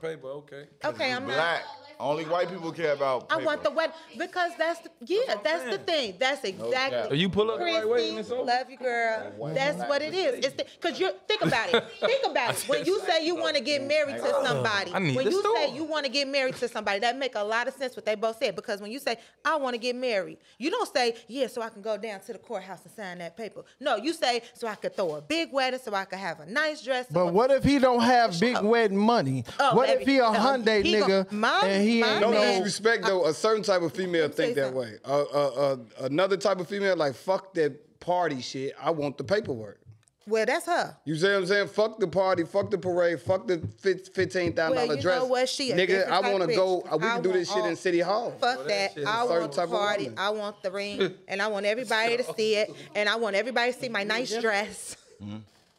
Speaker 6: paper, okay.
Speaker 5: Okay, I'm
Speaker 4: Black.
Speaker 5: not.
Speaker 4: Only white people care about.
Speaker 5: I
Speaker 4: Paper.
Speaker 5: want the wet because that's the yeah, that's the thing. That's exactly.
Speaker 6: You pull up the right way and it's
Speaker 5: Christy,
Speaker 6: over.
Speaker 5: love you, girl. That's what it is. It's because you think about it. Think about it. When you say you want to get married to somebody,
Speaker 6: I need
Speaker 5: when
Speaker 6: this
Speaker 5: you say
Speaker 6: store.
Speaker 5: you want to get married to somebody, that make a lot of sense what they both said. Because when you say I want to get married, you don't say yeah, so I can go down to the courthouse and sign that paper. No, you say so I could throw a big wedding, so I could have a nice dress. so
Speaker 2: But what if he don't have big wedding money?
Speaker 5: Oh,
Speaker 2: what
Speaker 5: baby.
Speaker 2: if he a
Speaker 5: No,
Speaker 2: Hyundai
Speaker 5: he gon-
Speaker 2: nigga
Speaker 5: my-
Speaker 2: and he
Speaker 5: my
Speaker 2: ain't
Speaker 3: No
Speaker 5: man.
Speaker 2: no-
Speaker 3: disrespect though. A certain type of female
Speaker 5: me
Speaker 3: think
Speaker 5: say
Speaker 3: that
Speaker 5: something.
Speaker 3: way. Uh, uh, uh, another type of female like fuck that party shit. I want the paperwork.
Speaker 5: Well, that's her.
Speaker 3: You see what I'm saying? Fuck the party, fuck the parade, fuck the fif- fifteen thousand
Speaker 5: Well,
Speaker 3: dollar
Speaker 5: you
Speaker 3: dress.
Speaker 5: know what? She a
Speaker 3: nigga,
Speaker 5: different
Speaker 3: I
Speaker 5: type
Speaker 3: want to
Speaker 5: bitch.
Speaker 3: go. uh, We
Speaker 5: I
Speaker 3: can do this
Speaker 5: want
Speaker 3: shit
Speaker 5: all-
Speaker 3: in City Hall.
Speaker 5: Fuck that. I
Speaker 3: certain
Speaker 5: want
Speaker 3: type
Speaker 5: the
Speaker 3: of
Speaker 5: party.
Speaker 3: woman.
Speaker 5: I want the ring. and I want everybody to see it. And I want everybody to see my nice dress. [LAUGHS]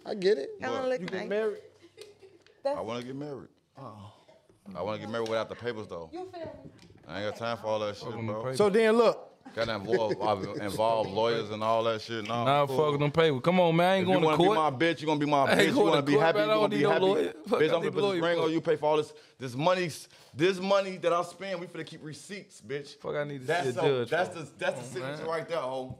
Speaker 3: I get it.
Speaker 5: I want to look nice.
Speaker 2: married?
Speaker 4: I want to get married.
Speaker 5: Oh.
Speaker 4: I want to get married without the papers though. I ain't got time for all that shit, bro.
Speaker 2: So then look,
Speaker 4: Got to involve, I've involved lawyers and all that shit. No,
Speaker 6: Nah, fuck with them paper. Come on, man. I
Speaker 4: If
Speaker 6: ain't
Speaker 4: you
Speaker 6: going to
Speaker 4: want to be
Speaker 6: court.
Speaker 4: my bitch, you gonna be my
Speaker 6: ain't
Speaker 4: bitch. You
Speaker 6: going to
Speaker 4: want to be
Speaker 6: court,
Speaker 4: happy,
Speaker 6: man.
Speaker 4: you
Speaker 6: I
Speaker 4: gonna
Speaker 6: don't
Speaker 4: be
Speaker 6: need no
Speaker 4: happy.
Speaker 6: lawyer. Fuck, I
Speaker 4: Bitch, I'm
Speaker 6: need
Speaker 4: gonna put
Speaker 6: lawyer
Speaker 4: this ring
Speaker 6: for
Speaker 4: on
Speaker 6: it.
Speaker 4: you. Pay for all this, this money, this money that I spend. We finna keep receipts, bitch.
Speaker 6: Fuck, I need to
Speaker 4: That's
Speaker 6: see
Speaker 4: the-
Speaker 6: a judge
Speaker 4: That's
Speaker 6: for
Speaker 4: the
Speaker 6: it.
Speaker 4: that's
Speaker 6: Come
Speaker 4: the
Speaker 6: on,
Speaker 4: signature
Speaker 6: man.
Speaker 4: right there, home.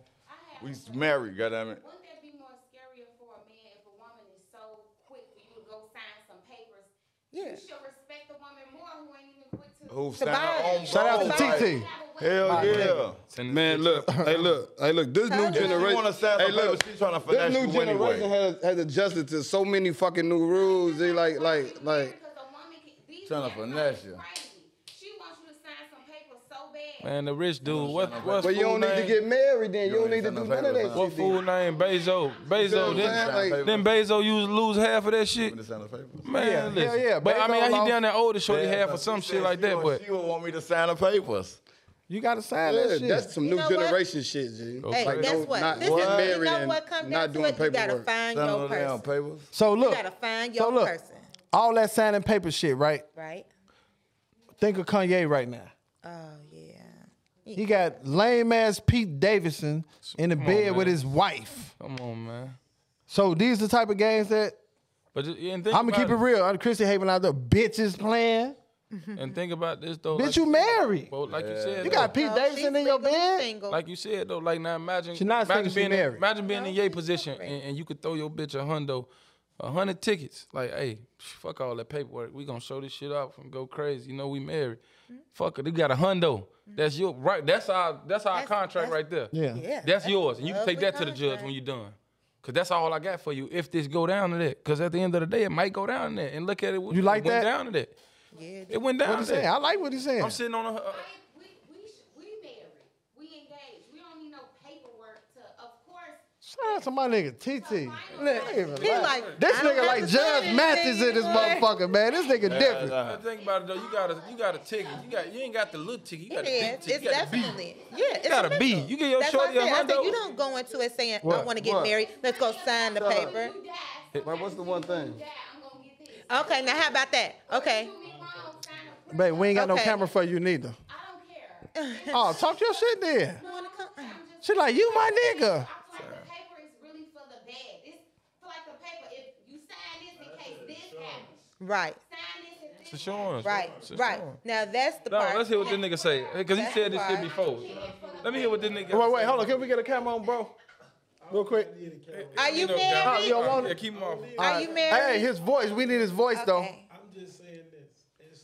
Speaker 4: We married, goddammit.
Speaker 8: Wouldn't that be more scarier for a man if a woman is so quick for you to go sign some papers?
Speaker 5: Yeah.
Speaker 8: You should respect the woman more who ain't even quick to.
Speaker 4: Who signed
Speaker 5: buy
Speaker 4: her
Speaker 5: it.
Speaker 4: own
Speaker 2: shout out
Speaker 4: bro,
Speaker 2: to
Speaker 4: like,
Speaker 2: TT.
Speaker 4: Hell yeah.
Speaker 3: Man, look, hey, look, hey, look. This new
Speaker 5: If she
Speaker 3: generation,
Speaker 4: wanna sign
Speaker 3: hey,
Speaker 4: some
Speaker 3: look,
Speaker 4: papers, she tryna finesse
Speaker 3: This new
Speaker 4: you
Speaker 3: generation
Speaker 4: anyway.
Speaker 3: has, has adjusted to so many fucking new rules. They like, like, like.
Speaker 8: Because a woman can. These
Speaker 4: Tryna
Speaker 8: women
Speaker 4: finesse
Speaker 8: are
Speaker 4: you.
Speaker 8: crazy. She wants you to sign some papers so bad.
Speaker 6: Man, the rich dude. What, what's
Speaker 3: But you
Speaker 6: fool
Speaker 3: don't need to
Speaker 6: name?
Speaker 3: get married. Then you
Speaker 4: don't
Speaker 3: don't need to
Speaker 4: need
Speaker 3: do
Speaker 4: to
Speaker 3: none of that.
Speaker 4: sign
Speaker 6: What
Speaker 3: shit, then.
Speaker 6: fool name? Bezo. Bezo.
Speaker 3: what I'm
Speaker 6: Then,
Speaker 3: saying? Like-
Speaker 6: then Bezo used lose half of that shit.
Speaker 4: Finna sign the papers.
Speaker 6: Man,
Speaker 2: Yeah,
Speaker 6: listen.
Speaker 2: yeah, yeah.
Speaker 6: But I mean,
Speaker 2: Bezos
Speaker 6: he
Speaker 2: lost-
Speaker 6: down there older, shorty
Speaker 4: Yeah,
Speaker 6: half or
Speaker 4: that's
Speaker 6: some
Speaker 4: what she
Speaker 6: shit
Speaker 4: said.
Speaker 6: like
Speaker 4: She
Speaker 6: that.
Speaker 4: would-
Speaker 6: But
Speaker 4: she would want me to sign the papers.
Speaker 2: you gotta sign
Speaker 3: Yeah,
Speaker 2: that shit.
Speaker 3: that's some
Speaker 5: You
Speaker 3: new
Speaker 5: know what?
Speaker 3: generation shit, G.
Speaker 5: Hey,
Speaker 3: Like,
Speaker 5: guess
Speaker 3: no-
Speaker 5: what?
Speaker 3: Not
Speaker 5: this
Speaker 3: getting
Speaker 5: is, you
Speaker 3: married
Speaker 5: know
Speaker 3: and
Speaker 5: what comes
Speaker 3: not
Speaker 5: down
Speaker 3: doing
Speaker 5: to it? You gotta
Speaker 3: paperwork.
Speaker 5: find
Speaker 4: Sign
Speaker 5: your
Speaker 4: them damn
Speaker 5: person.
Speaker 4: papers.
Speaker 2: so look,
Speaker 5: gotta find
Speaker 2: so
Speaker 5: your
Speaker 2: look,
Speaker 5: person.
Speaker 2: all that signing paper shit, right?
Speaker 5: Right?
Speaker 2: Think of Kanye right now.
Speaker 5: Oh, yeah.
Speaker 2: He got lame ass Pete Davidson in the bed with his wife.
Speaker 6: come on, man.
Speaker 2: So these the type of games that
Speaker 6: But just, and think
Speaker 2: I'm gonna
Speaker 6: about
Speaker 2: keep it real. I'm Chrissy Haven out there. Bitches playing.
Speaker 6: And think about this though.
Speaker 2: Bitch,
Speaker 6: like
Speaker 2: you married.
Speaker 6: Well, like you said,
Speaker 2: You
Speaker 6: though,
Speaker 2: got Pete
Speaker 5: No, she's
Speaker 2: Davidson in your
Speaker 5: single, he's
Speaker 2: bed.
Speaker 5: Single.
Speaker 6: Like you said though, like now imagine
Speaker 2: She not single,
Speaker 6: imagine
Speaker 2: she
Speaker 6: being
Speaker 2: married.
Speaker 6: in, imagine being in
Speaker 5: No,
Speaker 6: your
Speaker 5: she's
Speaker 6: position
Speaker 5: married.
Speaker 6: and, and you could throw your bitch a hundo, a hundred tickets. Like, hey, fuck all that paperwork. We gonna show this shit off and go crazy. You know we married.
Speaker 5: Mm-hmm.
Speaker 6: Fuck it, you got a hundo. That's your right. That's our that's our
Speaker 5: That's-
Speaker 6: contract
Speaker 5: that's-
Speaker 6: right there.
Speaker 2: Yeah.
Speaker 5: Yeah,
Speaker 6: that's,
Speaker 5: that's
Speaker 6: yours.
Speaker 5: a
Speaker 6: And you can take
Speaker 5: lovely
Speaker 6: that to the judge
Speaker 5: contract.
Speaker 6: when you're done. Cause that's all I got for you. If this go down to that, cause at the end of the day, it might go down to that. And look at it.
Speaker 2: You like
Speaker 6: it
Speaker 2: that?
Speaker 6: went down to that.
Speaker 5: yeah,
Speaker 6: It went down.
Speaker 2: What he
Speaker 6: to that.
Speaker 2: saying? I like what he's saying.
Speaker 6: I'm sitting on a. a
Speaker 8: Like, we, we, sh- we married. We engaged. We don't need no paperwork to, of course,
Speaker 2: Shout out to my nigga TT.
Speaker 5: He like
Speaker 3: This
Speaker 5: I don't
Speaker 3: nigga
Speaker 5: have
Speaker 3: like
Speaker 5: to
Speaker 3: Judge
Speaker 5: say anything,
Speaker 3: Mathis in this
Speaker 5: boy.
Speaker 3: motherfucker, man. This nigga different.
Speaker 6: I think about it though. You got a you got a ticket. You got you ain't got the little ticket. You got
Speaker 5: It
Speaker 6: a big
Speaker 5: is.
Speaker 6: ticket.
Speaker 5: It's
Speaker 6: you got the big-
Speaker 5: definitely. Yeah, it's
Speaker 6: gotta
Speaker 5: a
Speaker 6: be.
Speaker 5: mental.
Speaker 6: You get your
Speaker 5: That's what
Speaker 6: shorty
Speaker 5: I
Speaker 6: a
Speaker 5: said. I said
Speaker 6: Hondo.
Speaker 5: you don't go into it saying I
Speaker 2: What?
Speaker 5: want to get
Speaker 2: What?
Speaker 5: married. Let's go sign the paper.
Speaker 3: Man, what's the one thing?
Speaker 8: Yeah, I'm gonna get this.
Speaker 5: Okay, now how about that? Okay.
Speaker 8: Do me wrong, sign a pre-
Speaker 2: Babe, we ain't got no
Speaker 5: Okay.
Speaker 2: camera for you
Speaker 5: [LAUGHS]
Speaker 2: neither.
Speaker 8: I don't care.
Speaker 2: Oh, talk your shit then.
Speaker 5: You wanna come-
Speaker 2: She like, you my nigga.
Speaker 8: I feel like the paper is really for the bag. This feel like the paper. If you sign this in case this happens,
Speaker 5: Right,
Speaker 8: sign this if this.
Speaker 6: It's insurance.
Speaker 5: right,
Speaker 6: It's
Speaker 5: right.
Speaker 6: insurance.
Speaker 5: Now that's the
Speaker 6: No,
Speaker 5: part.
Speaker 6: let's hear what this nigga say. Because he
Speaker 5: That's
Speaker 6: said this shit
Speaker 5: why.
Speaker 6: before. Let me hear what this nigga
Speaker 2: Wait, wait, hold on. Can we get a camera on, bro? Real quick.
Speaker 5: Are you
Speaker 6: know, got-
Speaker 5: married?
Speaker 2: Oh, yo, want
Speaker 6: Yeah,
Speaker 2: it?
Speaker 6: keep him off.
Speaker 5: Are you married?
Speaker 2: Hey, his voice. We need his voice though.
Speaker 5: Okay.
Speaker 9: I'm just saying this. It's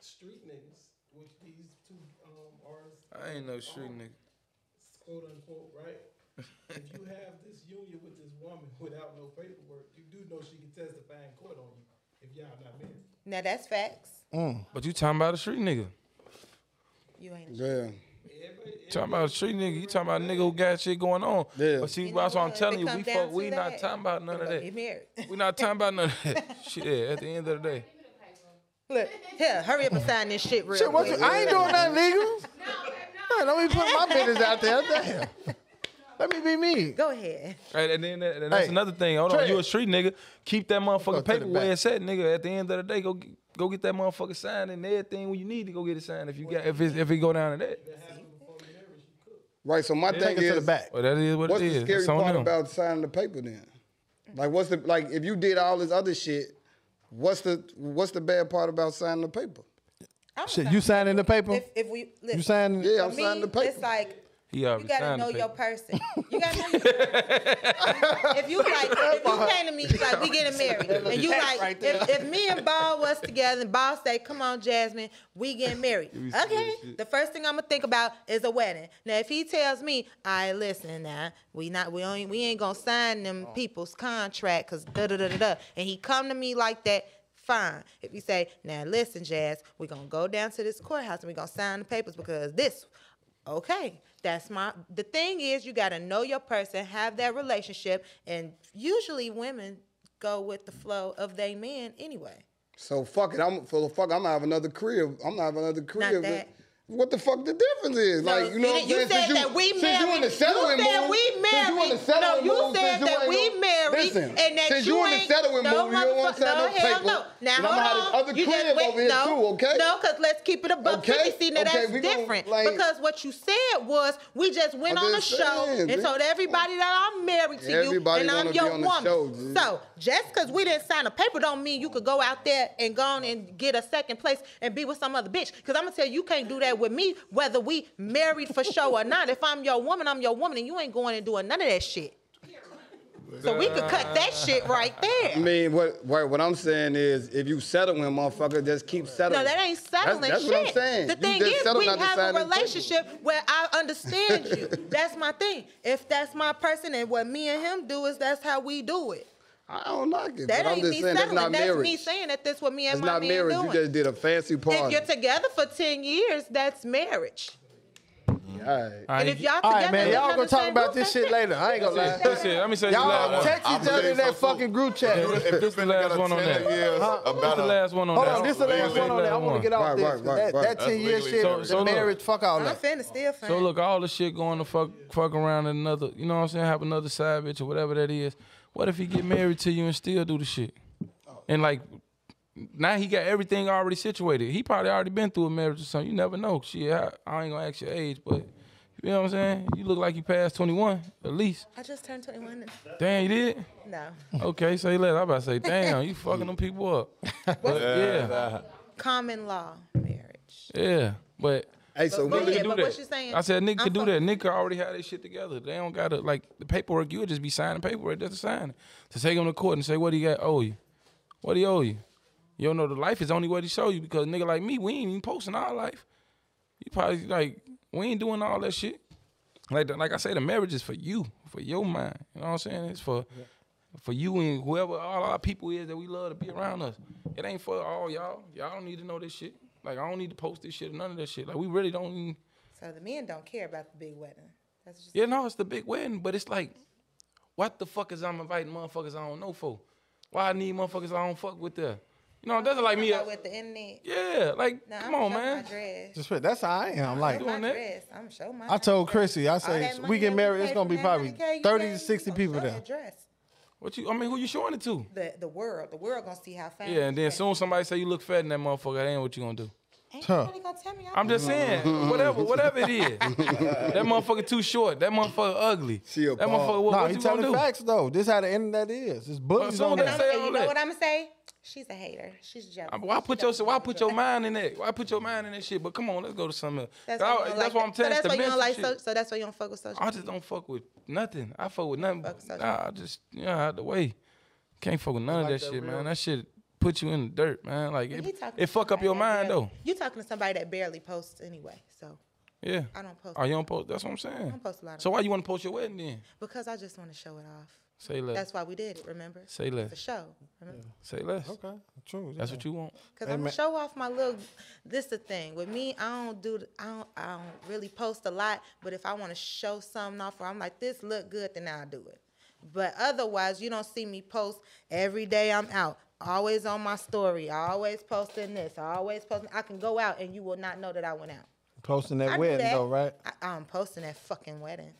Speaker 9: street niggas, which these two um, artists,
Speaker 6: I ain't no street nigga.
Speaker 9: quote unquote, right? if you have this union with this woman without no paperwork, you do know she can testify in court on you if y'all not married.
Speaker 5: Now that's facts.
Speaker 6: But you talking about a street nigga.
Speaker 5: You ain't.
Speaker 3: Yeah.
Speaker 6: You talking about a street nigga. You talking about a nigga who got shit going on.
Speaker 3: Yeah.
Speaker 6: But see,
Speaker 5: know
Speaker 6: that's what I'm
Speaker 5: what? If
Speaker 6: telling
Speaker 5: it
Speaker 6: you.
Speaker 5: come
Speaker 6: We
Speaker 5: down
Speaker 6: fuck,
Speaker 5: to
Speaker 6: we not
Speaker 5: that,
Speaker 6: talking about none of
Speaker 5: Look, He [LAUGHS]
Speaker 6: that.
Speaker 5: married.
Speaker 6: We not talking about none of that. Shit, at the end of the day.
Speaker 5: Look, here, hurry up and sign this shit real
Speaker 2: Shit, what's
Speaker 5: quick.
Speaker 2: I ain't doing nothing
Speaker 5: [LAUGHS]
Speaker 2: legal. Hey, Let me put my business out there. Damn.
Speaker 5: [LAUGHS]
Speaker 2: Let me be me.
Speaker 5: Go ahead.
Speaker 6: Right, and then that- and that's
Speaker 2: Hey,
Speaker 6: another thing. Hold
Speaker 2: Trey.
Speaker 6: on, you a street nigga. Keep that
Speaker 2: Go to
Speaker 6: motherfucking
Speaker 2: the
Speaker 6: paper where
Speaker 2: back.
Speaker 6: it's at, nigga. At the end of the day, go get, go get that motherfucker signed and everything when you need to go get it signed. If you got if it's, if it go down to that,
Speaker 3: Right. So my thing
Speaker 2: Take it
Speaker 3: is,
Speaker 2: to the back.
Speaker 6: well, that is what
Speaker 3: what's
Speaker 6: it is.
Speaker 3: the scary
Speaker 6: It's on
Speaker 3: part
Speaker 6: them.
Speaker 3: about signing the paper then? Like, what's the like? If you did all this other shit, what's the what's the bad part about signing the paper?
Speaker 5: I'm
Speaker 2: Shit, you signing the paper?
Speaker 5: If, if we look,
Speaker 2: You signing?
Speaker 3: Yeah,
Speaker 5: for
Speaker 3: I'm signing
Speaker 5: me,
Speaker 3: the paper.
Speaker 5: It's like
Speaker 6: He already
Speaker 5: you gotta
Speaker 6: signed the
Speaker 5: know your
Speaker 6: paper.
Speaker 5: person. You gotta know your person. if you like, if you came to me like we getting married, and you like, if, if me and Ball was together, and Ball say, "Come on, Jasmine, we getting married." Okay, the first thing I'm gonna think about is a wedding. Now, if he tells me, "I listen, now we not we ain't we ain't gonna sign them people's contract because da da da da da," and he come to me like that. Fine. If you say, now listen, Jazz, we're gonna go down to this courthouse and we're gonna sign the papers because this okay that's my the thing is you got to know your person have that relationship and usually women go with the flow of they men anyway
Speaker 3: So fuck it. I'm for the fuck. I'm gonna have another career. I'm gonna have another career. but
Speaker 5: that.
Speaker 3: What the fuck the difference is?
Speaker 5: No,
Speaker 3: like you know, what I'm
Speaker 5: you
Speaker 3: saying?
Speaker 5: said
Speaker 3: Since
Speaker 5: that we
Speaker 3: since
Speaker 5: married.
Speaker 3: You, in
Speaker 5: You
Speaker 3: the settlement
Speaker 5: said
Speaker 3: mood,
Speaker 5: we
Speaker 3: Since you in
Speaker 5: married.
Speaker 3: the settlement
Speaker 5: No, you
Speaker 3: mood,
Speaker 5: said
Speaker 3: since you
Speaker 5: that
Speaker 3: ain't
Speaker 5: we
Speaker 3: no-
Speaker 5: married
Speaker 3: Listen,
Speaker 5: and that
Speaker 3: since
Speaker 5: you
Speaker 3: you in the
Speaker 5: ain't-
Speaker 3: settlement
Speaker 5: no
Speaker 3: mood, you don't want
Speaker 5: motherfuck-
Speaker 3: to sign
Speaker 5: no,
Speaker 3: no
Speaker 5: hell
Speaker 3: paper.
Speaker 5: no. Now,
Speaker 3: and I'm
Speaker 5: hold
Speaker 3: gonna have
Speaker 5: on.
Speaker 3: this other
Speaker 5: You just
Speaker 3: crib
Speaker 5: went-
Speaker 3: over here
Speaker 5: no,
Speaker 3: too. Okay.
Speaker 5: No, because let's keep it a buck
Speaker 3: Okay,
Speaker 5: 50. See, now
Speaker 3: okay,
Speaker 5: that's
Speaker 3: we gon'
Speaker 5: different.
Speaker 3: like-
Speaker 5: because what you said was we just went
Speaker 3: I'm
Speaker 5: on a
Speaker 3: just
Speaker 5: show
Speaker 3: saying,
Speaker 5: and
Speaker 3: dude.
Speaker 5: told everybody that I'm married to
Speaker 3: Everybody
Speaker 5: you and
Speaker 3: wanna
Speaker 5: I'm
Speaker 3: be
Speaker 5: your
Speaker 3: on the
Speaker 5: woman.
Speaker 3: show, dude.
Speaker 5: so just because we didn't sign a paper don't mean you could go out there and go on and get a second place and be with some other bitch. Because I'm going to tell you, you can't do that with me whether we married for show or not. If I'm your woman, I'm your woman and you ain't going and doing none of that shit. So we could cut that shit right there.
Speaker 3: I mean, what, what what I'm saying is, if you settling, motherfucker, just keep settling.
Speaker 5: No, that ain't settling
Speaker 3: That's, that's
Speaker 5: shit.
Speaker 3: what I'm saying.
Speaker 5: The
Speaker 3: You
Speaker 5: thing
Speaker 3: just
Speaker 5: is,
Speaker 3: settle
Speaker 5: we
Speaker 3: not to
Speaker 5: have
Speaker 3: sign
Speaker 5: a
Speaker 3: this paper.
Speaker 5: relationship where I understand
Speaker 3: [LAUGHS]
Speaker 5: you. that's my thing. If that's my person and what me and him do is that's how we do it.
Speaker 3: I don't like it.
Speaker 5: That
Speaker 3: but I'm
Speaker 5: ain't
Speaker 3: just
Speaker 5: me
Speaker 3: saying
Speaker 5: settling.
Speaker 3: that's not marriage.
Speaker 5: me saying that that's what me and
Speaker 3: That's
Speaker 5: my
Speaker 3: not
Speaker 5: man
Speaker 3: marriage.
Speaker 5: doing.
Speaker 3: You just did a fancy
Speaker 5: if
Speaker 3: party.
Speaker 5: you're together for ten years, that's marriage.
Speaker 3: All right.
Speaker 5: And if y'all
Speaker 2: All
Speaker 5: together,
Speaker 2: right, man. Y'all
Speaker 5: under
Speaker 2: gonna
Speaker 5: the
Speaker 2: talk
Speaker 5: same
Speaker 2: about
Speaker 5: roof,
Speaker 2: this
Speaker 5: that's
Speaker 2: shit later. I ain't gonna lie.
Speaker 6: That's it. Let me say the
Speaker 2: Y'all
Speaker 6: last one.
Speaker 2: text each
Speaker 4: I'm
Speaker 2: other in that
Speaker 4: saying so,
Speaker 2: fucking
Speaker 4: too.
Speaker 2: group chat.
Speaker 4: If this
Speaker 6: the last one on that.
Speaker 4: About
Speaker 6: This the last one on
Speaker 2: Hold
Speaker 6: that.
Speaker 2: on, this is the last one on that. I want to get off
Speaker 3: Right,
Speaker 2: this.
Speaker 3: right,
Speaker 2: 'cause
Speaker 3: right,
Speaker 2: that,
Speaker 3: right.
Speaker 2: that
Speaker 4: That's
Speaker 2: ten year
Speaker 4: legally
Speaker 2: shit,
Speaker 4: So-
Speaker 2: the
Speaker 6: so look.
Speaker 2: marriage, fuck all
Speaker 5: [LAUGHS] I'm
Speaker 2: that.
Speaker 5: finna still find.
Speaker 6: So look, all the shit going to fuck fuck around and another, you know what I'm saying, have another side bitch or whatever that is. What if he get married to you and still do the shit? And like now he got everything already situated. He probably already been through a marriage or something. You never know. Shit, I, I ain't gonna ask your age, but you know what I'm saying? You look like you passed 21, at least.
Speaker 5: I just turned 21. and-
Speaker 6: Damn, you did?
Speaker 5: No,
Speaker 6: Okay, say less. I about to say, damn, you fucking them people up. But yeah,
Speaker 5: common law marriage.
Speaker 6: yeah. But
Speaker 3: Hey, so
Speaker 5: Go
Speaker 3: we
Speaker 5: ahead,
Speaker 6: do
Speaker 5: but
Speaker 6: that.
Speaker 5: what you saying?
Speaker 6: I said nigga
Speaker 5: I'm
Speaker 6: could do
Speaker 5: sorry.
Speaker 6: that. Nigga already had this shit together. They don't gotta like the paperwork. You would just be signing paperwork. That's a sign. To take him to court and say what he got owe you, what he owe you. You don't know the life is only what he show you because nigga like me, we ain't even posting our life. You probably like we ain't doing all that shit. Like the- like I say, the marriage is for you, for your mind. You know what I'm saying? It's for for you and whoever all our people is that we love to be around us. It ain't for all y'all. Y'all don't need to know this shit. Like I don't need to post this shit or none of that shit. Like we really don't. Even,
Speaker 5: So the men don't care about the big wedding. That's just
Speaker 6: yeah, no, it's the big wedding, but it's like What the fuck is I'm inviting motherfuckers I don't know for? Why I need motherfuckers I don't fuck with there? You know, that's like me. uh,
Speaker 5: Talking about with the internet.
Speaker 6: Yeah, like
Speaker 5: Nah, I'm
Speaker 6: come on,
Speaker 5: showing
Speaker 6: man.
Speaker 5: My dress.
Speaker 2: Just, that's how I am. Like
Speaker 5: My
Speaker 6: doing that.
Speaker 5: dress. I'm showing my.
Speaker 2: I told Chrissy, I
Speaker 5: All
Speaker 2: say
Speaker 5: that
Speaker 2: we
Speaker 5: money
Speaker 2: get
Speaker 5: that
Speaker 2: married,
Speaker 5: pay
Speaker 2: it's
Speaker 5: for
Speaker 2: gonna be
Speaker 5: that
Speaker 2: probably
Speaker 5: 9K, you
Speaker 2: thirty to
Speaker 5: gave me,
Speaker 2: sixty
Speaker 5: I'm
Speaker 2: people
Speaker 5: showing
Speaker 2: there.
Speaker 5: that Dress.
Speaker 6: What you? I mean, who you showing it to?
Speaker 5: The the world. The world gonna see how fast.
Speaker 6: Yeah, and then soon somebody say you look fat in that motherfucker. That ain't what you gonna do.
Speaker 5: Ain't
Speaker 2: Huh.
Speaker 5: nobody gonna tell me.
Speaker 6: I'm just saying, whatever, whatever it is. that motherfucker too short. That motherfucker ugly.
Speaker 3: She a
Speaker 6: that
Speaker 3: ball.
Speaker 6: motherfucker. What,
Speaker 2: Nah,
Speaker 6: what
Speaker 2: he
Speaker 6: you gonna
Speaker 2: telling
Speaker 6: do?
Speaker 2: facts though. This how the internet is. It's bullies
Speaker 6: so
Speaker 2: on
Speaker 5: I'm
Speaker 6: they
Speaker 2: there.
Speaker 6: say-
Speaker 5: gonna say,
Speaker 6: all
Speaker 5: you
Speaker 6: that.
Speaker 5: know what I'm gonna say? She's a hater. She's jealous.
Speaker 6: I mean, Why
Speaker 5: She
Speaker 6: put your
Speaker 5: don't
Speaker 6: why
Speaker 5: want
Speaker 6: put
Speaker 5: to do
Speaker 6: your
Speaker 5: it.
Speaker 6: mind in that? Why put your mind in that shit? But come on, let's go to something else.
Speaker 5: That's
Speaker 6: I-
Speaker 5: why, you don't like
Speaker 6: Oh, why
Speaker 5: that.
Speaker 6: I'm telling
Speaker 5: so that's why
Speaker 6: you.
Speaker 5: you
Speaker 6: It's
Speaker 5: don't
Speaker 6: the
Speaker 5: like.
Speaker 6: mental
Speaker 5: So,
Speaker 6: shit.
Speaker 5: so that's why you don't fuck with social.
Speaker 6: I just don't fuck with nothing. I fuck with nothing.
Speaker 5: Fuck social.
Speaker 6: nah, I just yeah, out the way. Can't fuck with none of that, shit, man. That shit put you in the dirt, man. Like
Speaker 5: media.
Speaker 6: it,
Speaker 5: He talking
Speaker 6: it
Speaker 5: to
Speaker 6: fuck up
Speaker 5: somebody
Speaker 6: your
Speaker 5: that
Speaker 6: mind
Speaker 5: barely-
Speaker 6: though.
Speaker 5: You talking to somebody that barely posts anyway? So
Speaker 6: Yeah.
Speaker 5: I don't post.
Speaker 6: Oh, you don't post. That's what I'm saying.
Speaker 5: don't post a lot of
Speaker 6: So why you want to post your wedding then?
Speaker 5: because I just want to show it off.
Speaker 6: Say less.
Speaker 5: That's why we did it. Remember?
Speaker 6: Uh, Say
Speaker 5: The
Speaker 6: less.
Speaker 5: show. Remember?
Speaker 6: Say less.
Speaker 2: Okay, true.
Speaker 6: That's what you want.
Speaker 5: Cause I'm gonna show off my little. This the thing with me. I don't do. the- I don't. I don't really post a lot. But if I want to show something off, or I'm like, this look good, then I'll do it. But otherwise, you don't see me post every day. I'm out. Always on my story. Always posting this. Always posting. I can go out and you will not know that I went out.
Speaker 2: posting
Speaker 5: I
Speaker 2: that
Speaker 5: do
Speaker 2: wedding
Speaker 5: that.
Speaker 2: though, right?
Speaker 5: I, I'm posting that fucking wedding.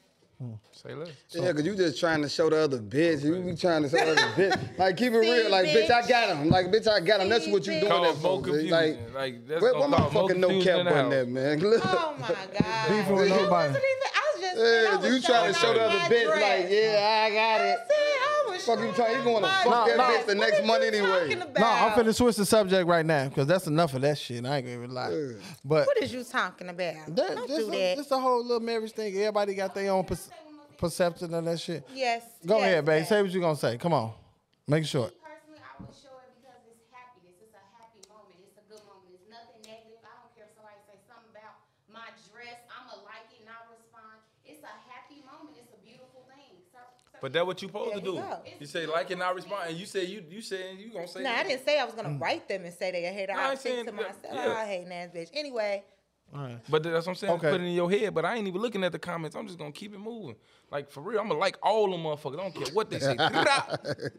Speaker 6: Say less.
Speaker 3: Yeah, cause you just trying to show the other bitch. You be trying to show the
Speaker 2: [LAUGHS]
Speaker 3: other bitch. Like keep it
Speaker 5: See,
Speaker 3: real. Like bitch, I
Speaker 5: bitch.
Speaker 3: got him. Like bitch, I got him. That's what you
Speaker 5: See,
Speaker 3: doing.
Speaker 5: bitch.
Speaker 6: Cause
Speaker 3: that
Speaker 6: more
Speaker 3: for, bitch.
Speaker 6: confusion.
Speaker 3: Like,
Speaker 6: Like, that's
Speaker 3: where, where
Speaker 6: gonna
Speaker 3: my
Speaker 6: cause more
Speaker 3: fucking no
Speaker 6: confusion
Speaker 3: cap
Speaker 6: in the
Speaker 3: button
Speaker 6: house.
Speaker 3: at, man? [LAUGHS] Look.
Speaker 5: Oh
Speaker 2: [LAUGHS]
Speaker 5: my god.
Speaker 2: Beefing with
Speaker 5: I
Speaker 2: nobody.
Speaker 5: wasn't even- I was just. I
Speaker 3: Yeah,
Speaker 5: was
Speaker 3: you trying to show
Speaker 5: showing
Speaker 3: the other
Speaker 5: my
Speaker 3: bitch,
Speaker 5: dress.
Speaker 3: like, yeah, I got it.
Speaker 5: said I was
Speaker 3: Fuck you
Speaker 5: showing
Speaker 3: talking- you
Speaker 5: off
Speaker 3: gonna
Speaker 5: my
Speaker 3: fuck that
Speaker 5: dress.
Speaker 3: bitch the
Speaker 5: What
Speaker 3: next
Speaker 5: are you
Speaker 3: month anyway.
Speaker 5: talking
Speaker 2: No, I'm
Speaker 5: about?
Speaker 2: finna switch the subject right now because that's enough of that shit. I ain't gonna even lie. But
Speaker 5: What is you talking about?
Speaker 2: that, just,
Speaker 5: Don't do
Speaker 2: a,
Speaker 5: that.
Speaker 2: just a whole little marriage thing. Everybody got their own perce- perception of that shit.
Speaker 5: yes.
Speaker 2: Go
Speaker 5: yes,
Speaker 2: ahead, babe.
Speaker 5: yes.
Speaker 2: Say what you gonna say. Come on, make it short.
Speaker 8: Me personally, I would show it because it's happiness. It's a happy moment. It's a good moment. It's nothing negative. I don't care if somebody say something about my dress. I'ma like it and I respond. It's a happy moment. It's a beautiful thing. So, so
Speaker 6: But that what you supposed
Speaker 5: There you
Speaker 6: to do.
Speaker 5: go.
Speaker 6: You say like and I respond, and you say you you saying you gonna say.
Speaker 5: No, I didn't say I was
Speaker 2: Mm.
Speaker 5: gonna write them and say they hate.
Speaker 6: I
Speaker 5: I
Speaker 6: ain't
Speaker 5: think
Speaker 6: saying
Speaker 5: to
Speaker 6: that-
Speaker 5: myself,
Speaker 6: yeah.
Speaker 5: I hate ass bitch. Anyway,
Speaker 6: But that's what I'm saying.
Speaker 2: Okay.
Speaker 6: Put it in your head. But I ain't even looking at the comments. I'm just gonna keep it moving. Like for real, I'm gonna like all them motherfuckers. I don't care what
Speaker 2: [LAUGHS]
Speaker 6: they say.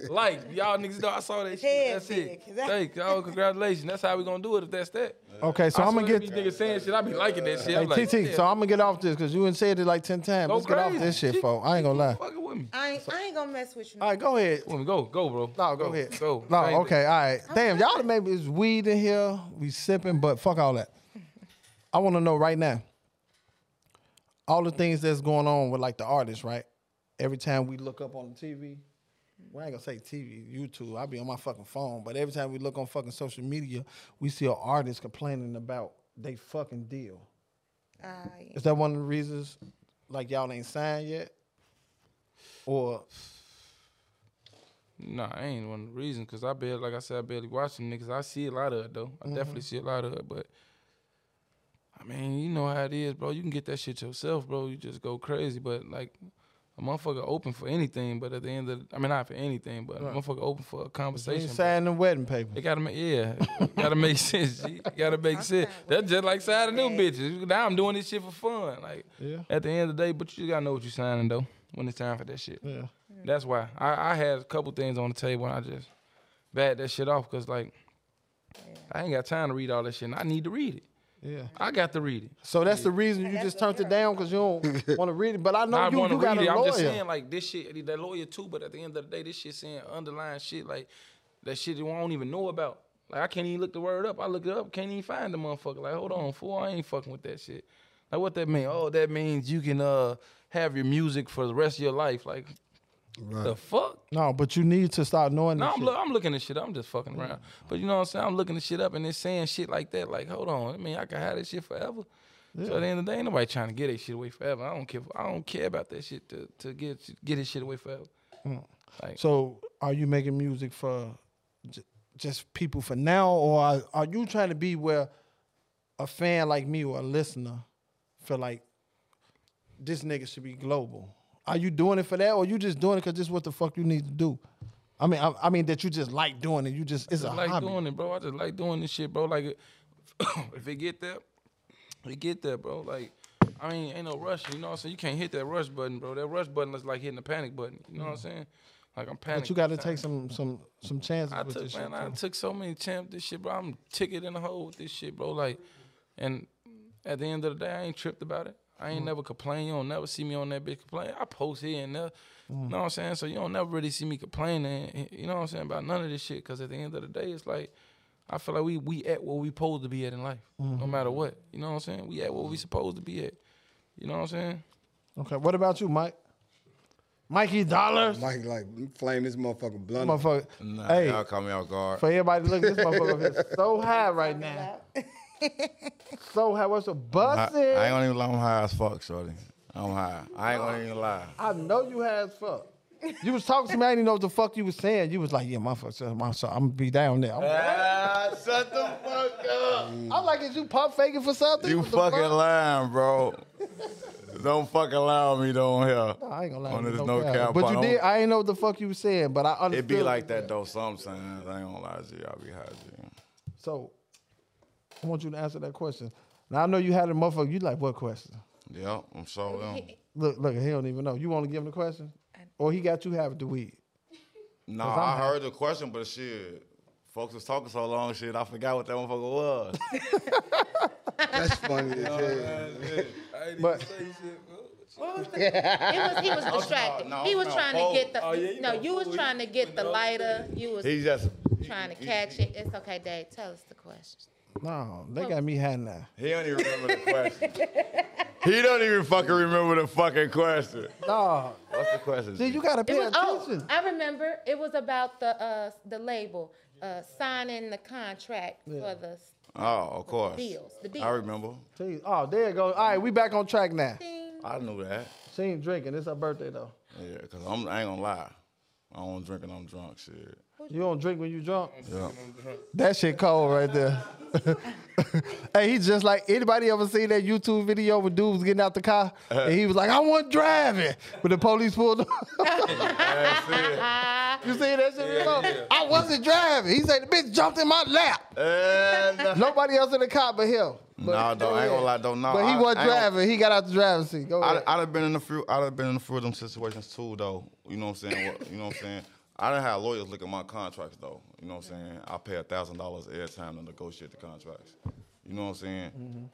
Speaker 6: like y'all niggas know I saw that shit.
Speaker 5: Head
Speaker 6: That's
Speaker 5: big.
Speaker 6: it. Thank y'all. Congratulations. That's how we gonna do it. If that's that.
Speaker 2: Okay, so
Speaker 6: I
Speaker 2: I'm
Speaker 6: swear
Speaker 2: gonna get
Speaker 6: these niggas saying shit. I be liking that shit.
Speaker 2: Hey,
Speaker 6: I'm like,
Speaker 2: TT,
Speaker 6: yeah,
Speaker 2: so I'm gonna get off this because you done said it like 10 times.
Speaker 6: go
Speaker 2: Let's get off
Speaker 6: crazy.
Speaker 2: this shit,
Speaker 6: She-
Speaker 2: folks. I ain't gonna lie.
Speaker 6: she Fucking with me.
Speaker 5: I ain't, I ain't gonna mess with you.
Speaker 2: All right, go ahead.
Speaker 6: Woman, go, go, bro.
Speaker 2: No, Oh, go ahead.
Speaker 6: Go.
Speaker 2: No,
Speaker 6: Thank you.
Speaker 2: okay, all right. Damn, y'all done made me, it's weed in here. We sipping, but fuck all that. I wanna know right now all the things that's going on with like the artists, right? Every time we look up on the TV, well, I ain't gonna say TV, YouTube. I be on my fucking phone, but every time we look on fucking social media, we see an artist complaining about they fucking deal.
Speaker 5: Uh,
Speaker 2: Is that one of the reasons, like y'all ain't signed yet, or
Speaker 6: Nah, I ain't one of the reasons because I barely, like I said, I barely watch them niggas. I see a lot of it though. I definitely see a lot of it, but I mean, you know how it is, bro. You can get that shit yourself, bro. You just go crazy, but like a motherfucker open for anything. But at the end of, the, I mean, not for anything, but a motherfucker open for a
Speaker 2: they
Speaker 6: conversation. bro.
Speaker 2: sign the wedding paper?
Speaker 6: It gotta make yeah, it gotta make [LAUGHS] sense. G. It gotta make sense. That's just like signing new bitches. Now I'm doing this shit for fun. Like
Speaker 2: Yeah.
Speaker 6: at the end of the day, but you just gotta know what you signing though when it's time for that shit.
Speaker 2: Yeah.
Speaker 6: That's why I, I had a couple things on the table and I just backed that shit off because like I ain't got time to read all that shit. and I need to read it.
Speaker 2: Yeah.
Speaker 6: I got to read it.
Speaker 2: So that's the reason you just turned it down because you don't want to read it. But I know
Speaker 6: I
Speaker 2: you,
Speaker 6: want to
Speaker 2: you got
Speaker 6: read it.
Speaker 2: a
Speaker 6: I'm just
Speaker 2: lawyer.
Speaker 6: saying like this shit, that lawyer too. But at the end of the day, this shit saying underlying shit like that shit you won't even know about. Like I can't even look the word up. I look it up, can't even find the motherfucker. Like hold on, fool, I ain't fucking with that shit. Like what that mean? Oh, that means you can uh have your music for the rest of your life. Like the fuck.
Speaker 2: No, but you need to start knowing
Speaker 6: No,
Speaker 2: that.
Speaker 6: I'm, look, I'm looking at shit. up. I'm just fucking
Speaker 2: Mm.
Speaker 6: around. But you know what I'm saying? I'm looking at shit up and it's saying shit like that. Like, hold on. I mean, I can have this shit forever. So at the end of the day, ain't nobody trying to get that shit away forever. I don't care. I don't care about that shit to, to get get this shit away forever. Like,
Speaker 2: So are you making music for j- just people for now, or are, are you trying to be where a fan like me or a listener feel like this nigga should be global? Are you doing it for that, or you just doing it because this is what the fuck you need to do? I mean, I, I mean that you just like doing it. You just it's a
Speaker 6: I like
Speaker 2: hobby.
Speaker 6: doing it, bro. I just [COUGHS] like doing this shit, bro. Like, if it get there, it get there, bro. Like, I mean, ain't no rush. You know what I'm saying? You can't hit that rush button, bro. That rush button is like hitting the panic button. You know what I'm saying? Like I'm panicking.
Speaker 2: Mm. But you got to take some some some chances
Speaker 6: I
Speaker 2: with
Speaker 6: took
Speaker 2: this
Speaker 6: man,
Speaker 2: shit.
Speaker 6: I
Speaker 2: too.
Speaker 6: took so many champs this shit, bro. I'm ticket in the hole with this shit, bro. Like, and at the end of the day, I ain't tripped about it. I
Speaker 2: Mm.
Speaker 6: ain't never complain. You don't never see me on that bitch complain. I post here and there.
Speaker 2: Mm.
Speaker 6: You know what I'm saying? So you don't never really see me complaining. You know what I'm saying about none of this shit. Cause at the end of the day, it's like I feel like we we at where we supposed to be at in life,
Speaker 2: Mm-hmm.
Speaker 6: no matter what. You know what I'm saying? We at where we supposed to be at. You know what I'm saying?
Speaker 2: Okay, what about you, Mike? Mikey Dollars,
Speaker 3: Mike like flame this motherfucking blunt.
Speaker 2: motherfucker.
Speaker 4: Nah,
Speaker 2: hey,
Speaker 4: y'all caught me off guard.
Speaker 2: for everybody to look at this motherfucker up here, so high right now. so high. What's up,
Speaker 4: I,
Speaker 2: bussin'?
Speaker 4: I ain't gonna even lie, I'm high as fuck, shorty. I'm high. I ain't gonna even
Speaker 2: [LAUGHS]
Speaker 4: lie.
Speaker 2: I know you had as fuck. You was talking to me. I didn't know what the fuck you was saying. You was like, "Yeah, my fuck, so- my so I'm gonna be down there." I'm like,
Speaker 4: Ah, shut the fuck up.
Speaker 2: I'm like, "Is you pump faking for something?"
Speaker 4: You
Speaker 2: What the
Speaker 4: fucking
Speaker 2: fuck? [LAUGHS]
Speaker 4: lying, bro. Don't fucking lie on me down here.
Speaker 2: I ain't gonna lie.
Speaker 4: On
Speaker 2: there's
Speaker 4: this no cap.
Speaker 2: But you
Speaker 4: I
Speaker 2: did.
Speaker 4: don't-
Speaker 2: I ain't know what the fuck you was saying, but I understood.
Speaker 4: It be like that though sometimes. I ain't gonna lie to you. I'll be high to you.
Speaker 2: So, I want you to answer that question. Now I know you had a motherfucker. You like what question?
Speaker 4: Yep, I'm sure. them.
Speaker 2: Look, look, he don't even know. You want to give him the question, or he got you having the weed?
Speaker 4: Nah, I heard the question, but shit, folks was talking so long, shit, I forgot what that motherfucker
Speaker 5: [LAUGHS]
Speaker 4: was.
Speaker 3: That's funny
Speaker 2: [LAUGHS]
Speaker 3: as hell.
Speaker 2: But
Speaker 5: What was the, it
Speaker 2: [LAUGHS]
Speaker 5: was, he was
Speaker 2: Oh,
Speaker 5: distracted.
Speaker 4: no,
Speaker 5: he was
Speaker 4: no,
Speaker 5: trying to
Speaker 4: fold.
Speaker 5: get the.
Speaker 6: Oh, yeah, you
Speaker 5: no,
Speaker 6: know,
Speaker 5: you was
Speaker 6: fold.
Speaker 5: trying to get the lighter. You was
Speaker 4: He just
Speaker 5: trying to catch it. It's okay, Dave. Tell us the question.
Speaker 2: no, they got me high [LAUGHS] now.
Speaker 4: he don't even remember the question. he don't even fucking remember the fucking question.
Speaker 2: No,
Speaker 4: What's the question?
Speaker 2: see, you gotta
Speaker 5: It
Speaker 2: pay
Speaker 5: was, oh,
Speaker 2: attention.
Speaker 5: I remember. It was about the uh, the label, uh, signing the contract for the s-
Speaker 4: Oh, of course.
Speaker 5: Deals, the
Speaker 4: I
Speaker 5: deals.
Speaker 4: remember.
Speaker 2: Jeez. Oh, there it goes. All right, we back on track now.
Speaker 5: thing.
Speaker 4: I knew that.
Speaker 2: She ain't drinking. It's her birthday though.
Speaker 4: Yeah, cause I'm I ain't gonna lie. I don't drink and I'm drunk. Shit.
Speaker 2: You don't drink when you drunk.
Speaker 5: [LAUGHS]
Speaker 4: Yeah.
Speaker 2: [LAUGHS] That shit cold right there. hey, he just like anybody ever seen that YouTube video when dude was getting out the car and he was like, "I want driving," but the police pulled
Speaker 5: [LAUGHS]
Speaker 2: up.
Speaker 4: That's it.
Speaker 2: you see that shit? before? I wasn't driving. He said the bitch jumped in my lap.
Speaker 4: And, uh,
Speaker 2: Nobody else in the car but him. But
Speaker 4: nah, though, I ain't gonna lie, though. Nah,
Speaker 2: But he
Speaker 4: I-
Speaker 2: wasn't
Speaker 4: I ain't gonna-
Speaker 2: driving. He got out the driver's seat. Go
Speaker 4: I'd,
Speaker 2: ahead.
Speaker 4: I'd have been in a few. I'd have been in a few of them situations too, though. You know what I'm saying? What- you know what I'm saying? I done had lawyers look at my contracts, though. You know what I'm saying? I pay a thousand dollars every time to negotiate the contracts. You know what I'm saying?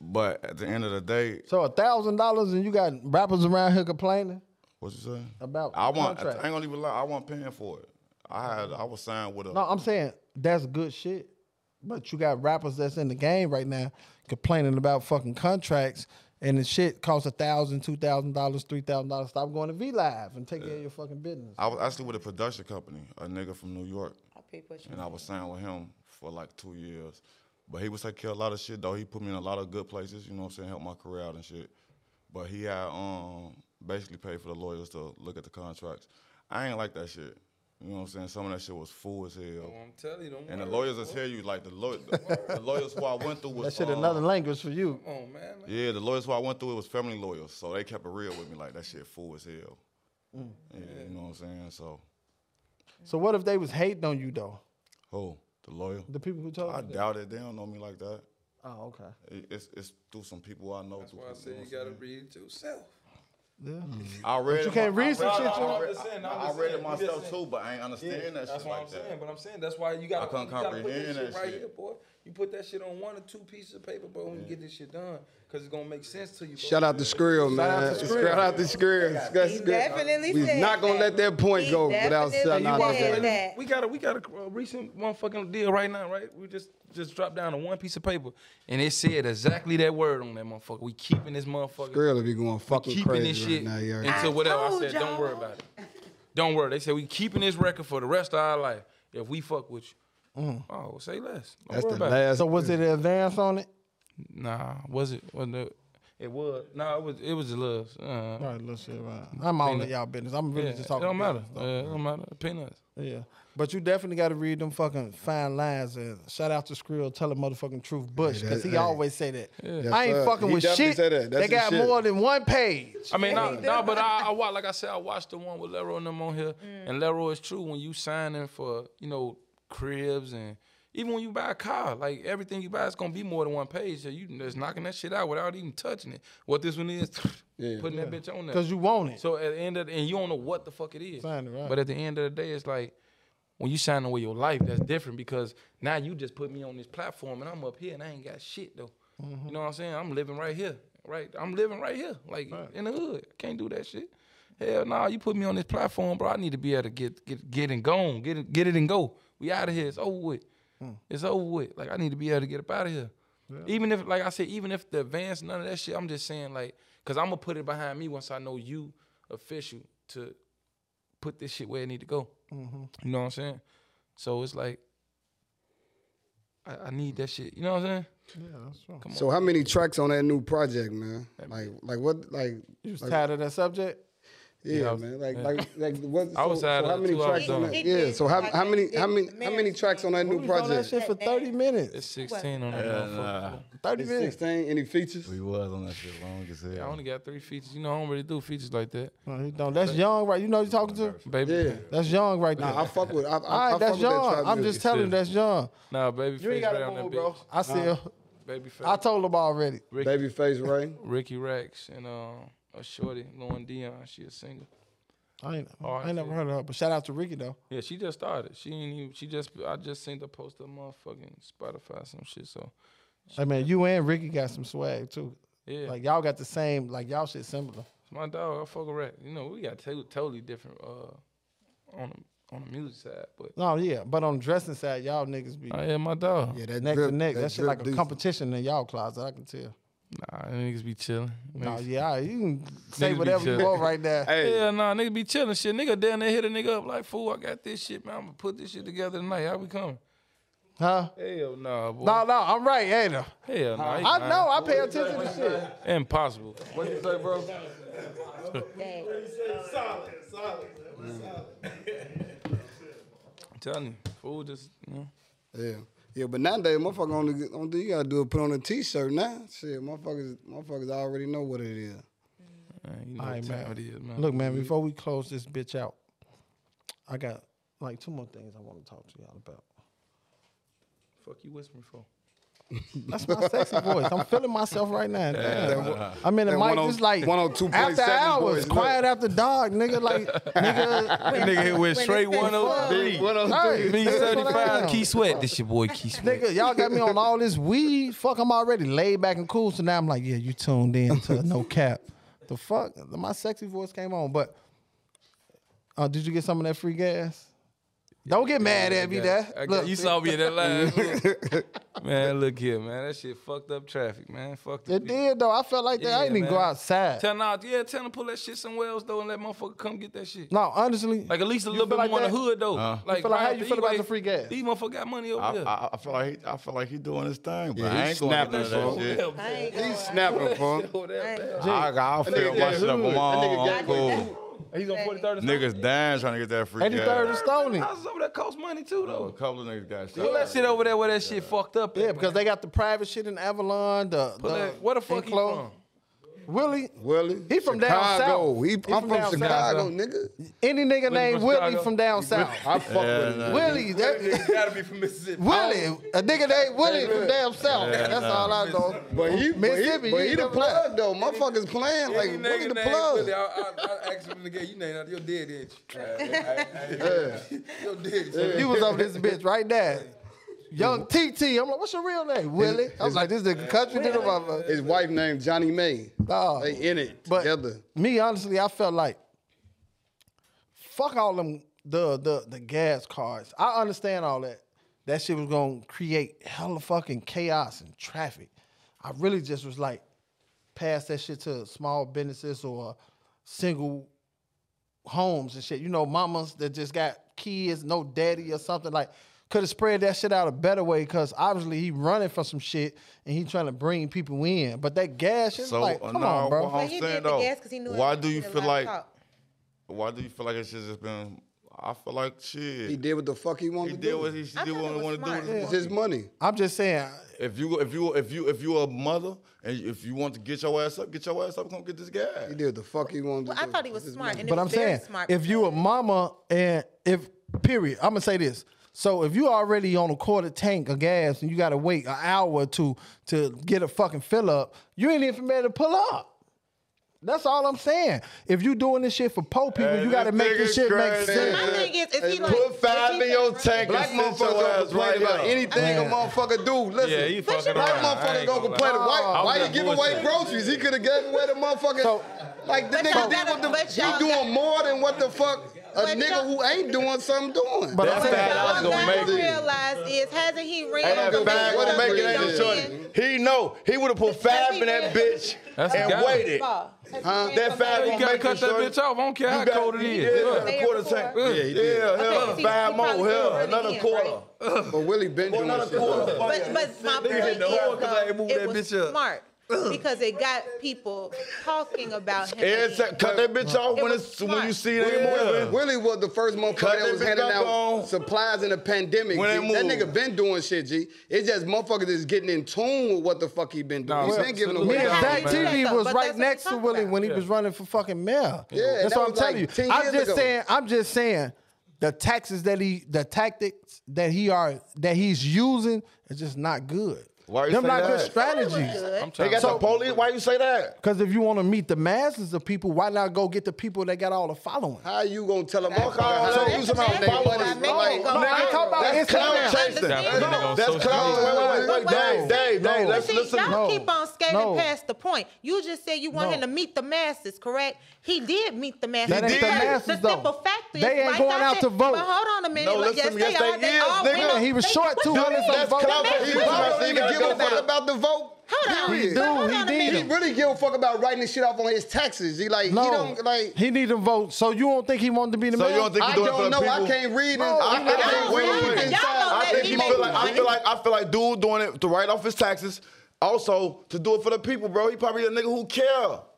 Speaker 4: But at the end of the day,
Speaker 2: Mm-hmm. so a thousand dollars and you got rappers around here complaining.
Speaker 4: what you say
Speaker 2: About
Speaker 4: I want. I
Speaker 2: contracts.
Speaker 4: ain't gonna even lie. I wasn't paying for it. I had. I was signed with a.
Speaker 2: No, I'm saying that's good shit. But you got rappers that's in the game right now complaining about fucking contracts and the shit costs a thousand, two thousand dollars, three thousand dollars. Stop going to V Live and take care of your fucking business.
Speaker 4: I was actually with a production company, a nigga from New York.
Speaker 5: peep what you
Speaker 4: and I was signed with him for like two years. But he was taking care of a lot of shit though. He put me in a lot of good places, you know what I'm saying, helped my career out and shit. But he had um basically paid for the lawyers to look at the contracts. I ain't like that shit. You know what I'm saying? Some of that shit was fool as hell.
Speaker 6: I'm telling you, don't
Speaker 2: uh,
Speaker 4: And the
Speaker 6: worry.
Speaker 4: lawyers will tell you, like the, law- the lawyers who I went through was
Speaker 2: That shit
Speaker 4: um,
Speaker 2: another language for you.
Speaker 6: Come on, man.
Speaker 4: yeah, the lawyers who I went through, it was family lawyers. So they kept it real with me. Like, that shit fool as hell.
Speaker 2: Mm.
Speaker 4: Yeah, you know what I'm saying? So,
Speaker 2: So what if they was hating on you though?
Speaker 4: who? The lawyer?
Speaker 2: The people who told
Speaker 4: I
Speaker 2: you. that?
Speaker 4: doubt it. They don't know me like that.
Speaker 2: Oh, okay.
Speaker 4: It- It's it's through some people I know. That's
Speaker 6: Why I said you gotta read to yourself.
Speaker 4: I read. it
Speaker 2: you can't
Speaker 4: my-
Speaker 2: read
Speaker 4: I
Speaker 2: some shit, you-
Speaker 4: I read,
Speaker 6: I'm just saying,
Speaker 4: I-
Speaker 6: I'm
Speaker 4: I
Speaker 6: just
Speaker 4: read it
Speaker 6: saying, I'm just
Speaker 4: myself
Speaker 6: saying.
Speaker 4: too, but I ain't understand that
Speaker 6: that's
Speaker 4: shit
Speaker 6: what
Speaker 4: like
Speaker 6: I'm
Speaker 4: that.
Speaker 6: saying. But I'm saying that's why you got.
Speaker 4: couldn't
Speaker 6: you gotta put
Speaker 4: comprehend
Speaker 6: this shit
Speaker 4: that
Speaker 6: right
Speaker 4: shit.
Speaker 6: here, boy. You put that shit on one or two pieces of paper, bro, when you get this shit done, cause it's gonna make sense to you. Bro.
Speaker 3: Shout out to Skrill, man.
Speaker 2: out to Skrill.
Speaker 3: Shout out to Skrill. That's good.
Speaker 5: definitely
Speaker 3: We's
Speaker 5: said
Speaker 3: not gonna
Speaker 5: that.
Speaker 3: let that point
Speaker 5: He
Speaker 3: go without
Speaker 5: definitely
Speaker 3: shouting out
Speaker 5: said
Speaker 3: to
Speaker 5: that.
Speaker 3: Skrill.
Speaker 5: that.
Speaker 6: We got a we got a uh, recent motherfucking deal right now, right? We just just dropped down to one piece of paper, and it said exactly that word on that motherfucker. We keeping this motherfucker.
Speaker 3: Skrill be going fucking
Speaker 6: keeping this
Speaker 3: crazy right
Speaker 6: shit
Speaker 3: now, yeah.
Speaker 5: I
Speaker 6: until whatever. I
Speaker 5: told
Speaker 6: said, don't worry
Speaker 5: y'all." [LAUGHS]
Speaker 6: about it. Don't worry. They said we keeping this record for the rest of our life if we fuck with you. Oh, say less.
Speaker 3: Mm.
Speaker 6: Don't
Speaker 3: That's
Speaker 6: worry
Speaker 3: the
Speaker 6: about
Speaker 3: last.
Speaker 2: So was it an advance on it?
Speaker 6: it. Nah, was it? Was it? It was. Nah, it was. It was the love. Uh,
Speaker 2: All right, let's see. Right. I'm all in y'all business. I'm really
Speaker 6: yeah,
Speaker 2: just
Speaker 6: it
Speaker 2: talking.
Speaker 6: don't matter.
Speaker 2: business,
Speaker 6: Uh,
Speaker 2: though.
Speaker 6: it don't matter. Peanuts.
Speaker 2: Yeah, but you definitely got to read them fucking fine lines and shout out to Skrill, tell the motherfucking truth, Bush, because he
Speaker 3: hey.
Speaker 2: always say that.
Speaker 3: Yes,
Speaker 2: I ain't
Speaker 3: sir.
Speaker 2: fucking
Speaker 3: He
Speaker 2: with
Speaker 3: definitely
Speaker 2: shit.
Speaker 3: say that. That's
Speaker 2: they got
Speaker 3: his shit.
Speaker 2: more than one page.
Speaker 6: I mean, no, no, but I, I watch, like I said, I watched the one with Leroy and them on here, and Leroy is true. When you signing for, you know, cribs and Even when you buy a car, like everything you buy is gonna be more than one page. So you just knocking that shit out without even touching it. What this one is, [LAUGHS] putting that bitch on there.
Speaker 2: Because you want it.
Speaker 6: So at the end of the, and you don't know what the fuck it is.
Speaker 2: Sign it, right.
Speaker 6: But at the end of the day, it's like when you sign away your life, that's different because now you just put me on this platform and I'm up here and I ain't got shit though.
Speaker 2: Mm-hmm.
Speaker 6: You know what I'm saying? I'm living right here. Right. I'm living right here. Like in the hood. Can't do that shit. Hell nah, you put me on this platform, bro. I need to be able to get get get and gone. Get it get it and go. We out of here. It's over with.
Speaker 2: Hmm.
Speaker 6: It's over with. Like I need to be able to get up out of here. Even if, like I said, even if the advance, none of that shit, I'm just saying, like, cause I'm gonna put it behind me once I know you official to put this shit where it need to go.
Speaker 2: Mm-hmm.
Speaker 6: You know what I'm saying? So it's like, I, I need that shit. You know what I'm saying?
Speaker 3: So how many tracks on that new project, man? Like, like what, like,
Speaker 2: You was tired of that subject?
Speaker 3: yeah,
Speaker 6: I was-
Speaker 3: man, like, like, like, what?
Speaker 6: I was
Speaker 3: so,
Speaker 6: tired
Speaker 3: so
Speaker 6: of
Speaker 3: how
Speaker 6: the
Speaker 3: many
Speaker 6: two hours
Speaker 3: tracks on
Speaker 5: done.
Speaker 3: that? Yeah, so how, how many, how many, how many tracks on that
Speaker 2: We
Speaker 3: new
Speaker 2: was on that
Speaker 3: project?
Speaker 2: shit for 30 minutes.
Speaker 6: It's 16 on that motherfucker.
Speaker 2: 30 minutes.
Speaker 3: Sixteen. Any features?
Speaker 4: uh, We was on that shit long as
Speaker 6: I
Speaker 4: hell.
Speaker 6: only got three features. You know, I don't really do features like that,
Speaker 2: No, he don't. That's young, right? You know who you talking to?
Speaker 6: baby.
Speaker 3: Yeah.
Speaker 2: That's young right there.
Speaker 3: Nah, I fuck with. I, I,
Speaker 2: All
Speaker 3: I
Speaker 2: right,
Speaker 3: fuck
Speaker 2: that's
Speaker 3: with that
Speaker 2: young.
Speaker 3: trap
Speaker 2: I'm
Speaker 3: music.
Speaker 2: just telling you, that's young.
Speaker 6: Nah, baby. face right on that bitch.
Speaker 2: I see him.
Speaker 6: Baby face.
Speaker 2: I told him already.
Speaker 3: Babyface Ray.
Speaker 6: Ricky Rex and uh, a shorty, Lauren Dion. She a singer.
Speaker 2: I ain't,
Speaker 6: Alright,
Speaker 2: I ain't never
Speaker 6: Oh, see.
Speaker 2: heard of her, but shout out to Ricky though.
Speaker 6: Yeah, she just started. She ain't even. She just. I just seen the post on motherfucking Spotify some shit. So
Speaker 2: I mean, you and Ricky got some swag too.
Speaker 6: yeah,
Speaker 2: Like y'all got the same, like y'all shit similar.
Speaker 6: my dog. I fuck a rat. You know, we got to- totally different uh on the, on the music side, but
Speaker 2: No, yeah, but on the dressing side, y'all niggas be
Speaker 6: I am Oh, my dog.
Speaker 2: yeah, that neck
Speaker 3: drip-
Speaker 2: to neck.
Speaker 3: that
Speaker 2: That, shit
Speaker 3: drip
Speaker 2: like a
Speaker 3: decent.
Speaker 2: competition in y'all closet. I can tell.
Speaker 6: Nah, niggas be chilling.
Speaker 2: No, yeah, all right, you
Speaker 6: [LAUGHS]
Speaker 2: can say
Speaker 6: be
Speaker 2: whatever you
Speaker 6: chill.
Speaker 2: want right there.
Speaker 6: Hell nah, nigga be chilling shit. Nigga down there hit a nigga up like fool, I got this shit, man. I'm gonna put this shit together tonight. How we coming?
Speaker 2: Huh?
Speaker 6: Hell nah, boy.
Speaker 2: No, no, I'm right, ain't I?
Speaker 6: Hell nah. he
Speaker 2: I
Speaker 6: lying.
Speaker 2: know. I pay attention to
Speaker 6: [LAUGHS]
Speaker 2: shit.
Speaker 6: Impossible.
Speaker 3: What you say, bro?
Speaker 5: That.
Speaker 9: Solid, solid, that was solid.
Speaker 6: I'm telling you. Fool just you know.
Speaker 3: Yeah. Yeah, but nowadays, motherfucker, only, get- only thing you gotta do is put on a t-shirt now. Shit, motherfuckers, motherfuckers already know what it is.
Speaker 6: Man, you know
Speaker 2: All right,
Speaker 6: what
Speaker 2: man.
Speaker 6: time it is, man.
Speaker 2: Look, man, before we close this bitch out, I got like two more things I want to talk to y'all about.
Speaker 6: fuck you whispering for.
Speaker 2: That's my sexy
Speaker 3: [LAUGHS]
Speaker 2: voice. I'm feeling myself right now. Damn. I'm in the
Speaker 3: that
Speaker 2: mic
Speaker 3: 10-
Speaker 2: just like
Speaker 3: 102.7
Speaker 2: after hours,
Speaker 3: voice, look.
Speaker 2: quiet after dark, nigga.
Speaker 6: [LAUGHS]
Speaker 2: Like, nigga,
Speaker 6: Nigga hit with
Speaker 5: When
Speaker 6: straight
Speaker 5: it's been
Speaker 6: one oh
Speaker 5: fucked.
Speaker 2: [LAUGHS]
Speaker 6: three.
Speaker 2: hey,
Speaker 6: Me
Speaker 2: that's what I
Speaker 6: seventy
Speaker 2: am.
Speaker 6: five Key Sweat. This your boy Key Sweat.
Speaker 2: Nigga, y'all got me on all this weed. Fuck, I'm already laid back and cool. So now I'm like, yeah, you tuned in to
Speaker 6: [LAUGHS]
Speaker 2: no cap. The fuck, my sexy voice came on. But uh, did you get some of that free gas? Don't get mad at me,
Speaker 6: Yeah, I
Speaker 2: Dad.
Speaker 6: got-
Speaker 2: Look,
Speaker 6: you saw me in that line. man, look here, man. That shit fucked up traffic, man. Fucked
Speaker 2: it did though. I felt like that. I
Speaker 6: Yeah,
Speaker 2: didn't even go
Speaker 6: man.
Speaker 2: outside.
Speaker 6: Tell nah, yeah, tell them to pull that shit somewhere else though, and let motherfucker come get that shit.
Speaker 2: no, honestly,
Speaker 6: Like at least a
Speaker 2: You
Speaker 6: little bit
Speaker 2: feel like
Speaker 6: more in
Speaker 2: that?
Speaker 6: the hood though.
Speaker 2: You
Speaker 6: Like
Speaker 2: feel like
Speaker 6: right
Speaker 2: how
Speaker 6: after
Speaker 2: you feel about
Speaker 6: Ebay,
Speaker 2: the free gas?
Speaker 6: These motherfuckers got money over
Speaker 4: I,
Speaker 6: here. [LAUGHS]
Speaker 4: I, I feel like he, I feel like he doing his thing, but
Speaker 3: Yeah,
Speaker 4: I
Speaker 3: he
Speaker 4: ain't going to
Speaker 3: snapping,
Speaker 4: do that
Speaker 3: bro.
Speaker 4: shit.
Speaker 5: I ain't
Speaker 3: He
Speaker 5: going.
Speaker 3: snapping, for
Speaker 6: Over there, man.
Speaker 4: I got I feel
Speaker 3: got
Speaker 4: myself
Speaker 3: hood.
Speaker 4: on my
Speaker 3: That nigga
Speaker 4: own.
Speaker 3: got
Speaker 4: I'm cool.
Speaker 6: He's on 40, 30.
Speaker 4: Niggas dying trying to get that free.
Speaker 2: eighty third
Speaker 4: gas.
Speaker 2: and Stony.
Speaker 6: Houses over there cost money too
Speaker 4: Oh, a
Speaker 6: though.
Speaker 4: couple of niggas got shot.
Speaker 6: Pull that shit over there where that shit fucked up.
Speaker 2: Yeah, because they got the private shit in Avalon. The,
Speaker 6: Pull
Speaker 2: the
Speaker 6: that- where the fuck he from?
Speaker 2: enclosed- Willie,
Speaker 3: Willie,
Speaker 2: He from down
Speaker 3: Chicago.
Speaker 2: south.
Speaker 3: He,
Speaker 2: He
Speaker 3: I'm
Speaker 2: from
Speaker 3: from,
Speaker 2: down south.
Speaker 3: Chicago, nigga.
Speaker 2: any nigga named
Speaker 6: from
Speaker 2: Willie
Speaker 6: Chicago?
Speaker 2: from down south.
Speaker 6: [LAUGHS]
Speaker 3: I fuck with him.
Speaker 2: Willie, that,
Speaker 6: gotta be from Mississippi.
Speaker 2: Willie, a nigga named Willie from down south. That's all I know.
Speaker 3: But he, but he,
Speaker 2: Mississippi,
Speaker 3: but
Speaker 2: you
Speaker 3: he the
Speaker 2: the plug.
Speaker 3: plug though. Motherfuckers playing like look at the plug.
Speaker 6: I, I, I asked him again, you name out your dead,
Speaker 5: [LAUGHS]
Speaker 6: didn't you? your dead.
Speaker 2: You was over this bitch right there. Young TT. I'm like, what's your real name? Willie. I was like, this nigga country did a
Speaker 3: His wife named Johnny May.
Speaker 2: Dog.
Speaker 3: They in it
Speaker 2: Oh. But
Speaker 3: together.
Speaker 2: me, honestly, I felt like fuck all them the the the gas cards. I understand all that. That shit was gonna create hella fucking chaos and traffic. I really just was like, pass that shit to small businesses or single homes and shit. You know, mamas that just got kids, no daddy or something like. Could have spread that shit out a better way because obviously he running from some shit and he trying to bring people in. But that gas shit,
Speaker 4: So,
Speaker 2: like,
Speaker 4: uh,
Speaker 2: come
Speaker 4: no,
Speaker 2: on, bro.
Speaker 4: well, I'm
Speaker 5: But
Speaker 4: saying
Speaker 5: he did the
Speaker 4: though,
Speaker 5: gas because he knew. it
Speaker 4: why
Speaker 5: was
Speaker 4: do you
Speaker 5: a lot
Speaker 4: feel
Speaker 5: of
Speaker 4: like
Speaker 5: talk.
Speaker 4: why do you feel like it's just been? I feel like shit.
Speaker 3: He did what the fuck he wanted
Speaker 4: He
Speaker 3: to
Speaker 4: did
Speaker 3: do.
Speaker 4: what he should
Speaker 5: I
Speaker 4: do.
Speaker 5: thought
Speaker 4: What
Speaker 5: it
Speaker 4: he
Speaker 5: was
Speaker 4: want to
Speaker 5: smart.
Speaker 4: do.
Speaker 3: it's his money.
Speaker 2: I'm just saying,
Speaker 4: If you if you if you if you a mother and if you want to get your ass up, get your ass up. Come get this
Speaker 3: He
Speaker 4: guy.
Speaker 3: did what the fuck he wanted
Speaker 5: Well,
Speaker 3: to
Speaker 5: I
Speaker 3: do.
Speaker 5: thought he was smart, and it
Speaker 2: but I'm
Speaker 5: was very
Speaker 2: saying
Speaker 5: smart.
Speaker 2: if you a mama and if period, I'm gonna say this. So if you already on a quarter tank of gas and you gotta wait an hour or two to get a fucking fill up, you ain't even ready to pull up. That's all I'm saying. If you doing this shit for poor people,
Speaker 4: Hey,
Speaker 2: you gotta
Speaker 4: this
Speaker 2: make this
Speaker 4: nigga
Speaker 2: shit make
Speaker 4: crazy.
Speaker 2: sense.
Speaker 5: My thing is, is he like
Speaker 4: Put five
Speaker 5: is
Speaker 4: in
Speaker 5: he
Speaker 4: your
Speaker 5: right?
Speaker 4: tank
Speaker 3: Black
Speaker 4: and sit
Speaker 3: motherfuckers
Speaker 4: your
Speaker 3: don't
Speaker 4: ass
Speaker 3: complain
Speaker 4: right
Speaker 3: about
Speaker 4: up.
Speaker 3: anything
Speaker 2: Man.
Speaker 3: a motherfucker do. Listen,
Speaker 10: Yeah, he fucking
Speaker 3: black
Speaker 10: around. I
Speaker 3: motherfuckers
Speaker 10: ain't
Speaker 3: don't
Speaker 10: gonna
Speaker 3: complain.
Speaker 10: lie.
Speaker 3: Why,
Speaker 10: I'm
Speaker 3: why you
Speaker 10: just
Speaker 3: give away
Speaker 10: bullshitting.
Speaker 3: groceries? He could have gave away the motherfucker.
Speaker 2: So-
Speaker 3: like the
Speaker 5: But
Speaker 3: nigga
Speaker 5: y'all
Speaker 3: did
Speaker 5: gotta-
Speaker 3: what the
Speaker 5: but
Speaker 3: he
Speaker 5: y'all
Speaker 3: doing
Speaker 5: got-
Speaker 3: more than what the fuck a
Speaker 5: But
Speaker 3: nigga
Speaker 5: y'all-
Speaker 3: who ain't doing something
Speaker 2: But
Speaker 3: doing.
Speaker 5: But
Speaker 4: That's
Speaker 5: what
Speaker 4: bad. I was
Speaker 5: y'all
Speaker 4: gonna
Speaker 5: gotta
Speaker 4: make it.
Speaker 5: realize is, hasn't he ran
Speaker 4: Ain't
Speaker 5: from
Speaker 4: that bag
Speaker 5: being
Speaker 4: gonna make it ain't it,
Speaker 5: something young
Speaker 4: shorty? He know. He would have put five in that bitch
Speaker 6: That's a
Speaker 4: and
Speaker 6: guy.
Speaker 4: waited.
Speaker 5: ball? Has he
Speaker 3: Huh?
Speaker 5: ran
Speaker 4: That
Speaker 5: from
Speaker 4: five
Speaker 5: being
Speaker 6: You
Speaker 4: gonna
Speaker 6: gotta
Speaker 4: make
Speaker 6: cut
Speaker 4: it,
Speaker 6: that
Speaker 4: shorty.
Speaker 6: bitch off. I don't care
Speaker 4: You
Speaker 6: how
Speaker 4: got-
Speaker 6: cold it is.
Speaker 4: Yeah,
Speaker 6: Look.
Speaker 4: a quarter
Speaker 5: Before.
Speaker 4: tank.
Speaker 5: Yeah,
Speaker 4: Yeah,
Speaker 6: he
Speaker 4: yeah,
Speaker 5: Okay,
Speaker 4: five
Speaker 5: he probably
Speaker 4: more.
Speaker 5: did
Speaker 4: Hell,
Speaker 5: run
Speaker 4: another
Speaker 5: again,
Speaker 4: quarter.
Speaker 5: right?
Speaker 3: But Willie been doing
Speaker 4: Another
Speaker 3: shit.
Speaker 4: quarter.
Speaker 3: though.
Speaker 5: But, but my
Speaker 4: Nigga
Speaker 5: point
Speaker 4: hit
Speaker 5: is,
Speaker 4: the hole 'cause I ain't
Speaker 5: though,
Speaker 4: moved
Speaker 5: it
Speaker 4: that
Speaker 5: was
Speaker 4: bitch up.
Speaker 5: smart because it got people talking about him.
Speaker 4: Every
Speaker 5: again.
Speaker 4: time- Cut that bitch off
Speaker 5: It
Speaker 4: when
Speaker 5: was
Speaker 4: it's when you
Speaker 5: smart.
Speaker 4: see
Speaker 3: Willie-
Speaker 4: that moving.
Speaker 3: Willie was the first motherfucker
Speaker 4: Cut
Speaker 3: that was
Speaker 4: that bitch
Speaker 3: handing
Speaker 4: back
Speaker 3: out
Speaker 4: on.
Speaker 3: supplies in the pandemic.
Speaker 4: When
Speaker 3: G.
Speaker 4: they
Speaker 3: That
Speaker 4: move.
Speaker 3: nigga been doing shit, G. It's just motherfuckers is getting in tune with what the fuck he been doing.
Speaker 6: Nah,
Speaker 3: he
Speaker 6: well,
Speaker 3: been giving
Speaker 6: absolutely.
Speaker 3: away.
Speaker 2: Me and
Speaker 6: Yeah,
Speaker 2: Zach
Speaker 6: but that's
Speaker 2: TV
Speaker 5: what
Speaker 2: was
Speaker 5: I'm
Speaker 2: right next to
Speaker 5: talking
Speaker 2: Willie
Speaker 5: about.
Speaker 2: when he was running for fucking mayor.
Speaker 3: Yeah,
Speaker 2: that's
Speaker 3: that
Speaker 2: what I'm
Speaker 3: was
Speaker 2: telling
Speaker 3: like
Speaker 2: you.
Speaker 3: 10
Speaker 2: I'm
Speaker 3: years
Speaker 2: just
Speaker 3: ago.
Speaker 2: saying. I'm just saying. The tactics that he, the tactics that he are that he's using is just not good.
Speaker 4: Why you
Speaker 2: Them
Speaker 4: say
Speaker 2: not good
Speaker 4: that?
Speaker 2: strategies.
Speaker 5: Good.
Speaker 4: They got
Speaker 2: So-
Speaker 4: the police. Why you say that?
Speaker 2: Because if you want to meet the masses of people, why not go get the people that got all the following?
Speaker 3: How you gonna tell a
Speaker 4: Fuck all that. You
Speaker 3: motherfucker?
Speaker 4: somehow
Speaker 5: that's-
Speaker 3: how
Speaker 4: follow
Speaker 5: that's-
Speaker 4: this. Like,
Speaker 5: that's- that's-
Speaker 4: no,
Speaker 2: I ain't talking about
Speaker 4: That's
Speaker 2: Instagram.
Speaker 4: cloud chasing.
Speaker 5: That
Speaker 6: put that nigga
Speaker 4: No,
Speaker 6: on
Speaker 4: that's
Speaker 6: social
Speaker 4: cloud.
Speaker 6: media.
Speaker 4: Wait, wait, wait,
Speaker 5: But
Speaker 4: wait. Dave,
Speaker 5: what-
Speaker 4: Dave,
Speaker 2: No.
Speaker 4: Dave. Let's
Speaker 5: See,
Speaker 4: listen.
Speaker 5: y'all
Speaker 2: No.
Speaker 5: keep on skating
Speaker 2: No.
Speaker 5: past the point. You just said you want
Speaker 2: No.
Speaker 5: him to meet the masses, correct? He did meet the masses.
Speaker 2: That ain't
Speaker 4: the
Speaker 5: Because
Speaker 2: masses,
Speaker 5: the simple
Speaker 2: though.
Speaker 5: fact is,
Speaker 2: They ain't
Speaker 5: like
Speaker 2: going
Speaker 5: I
Speaker 2: out
Speaker 5: said-
Speaker 2: to vote.
Speaker 5: But hold on a minute.
Speaker 4: No,
Speaker 5: like, yes,
Speaker 4: listen,
Speaker 5: they
Speaker 4: yes,
Speaker 5: are.
Speaker 4: they
Speaker 5: They
Speaker 4: is,
Speaker 5: all
Speaker 4: nigga.
Speaker 5: went on-
Speaker 2: He was
Speaker 5: they-
Speaker 2: short,
Speaker 5: what
Speaker 2: too.
Speaker 5: you
Speaker 2: Honest,
Speaker 5: mean?
Speaker 2: I'm
Speaker 4: That's
Speaker 2: voting.
Speaker 4: clout.
Speaker 5: The
Speaker 4: He
Speaker 5: masses-
Speaker 4: was-
Speaker 3: don't even give a fuck about the vote.
Speaker 5: Hold on.
Speaker 3: Period.
Speaker 5: But
Speaker 2: Dude,
Speaker 5: hold
Speaker 2: he
Speaker 5: on a
Speaker 2: did.
Speaker 3: He
Speaker 5: minute.
Speaker 3: really give a fuck about writing this shit off on his taxes. He like
Speaker 2: No,
Speaker 3: he don't like.
Speaker 2: he need to vote. So you don't think he wanted to be the
Speaker 4: So
Speaker 2: man?
Speaker 4: you don't think
Speaker 3: I
Speaker 4: he's doing it for
Speaker 3: don't know.
Speaker 4: the people?
Speaker 3: I can't read it.
Speaker 2: No,
Speaker 3: I
Speaker 2: he
Speaker 3: can't
Speaker 2: not.
Speaker 3: read
Speaker 5: Y'all-
Speaker 4: Wait,
Speaker 5: y'all
Speaker 4: wait, wait.
Speaker 5: don't let
Speaker 4: I think
Speaker 5: me
Speaker 4: he
Speaker 5: make
Speaker 4: feel like I
Speaker 5: money.
Speaker 4: feel like I feel like dude doing it to write off his taxes. Also to do it for the people, bro. He probably a nigga who care.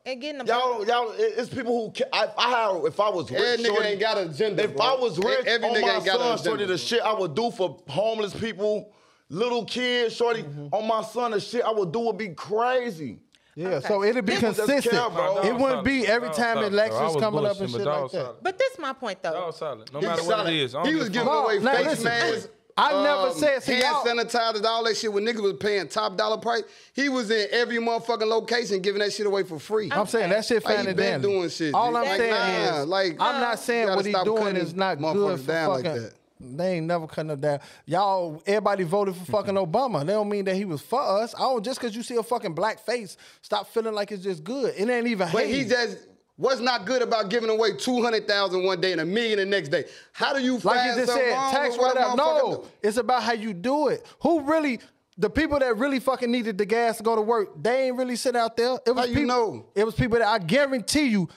Speaker 5: And getting the
Speaker 4: y'all, y'all. it- It's people who care. I, I had- if I was rich,
Speaker 3: Every nigga
Speaker 4: shorty,
Speaker 3: ain't got an agenda,
Speaker 4: If
Speaker 3: bro.
Speaker 4: I was rich,
Speaker 3: Every
Speaker 4: on
Speaker 3: nigga
Speaker 4: my
Speaker 3: ain't got an
Speaker 4: son,
Speaker 3: agenda,
Speaker 4: shorty,
Speaker 3: bro.
Speaker 4: the shit I would do for homeless people, little kids, shorty,
Speaker 3: Mm-hmm.
Speaker 4: on my son, the shit I would do would be crazy.
Speaker 2: Yeah,
Speaker 5: Okay.
Speaker 2: so it'll be
Speaker 4: People just
Speaker 2: consistent.
Speaker 4: care, bro.
Speaker 2: it wouldn't be every time elections coming up and shit like that.
Speaker 5: But this my point though.
Speaker 6: Dog solid. No
Speaker 3: He
Speaker 6: matter what
Speaker 3: solid.
Speaker 6: it is. I don't
Speaker 3: He
Speaker 6: give
Speaker 3: was
Speaker 6: a
Speaker 3: giving
Speaker 6: fuck.
Speaker 2: No,
Speaker 3: away
Speaker 2: now
Speaker 3: face
Speaker 2: listen.
Speaker 3: masks. um,
Speaker 2: I never said- see,
Speaker 3: hand
Speaker 2: y'all-
Speaker 3: sanitizers, all that shit. When niggas was paying top dollar price, he was in every motherfucking location giving that shit away for free.
Speaker 2: I'm saying that shit
Speaker 3: Like,
Speaker 2: fan
Speaker 3: he
Speaker 2: and
Speaker 3: been
Speaker 2: dandy.
Speaker 3: doing shit.
Speaker 2: All
Speaker 3: dude.
Speaker 2: I'm
Speaker 3: Like,
Speaker 2: saying
Speaker 3: nah,
Speaker 2: is,
Speaker 3: like
Speaker 2: I'm
Speaker 3: you
Speaker 2: not saying
Speaker 3: gotta
Speaker 2: what he
Speaker 3: stop
Speaker 2: doing
Speaker 3: cutting
Speaker 2: is not good
Speaker 3: motherfuckers
Speaker 2: for
Speaker 3: down
Speaker 2: fucking.
Speaker 3: like that.
Speaker 2: They ain't never cutting them down. Y'all, everybody voted for
Speaker 3: [LAUGHS]
Speaker 2: fucking Obama. They don't mean that he was for us. I don't just because you see a fucking black face, stop feeling like it's just good. It ain't even.
Speaker 3: But
Speaker 2: hate.
Speaker 3: he just what's not good about giving away two hundred thousand one day and a million the next day. How do you
Speaker 2: like
Speaker 3: find
Speaker 2: you just
Speaker 3: something
Speaker 2: said,
Speaker 3: wrong
Speaker 2: tax
Speaker 3: with what
Speaker 2: write
Speaker 3: a
Speaker 2: up.
Speaker 3: motherfucker
Speaker 2: No,
Speaker 3: do?
Speaker 2: it's about how you do it. Who really? The people that really fucking needed the gas to go to work, they ain't really sit out there. It was
Speaker 3: How you
Speaker 2: people,
Speaker 3: know?
Speaker 2: It was people that I guarantee you,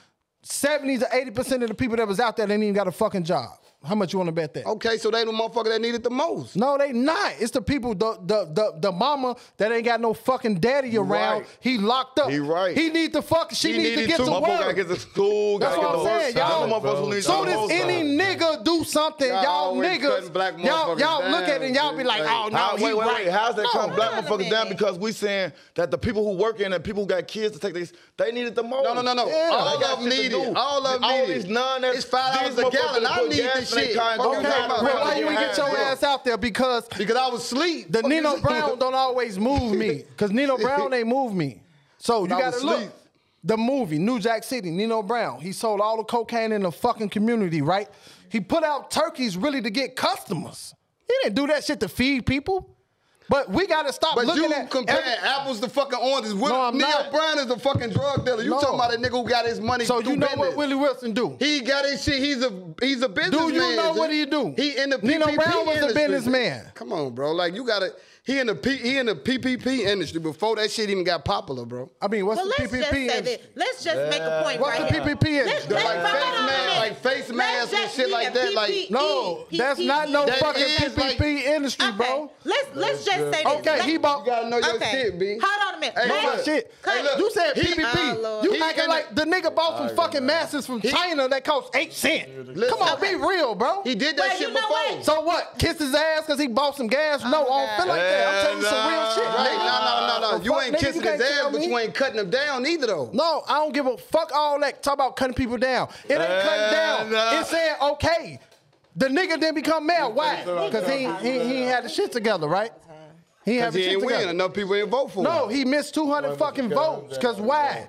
Speaker 2: seventy to eighty percent of the people that was out there, they didn't even got a fucking job. How much you want to bet that?
Speaker 3: Okay, so they the motherfucker that need it the most.
Speaker 2: No, they not. It's the people, the the the, the mama that ain't got no fucking daddy around.
Speaker 4: right.
Speaker 2: He locked up.
Speaker 4: He right.
Speaker 2: He need to fuck. She
Speaker 4: He
Speaker 2: need to
Speaker 4: needed
Speaker 2: get to
Speaker 4: My boy gotta
Speaker 2: work.
Speaker 4: get to school.
Speaker 2: That's
Speaker 4: gotta
Speaker 2: what I'm
Speaker 4: get to
Speaker 2: saying,
Speaker 4: work.
Speaker 2: y'all.
Speaker 4: Them motherfuckers who need to
Speaker 2: Soon
Speaker 4: get to
Speaker 2: as
Speaker 4: work.
Speaker 2: any nigga do something,
Speaker 3: Y'all
Speaker 2: y'all,
Speaker 3: always
Speaker 2: niggas,
Speaker 3: cutting black
Speaker 2: y'all
Speaker 3: motherfuckers
Speaker 2: y'all look
Speaker 3: down,
Speaker 2: at it and y'all be like,
Speaker 3: like-
Speaker 2: oh no,
Speaker 4: How-
Speaker 2: he
Speaker 4: wait, wait,
Speaker 2: right.
Speaker 4: wait. How's that
Speaker 5: No,
Speaker 4: calm black
Speaker 5: hold on a
Speaker 4: motherfuckers down?
Speaker 5: minute.
Speaker 4: Because we saying that the people who working and people who got kids to take this, they needed the most.
Speaker 3: No, no, no, no.
Speaker 2: Yeah.
Speaker 3: All
Speaker 4: They got
Speaker 3: of them
Speaker 4: shit to
Speaker 3: need
Speaker 4: do.
Speaker 3: it. All of them
Speaker 4: All
Speaker 3: need it.
Speaker 4: these none that's-
Speaker 3: It's five
Speaker 4: these
Speaker 3: dollars a gallon.
Speaker 4: motherfuckers
Speaker 3: I
Speaker 4: put
Speaker 3: need
Speaker 4: gas
Speaker 3: this
Speaker 4: in their
Speaker 3: shit.
Speaker 4: car and
Speaker 3: Fuck
Speaker 4: go
Speaker 3: you
Speaker 2: Okay,
Speaker 3: talking about?
Speaker 2: well, why you ain't
Speaker 4: Yeah.
Speaker 2: get your
Speaker 4: Yeah.
Speaker 2: ass out there? Because
Speaker 3: Because I was asleep.
Speaker 2: the
Speaker 3: Fuck you
Speaker 2: Nino
Speaker 3: talking
Speaker 2: Brown
Speaker 3: about?
Speaker 2: don't always move me. Because
Speaker 3: [LAUGHS]
Speaker 2: Nino Brown ain't move me. So you
Speaker 3: I
Speaker 2: gotta
Speaker 3: was
Speaker 2: look.
Speaker 3: asleep.
Speaker 2: The movie, New Jack City, Nino Brown. He sold all the cocaine in the fucking community, right? He put out turkeys really to get customers. He didn't do that shit to feed people. But we gotta stop
Speaker 3: But
Speaker 2: looking
Speaker 3: you
Speaker 2: at
Speaker 3: compare
Speaker 2: every-
Speaker 3: apples to fucking oranges. Will,
Speaker 2: No, I'm
Speaker 3: Neil
Speaker 2: not.
Speaker 3: Brown is a fucking drug dealer. You
Speaker 2: No.
Speaker 3: talking about a nigga who got his money?
Speaker 2: So you
Speaker 3: through
Speaker 2: know what
Speaker 3: business.
Speaker 2: Willie Wilson do?
Speaker 3: He got his shit. He's a he's a businessman.
Speaker 2: Do you know what he do?
Speaker 3: He in the PPP
Speaker 2: Nino Brown was a
Speaker 3: industry.
Speaker 2: businessman.
Speaker 3: Come on, bro. Like you got to. He in the P, he in the PPP industry before that shit even got popular, bro.
Speaker 2: I mean, what's
Speaker 5: Well,
Speaker 2: the
Speaker 5: let's
Speaker 2: PPP?
Speaker 5: just say
Speaker 2: industry?
Speaker 5: this. Let's just make a point
Speaker 2: What's
Speaker 5: right
Speaker 2: the
Speaker 5: here.
Speaker 2: PPP
Speaker 5: Let's,
Speaker 2: industry?
Speaker 5: let's,
Speaker 3: Like
Speaker 5: hold
Speaker 3: face
Speaker 5: on a
Speaker 3: mask-
Speaker 5: minute.
Speaker 3: like face
Speaker 5: Let's
Speaker 3: masks and
Speaker 5: just
Speaker 3: shit
Speaker 5: be
Speaker 3: like
Speaker 5: a
Speaker 3: that, like-
Speaker 5: PPE.
Speaker 2: No, that's not no
Speaker 3: That
Speaker 2: fucking
Speaker 3: is
Speaker 2: PPP
Speaker 3: like-
Speaker 2: industry,
Speaker 5: Okay,
Speaker 2: bro.
Speaker 5: Let's let's just say this.
Speaker 2: Okay,
Speaker 5: Let-
Speaker 2: he
Speaker 3: You
Speaker 2: bought.
Speaker 3: gotta know your
Speaker 5: okay.
Speaker 3: shit, b.
Speaker 5: Hold on a minute.
Speaker 3: Hey,
Speaker 5: Mask-
Speaker 3: look.
Speaker 2: Shit,
Speaker 5: Cut.
Speaker 3: Hey, look.
Speaker 2: you said
Speaker 3: He-
Speaker 5: Oh,
Speaker 2: PPP.
Speaker 5: Lord.
Speaker 2: you
Speaker 3: He
Speaker 2: acting
Speaker 3: in the-
Speaker 2: like the nigga bought some fucking masses from China that cost eight cent. Come on,
Speaker 3: Okay.
Speaker 2: be real, bro.
Speaker 3: He did that
Speaker 5: Well,
Speaker 3: shit
Speaker 5: you know what?
Speaker 3: before.
Speaker 2: So what? Kiss his ass because he bought some gas? no, I don't
Speaker 5: God.
Speaker 2: feel like that. I'm telling you some real shit.
Speaker 3: Right, no, no, no, no.
Speaker 2: The
Speaker 3: You
Speaker 2: fuck,
Speaker 3: ain't
Speaker 2: nigga,
Speaker 3: kissing
Speaker 2: you can't
Speaker 3: his ass,
Speaker 2: tell
Speaker 3: but
Speaker 2: me.
Speaker 3: you ain't cutting him down either, though.
Speaker 2: No, I don't give a fuck all that. Talk about cutting people down. It ain't cutting
Speaker 4: Uh,
Speaker 2: down.
Speaker 4: no.
Speaker 2: It's saying okay. The nigga then become mad. Why?
Speaker 5: We
Speaker 2: Because he,
Speaker 5: get
Speaker 2: he,
Speaker 5: it.
Speaker 2: he ain't had the shit together, right? He ain't had the
Speaker 3: He
Speaker 2: shit
Speaker 3: ain't win.
Speaker 2: together.
Speaker 3: Enough people ain't vote for
Speaker 2: No,
Speaker 3: him.
Speaker 2: he missed 200 fucking votes. Because why?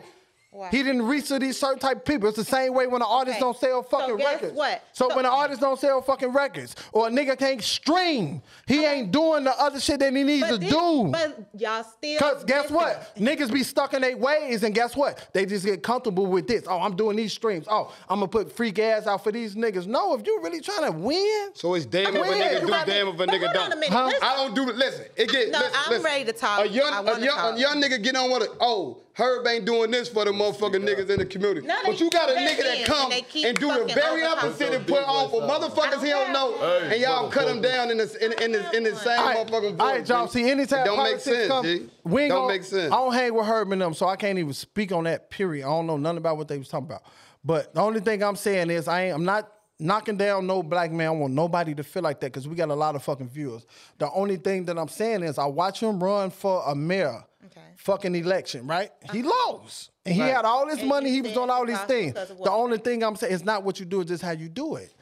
Speaker 5: Why?
Speaker 2: He didn't reach to these certain type of people. It's the same way when an artist
Speaker 5: Okay.
Speaker 2: don't sell
Speaker 5: So
Speaker 2: fucking
Speaker 5: guess
Speaker 2: records.
Speaker 5: what?
Speaker 2: So,
Speaker 5: So-
Speaker 2: when an artist don't sell fucking records, or a nigga can't stream, he ain't doing the other shit that he needs
Speaker 5: But
Speaker 2: to
Speaker 5: then-
Speaker 2: do.
Speaker 5: But y'all still.
Speaker 2: Cause guess
Speaker 5: listen.
Speaker 2: what? Niggas be stuck in their ways, and guess what? They just get comfortable with this. Oh, I'm doing these streams. Oh, I'm gonna put free gas out for these niggas. No, if you really trying to win,
Speaker 3: So it's damn if a
Speaker 2: Wait,
Speaker 3: nigga do,
Speaker 2: you
Speaker 5: got me.
Speaker 3: damn if a
Speaker 5: But
Speaker 3: nigga
Speaker 5: hold on
Speaker 3: don't.
Speaker 5: a minute, Huh?
Speaker 3: I don't do. Listen, it get.
Speaker 5: No,
Speaker 3: listen,
Speaker 5: I'm
Speaker 3: listen.
Speaker 5: ready to talk.
Speaker 3: A young,
Speaker 5: I
Speaker 3: a
Speaker 5: wanna
Speaker 3: young,
Speaker 5: talk.
Speaker 3: a young nigga get on with a. Oh, Herb ain't doing this for the motherfucking niggas in the community.
Speaker 5: No, they-
Speaker 3: but you got a
Speaker 5: they
Speaker 3: nigga that
Speaker 5: is,
Speaker 3: come
Speaker 5: and they keep
Speaker 3: and do the
Speaker 5: fucking
Speaker 3: very
Speaker 5: overcoming.
Speaker 3: opposite and put on for motherfuckers he don't know,
Speaker 5: Hey,
Speaker 3: and y'all cut him down in the in, in, the, in the same
Speaker 2: All right,
Speaker 3: motherfucking voice.
Speaker 2: all right, y'all.
Speaker 3: G.
Speaker 2: See, anytime
Speaker 3: It don't make
Speaker 2: politics
Speaker 3: sense.
Speaker 2: come,
Speaker 3: G.
Speaker 2: we ain't
Speaker 3: don't
Speaker 2: gonna-
Speaker 3: make sense.
Speaker 2: I don't hang with Herb and them, so I can't even speak on that. Period. I don't know nothing about what they was talking about. But the only thing I'm saying is I ain't, I'm not knocking down no black man. I want nobody to feel like that because we got a lot of fucking viewers. The only thing that I'm saying is I watch him run for a mayor.
Speaker 5: Okay. Uh-huh.
Speaker 2: Fucking election, right? He lost, and he had all this
Speaker 5: And
Speaker 2: money.
Speaker 5: you
Speaker 2: He was
Speaker 5: said
Speaker 2: doing all
Speaker 5: he
Speaker 2: these
Speaker 5: lost
Speaker 2: things.
Speaker 5: because of what?
Speaker 2: The only thing I'm saying is not what you do, it's just how you do it.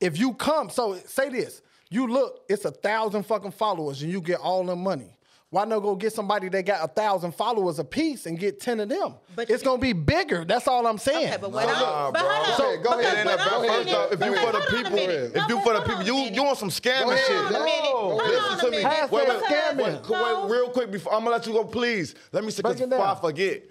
Speaker 2: If you come, so say this, you look, it's a thousand fucking followers and you get all the money. Why not go get somebody that got a thousand followers apiece and get ten of them?
Speaker 5: But
Speaker 2: it's
Speaker 5: you-
Speaker 2: gonna be bigger. That's all I'm saying.
Speaker 5: Okay, but
Speaker 4: Oh,
Speaker 5: what
Speaker 4: Nah,
Speaker 5: I'm, but
Speaker 4: bro.
Speaker 5: hold
Speaker 4: So,
Speaker 5: on.
Speaker 3: go
Speaker 5: because
Speaker 3: ahead,
Speaker 5: what
Speaker 3: now,
Speaker 5: I'm
Speaker 3: bro.
Speaker 5: saying
Speaker 3: First off,
Speaker 5: is-
Speaker 4: if you
Speaker 5: okay,
Speaker 4: for the
Speaker 5: hold on a
Speaker 4: people,
Speaker 5: minute.
Speaker 4: if
Speaker 5: No,
Speaker 4: you
Speaker 5: but
Speaker 4: for the
Speaker 5: hold on
Speaker 4: people,
Speaker 5: a
Speaker 4: you
Speaker 5: minute.
Speaker 4: you on some scamming
Speaker 5: Hold
Speaker 4: shit.
Speaker 5: on a minute. Hold
Speaker 4: Listen
Speaker 5: on
Speaker 4: to
Speaker 5: a
Speaker 4: me.
Speaker 5: minute.
Speaker 2: Hashtag
Speaker 4: Wait, wait,
Speaker 2: scamming.
Speaker 4: wait, wait,
Speaker 5: No.
Speaker 4: real quick before I'm gonna let you go, please. Let me see
Speaker 2: Break
Speaker 4: because
Speaker 2: it down.
Speaker 4: before I forget.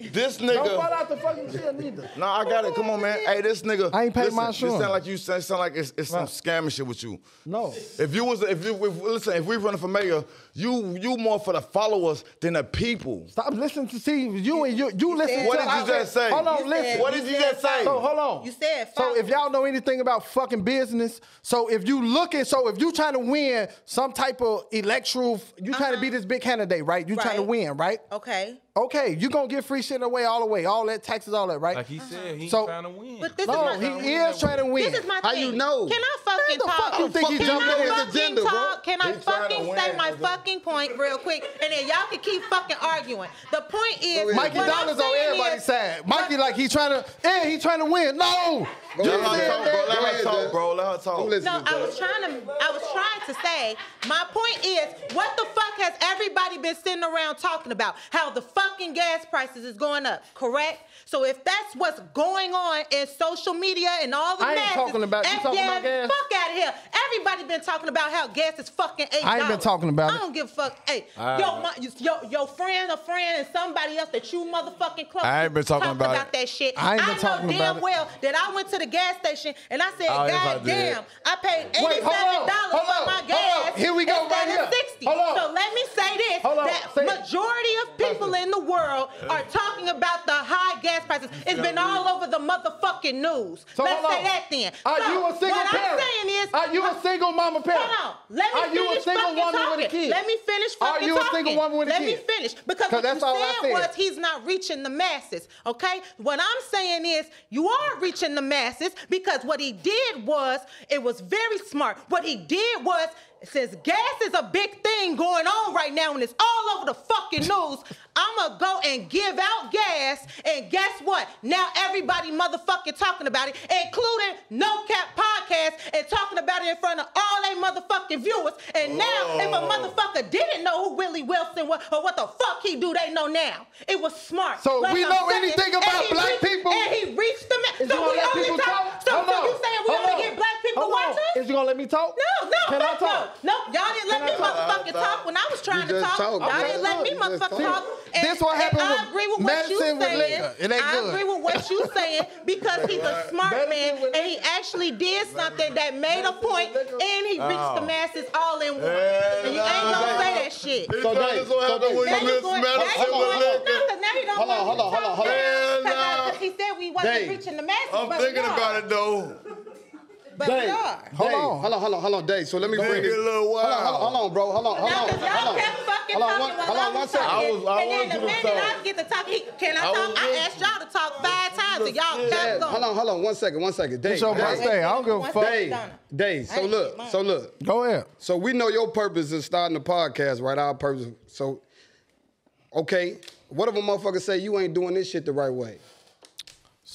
Speaker 4: This
Speaker 2: Don't
Speaker 4: nigga.
Speaker 2: fall out the fucking shit neither.
Speaker 4: No, I got it. Come on, man. Hey, this nigga.
Speaker 2: I ain't paid my
Speaker 4: listen, This
Speaker 2: insurance.
Speaker 4: sound like you sound, sound like it's, it's some
Speaker 2: Right.
Speaker 4: scamming shit with you.
Speaker 2: No.
Speaker 4: If you was, if you, if, listen, if we running for mayor, you you more for the followers than the people.
Speaker 2: Stop listening to see you and you you listen
Speaker 5: said-
Speaker 2: to
Speaker 4: What did you just say?
Speaker 2: Hold on,
Speaker 5: You
Speaker 2: listen.
Speaker 5: said-
Speaker 4: What did you just say?
Speaker 2: So hold on.
Speaker 5: You said
Speaker 2: So if
Speaker 5: followers.
Speaker 2: y'all know anything about fucking business, so if you looking, so if you trying to win some type of electoral, you trying to
Speaker 5: Uh-huh.
Speaker 2: be this big candidate, right? You trying to
Speaker 5: Right. Oh.
Speaker 2: win, right?
Speaker 5: Okay.
Speaker 2: Okay, you gonna get free shit away all the way, all that taxes, all that, right?
Speaker 6: Like he said, he
Speaker 2: So-
Speaker 6: trying to win.
Speaker 5: But this
Speaker 2: no,
Speaker 5: is my
Speaker 2: he is trying to win.
Speaker 5: This is my
Speaker 3: How
Speaker 5: thing.
Speaker 3: you know?
Speaker 5: Can I fucking
Speaker 2: Man, the
Speaker 5: talk?
Speaker 2: fuck you think he
Speaker 5: Can
Speaker 2: jumping
Speaker 5: I
Speaker 2: in his
Speaker 5: fucking
Speaker 3: agenda, bro?
Speaker 5: talk? Can I
Speaker 4: He trying to
Speaker 5: fucking
Speaker 4: win.
Speaker 5: say my fucking point real quick? And then y'all can keep fucking arguing. The point is,
Speaker 2: Mikey
Speaker 5: what I'm
Speaker 2: Dollars on
Speaker 5: saying
Speaker 2: everybody's
Speaker 5: is-
Speaker 2: side. Mikey like he trying to, yeah, he trying to win. No,
Speaker 4: Let her
Speaker 2: You said
Speaker 4: talk,
Speaker 2: that.
Speaker 4: bro. Let her
Speaker 3: ahead,
Speaker 4: talk,
Speaker 3: Jack.
Speaker 4: bro. Let her talk.
Speaker 3: listening.
Speaker 5: No, I was trying to. I was trying to say. My point is, what the fuck has everybody been sitting around talking about? How the fucking gas prices is going up, correct? So if that's what's going on in social media and all the
Speaker 2: I ain't
Speaker 5: masses,
Speaker 2: talking about- you
Speaker 5: F
Speaker 2: talking about
Speaker 5: yeah,
Speaker 2: gas?
Speaker 5: Fuck out of here. Everybody been talking about how gas is fucking eight.
Speaker 2: I ain't been talking about
Speaker 5: I
Speaker 2: it.
Speaker 5: don't give a fuck. Hey, yo, my, yo, your friend, a friend, and somebody else that you motherfucking close.
Speaker 4: I ain't
Speaker 5: to
Speaker 4: been talking
Speaker 5: talking
Speaker 4: about it.
Speaker 5: that shit.
Speaker 2: I ain't been
Speaker 5: know
Speaker 2: talking
Speaker 5: damn
Speaker 2: about it.
Speaker 5: well that I went to the gas station and I said,
Speaker 4: Oh, yes, I
Speaker 5: God
Speaker 4: did.
Speaker 5: damn, I paid
Speaker 2: Wait, hold
Speaker 5: $87
Speaker 2: on,
Speaker 5: for
Speaker 2: hold on,
Speaker 5: my
Speaker 2: hold
Speaker 5: gas.
Speaker 2: on. Here we go
Speaker 5: instead
Speaker 2: right
Speaker 5: of
Speaker 2: here.
Speaker 5: 60.
Speaker 2: Hold on.
Speaker 5: So let me say this.
Speaker 2: Hold on,
Speaker 5: That
Speaker 2: say it.
Speaker 5: majority of people in the world are talking about the high gas prices. It's been all over the motherfucking news.
Speaker 2: So
Speaker 5: Let's
Speaker 2: hold
Speaker 5: say
Speaker 2: on.
Speaker 5: that then.
Speaker 2: Are
Speaker 5: So
Speaker 2: you a single
Speaker 5: what
Speaker 2: parent?
Speaker 5: I'm saying is,
Speaker 2: are you a single mama parent?
Speaker 5: Hold on. Let me
Speaker 2: are you
Speaker 5: finish
Speaker 2: a single
Speaker 5: fucking
Speaker 2: woman
Speaker 5: talking.
Speaker 2: with a kid?
Speaker 5: Let me finish
Speaker 2: Are
Speaker 5: fucking
Speaker 2: you a
Speaker 5: talking.
Speaker 2: single woman with a
Speaker 5: Let
Speaker 2: kid?
Speaker 5: me finish. Because
Speaker 2: 'Cause
Speaker 5: what
Speaker 2: that's
Speaker 5: you
Speaker 2: all I
Speaker 5: said,
Speaker 2: said.
Speaker 5: was he's not reaching the masses, okay? What I'm saying is you are reaching the masses because what he did was, it was very smart. What he did was, since gas is a big thing going on right now and it's all over the fucking news, I'ma go and give out gas. And guess what? Now everybody motherfucking talking about it, including No Cap Podcast and talking about it in front of all they motherfucking viewers. And now if
Speaker 2: Oh.
Speaker 5: a motherfucker didn't know who Willie Wilson was or what the fuck he do, they know now. It was smart.
Speaker 2: So we
Speaker 5: I'm
Speaker 2: know
Speaker 5: saying,
Speaker 2: anything
Speaker 5: and
Speaker 2: about
Speaker 5: he
Speaker 2: black
Speaker 5: reached-
Speaker 2: people?
Speaker 5: And he reached the
Speaker 2: Is
Speaker 5: man.
Speaker 2: you
Speaker 5: So
Speaker 2: gonna
Speaker 5: we
Speaker 2: let
Speaker 5: only
Speaker 2: people
Speaker 5: talk.
Speaker 2: talk?
Speaker 5: So,
Speaker 2: Hold
Speaker 5: so
Speaker 2: on.
Speaker 5: you saying we
Speaker 2: Hold
Speaker 5: only
Speaker 2: on.
Speaker 5: get black people
Speaker 2: Hold on.
Speaker 5: watching?
Speaker 2: Is you gonna let me talk?
Speaker 5: No, no,
Speaker 2: Can I
Speaker 5: fuck
Speaker 2: talk?
Speaker 5: no. Nope, y'all didn't let
Speaker 2: Can
Speaker 5: me
Speaker 2: I talk? Uh,
Speaker 5: motherfucking talk when I was trying to
Speaker 3: just
Speaker 5: talk.
Speaker 3: talked.
Speaker 5: Y'all
Speaker 3: Okay,
Speaker 5: didn't let
Speaker 3: look,
Speaker 5: me
Speaker 3: you just
Speaker 5: motherfucking
Speaker 3: talked.
Speaker 5: talk. And,
Speaker 2: This what happened
Speaker 5: and I
Speaker 2: with
Speaker 5: agree with what you
Speaker 2: Madison with
Speaker 5: saying.
Speaker 2: liquor. It ain't
Speaker 5: I
Speaker 2: good.
Speaker 5: agree with what you saying because he's
Speaker 2: [LAUGHS]
Speaker 5: a smart man and he actually did something that made a point and he reached
Speaker 3: Oh.
Speaker 5: the masses all in one. And you ain't gonna say that shit.
Speaker 3: Dave, so
Speaker 4: So
Speaker 3: Dave,
Speaker 5: Now you going, now you going, no, 'cause now you don't
Speaker 3: Hold on,
Speaker 5: want me
Speaker 3: hold on,
Speaker 5: to
Speaker 3: hold on, hold
Speaker 5: talk
Speaker 4: on.
Speaker 5: now, 'cause I- 'cause he said we wasn't
Speaker 3: Dave,
Speaker 5: reaching the masses.
Speaker 4: I'm
Speaker 5: but
Speaker 4: thinking
Speaker 5: we are.
Speaker 4: about it though.
Speaker 5: But we
Speaker 3: Dave,
Speaker 5: are.
Speaker 3: Dave,
Speaker 2: Hold on.
Speaker 3: hold on, hold on, hold on, Dave. So let me
Speaker 4: Make
Speaker 3: bring
Speaker 4: it
Speaker 3: this.
Speaker 4: a little
Speaker 3: Hold on, hold on,
Speaker 4: wild.
Speaker 3: hold on, bro. Hold on, hold
Speaker 5: Now,
Speaker 3: on,
Speaker 5: cause
Speaker 3: hold
Speaker 5: y'all
Speaker 3: on.
Speaker 5: kept fucking
Speaker 3: Hold on,
Speaker 5: talking
Speaker 3: one,
Speaker 5: while
Speaker 3: hold on, one second.
Speaker 4: I was- I wanted
Speaker 5: and then
Speaker 4: you
Speaker 5: the
Speaker 4: to
Speaker 5: minute
Speaker 4: talk.
Speaker 5: I get to talk, he, can I,
Speaker 4: I
Speaker 5: talk?
Speaker 4: was
Speaker 5: I
Speaker 4: listening.
Speaker 5: asked y'all to talk five times, and y'all
Speaker 3: Dave,
Speaker 5: kept going.
Speaker 3: Hold on, hold on, one second, one second. Dave,
Speaker 2: It's your
Speaker 3: Dave,
Speaker 2: birthday. I don't give a
Speaker 5: One
Speaker 2: fuck.
Speaker 5: second,
Speaker 3: Dave,
Speaker 5: Donna.
Speaker 3: Dave.
Speaker 5: I
Speaker 3: So
Speaker 5: ain't
Speaker 3: look,
Speaker 5: get mine.
Speaker 3: so look.
Speaker 2: Go ahead.
Speaker 3: So we know your purpose is starting the podcast, right? Our purpose. So, okay, what if a motherfucker say you ain't doing this shit the right way?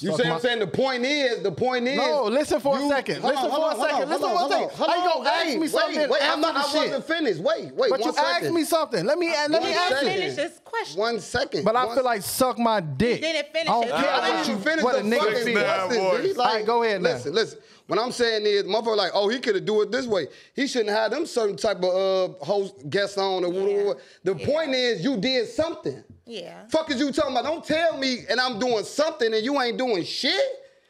Speaker 3: You
Speaker 2: Suck
Speaker 3: see what
Speaker 2: my-
Speaker 3: I'm saying? The point is, the point is.
Speaker 2: No, listen for a
Speaker 3: you-
Speaker 2: second.
Speaker 3: Hold
Speaker 2: Listen
Speaker 3: on,
Speaker 2: for
Speaker 3: hold
Speaker 2: a second.
Speaker 3: on,
Speaker 2: Listen
Speaker 3: hold on,
Speaker 2: for a second.
Speaker 3: hold
Speaker 2: How
Speaker 3: on,
Speaker 2: you
Speaker 3: hold
Speaker 2: gonna
Speaker 3: on.
Speaker 2: ask
Speaker 3: Wait,
Speaker 2: me something
Speaker 3: Wait, wait, I'm
Speaker 2: after
Speaker 3: not,
Speaker 2: the
Speaker 3: I wasn't
Speaker 2: shit?
Speaker 3: finished. Wait, wait.
Speaker 2: But
Speaker 3: one
Speaker 2: you asked
Speaker 3: second.
Speaker 2: me something. Let me let
Speaker 5: He
Speaker 2: me
Speaker 3: One
Speaker 5: didn't
Speaker 2: ask
Speaker 3: second.
Speaker 2: you.
Speaker 5: finish his question.
Speaker 3: One second.
Speaker 2: But I
Speaker 3: One
Speaker 2: feel like suck my dick.
Speaker 5: He didn't finish
Speaker 2: I don't
Speaker 5: it.
Speaker 2: care
Speaker 5: Nah,
Speaker 2: what
Speaker 5: but
Speaker 2: you
Speaker 3: you finish
Speaker 2: what a
Speaker 3: the
Speaker 2: nigga
Speaker 3: fucking
Speaker 2: said.
Speaker 4: Nah,
Speaker 3: question,
Speaker 4: boy.
Speaker 3: B.
Speaker 2: All right, go ahead now.
Speaker 3: Listen, listen. What I'm saying is, motherfucker, like, oh, he could have do it this way. He shouldn't have them certain type of uh, host guests on or whatever. The
Speaker 5: Yeah.
Speaker 3: point is, you did something.
Speaker 5: Yeah.
Speaker 3: Fuck is you talking about? Don't tell me and I'm doing something and you ain't doing shit.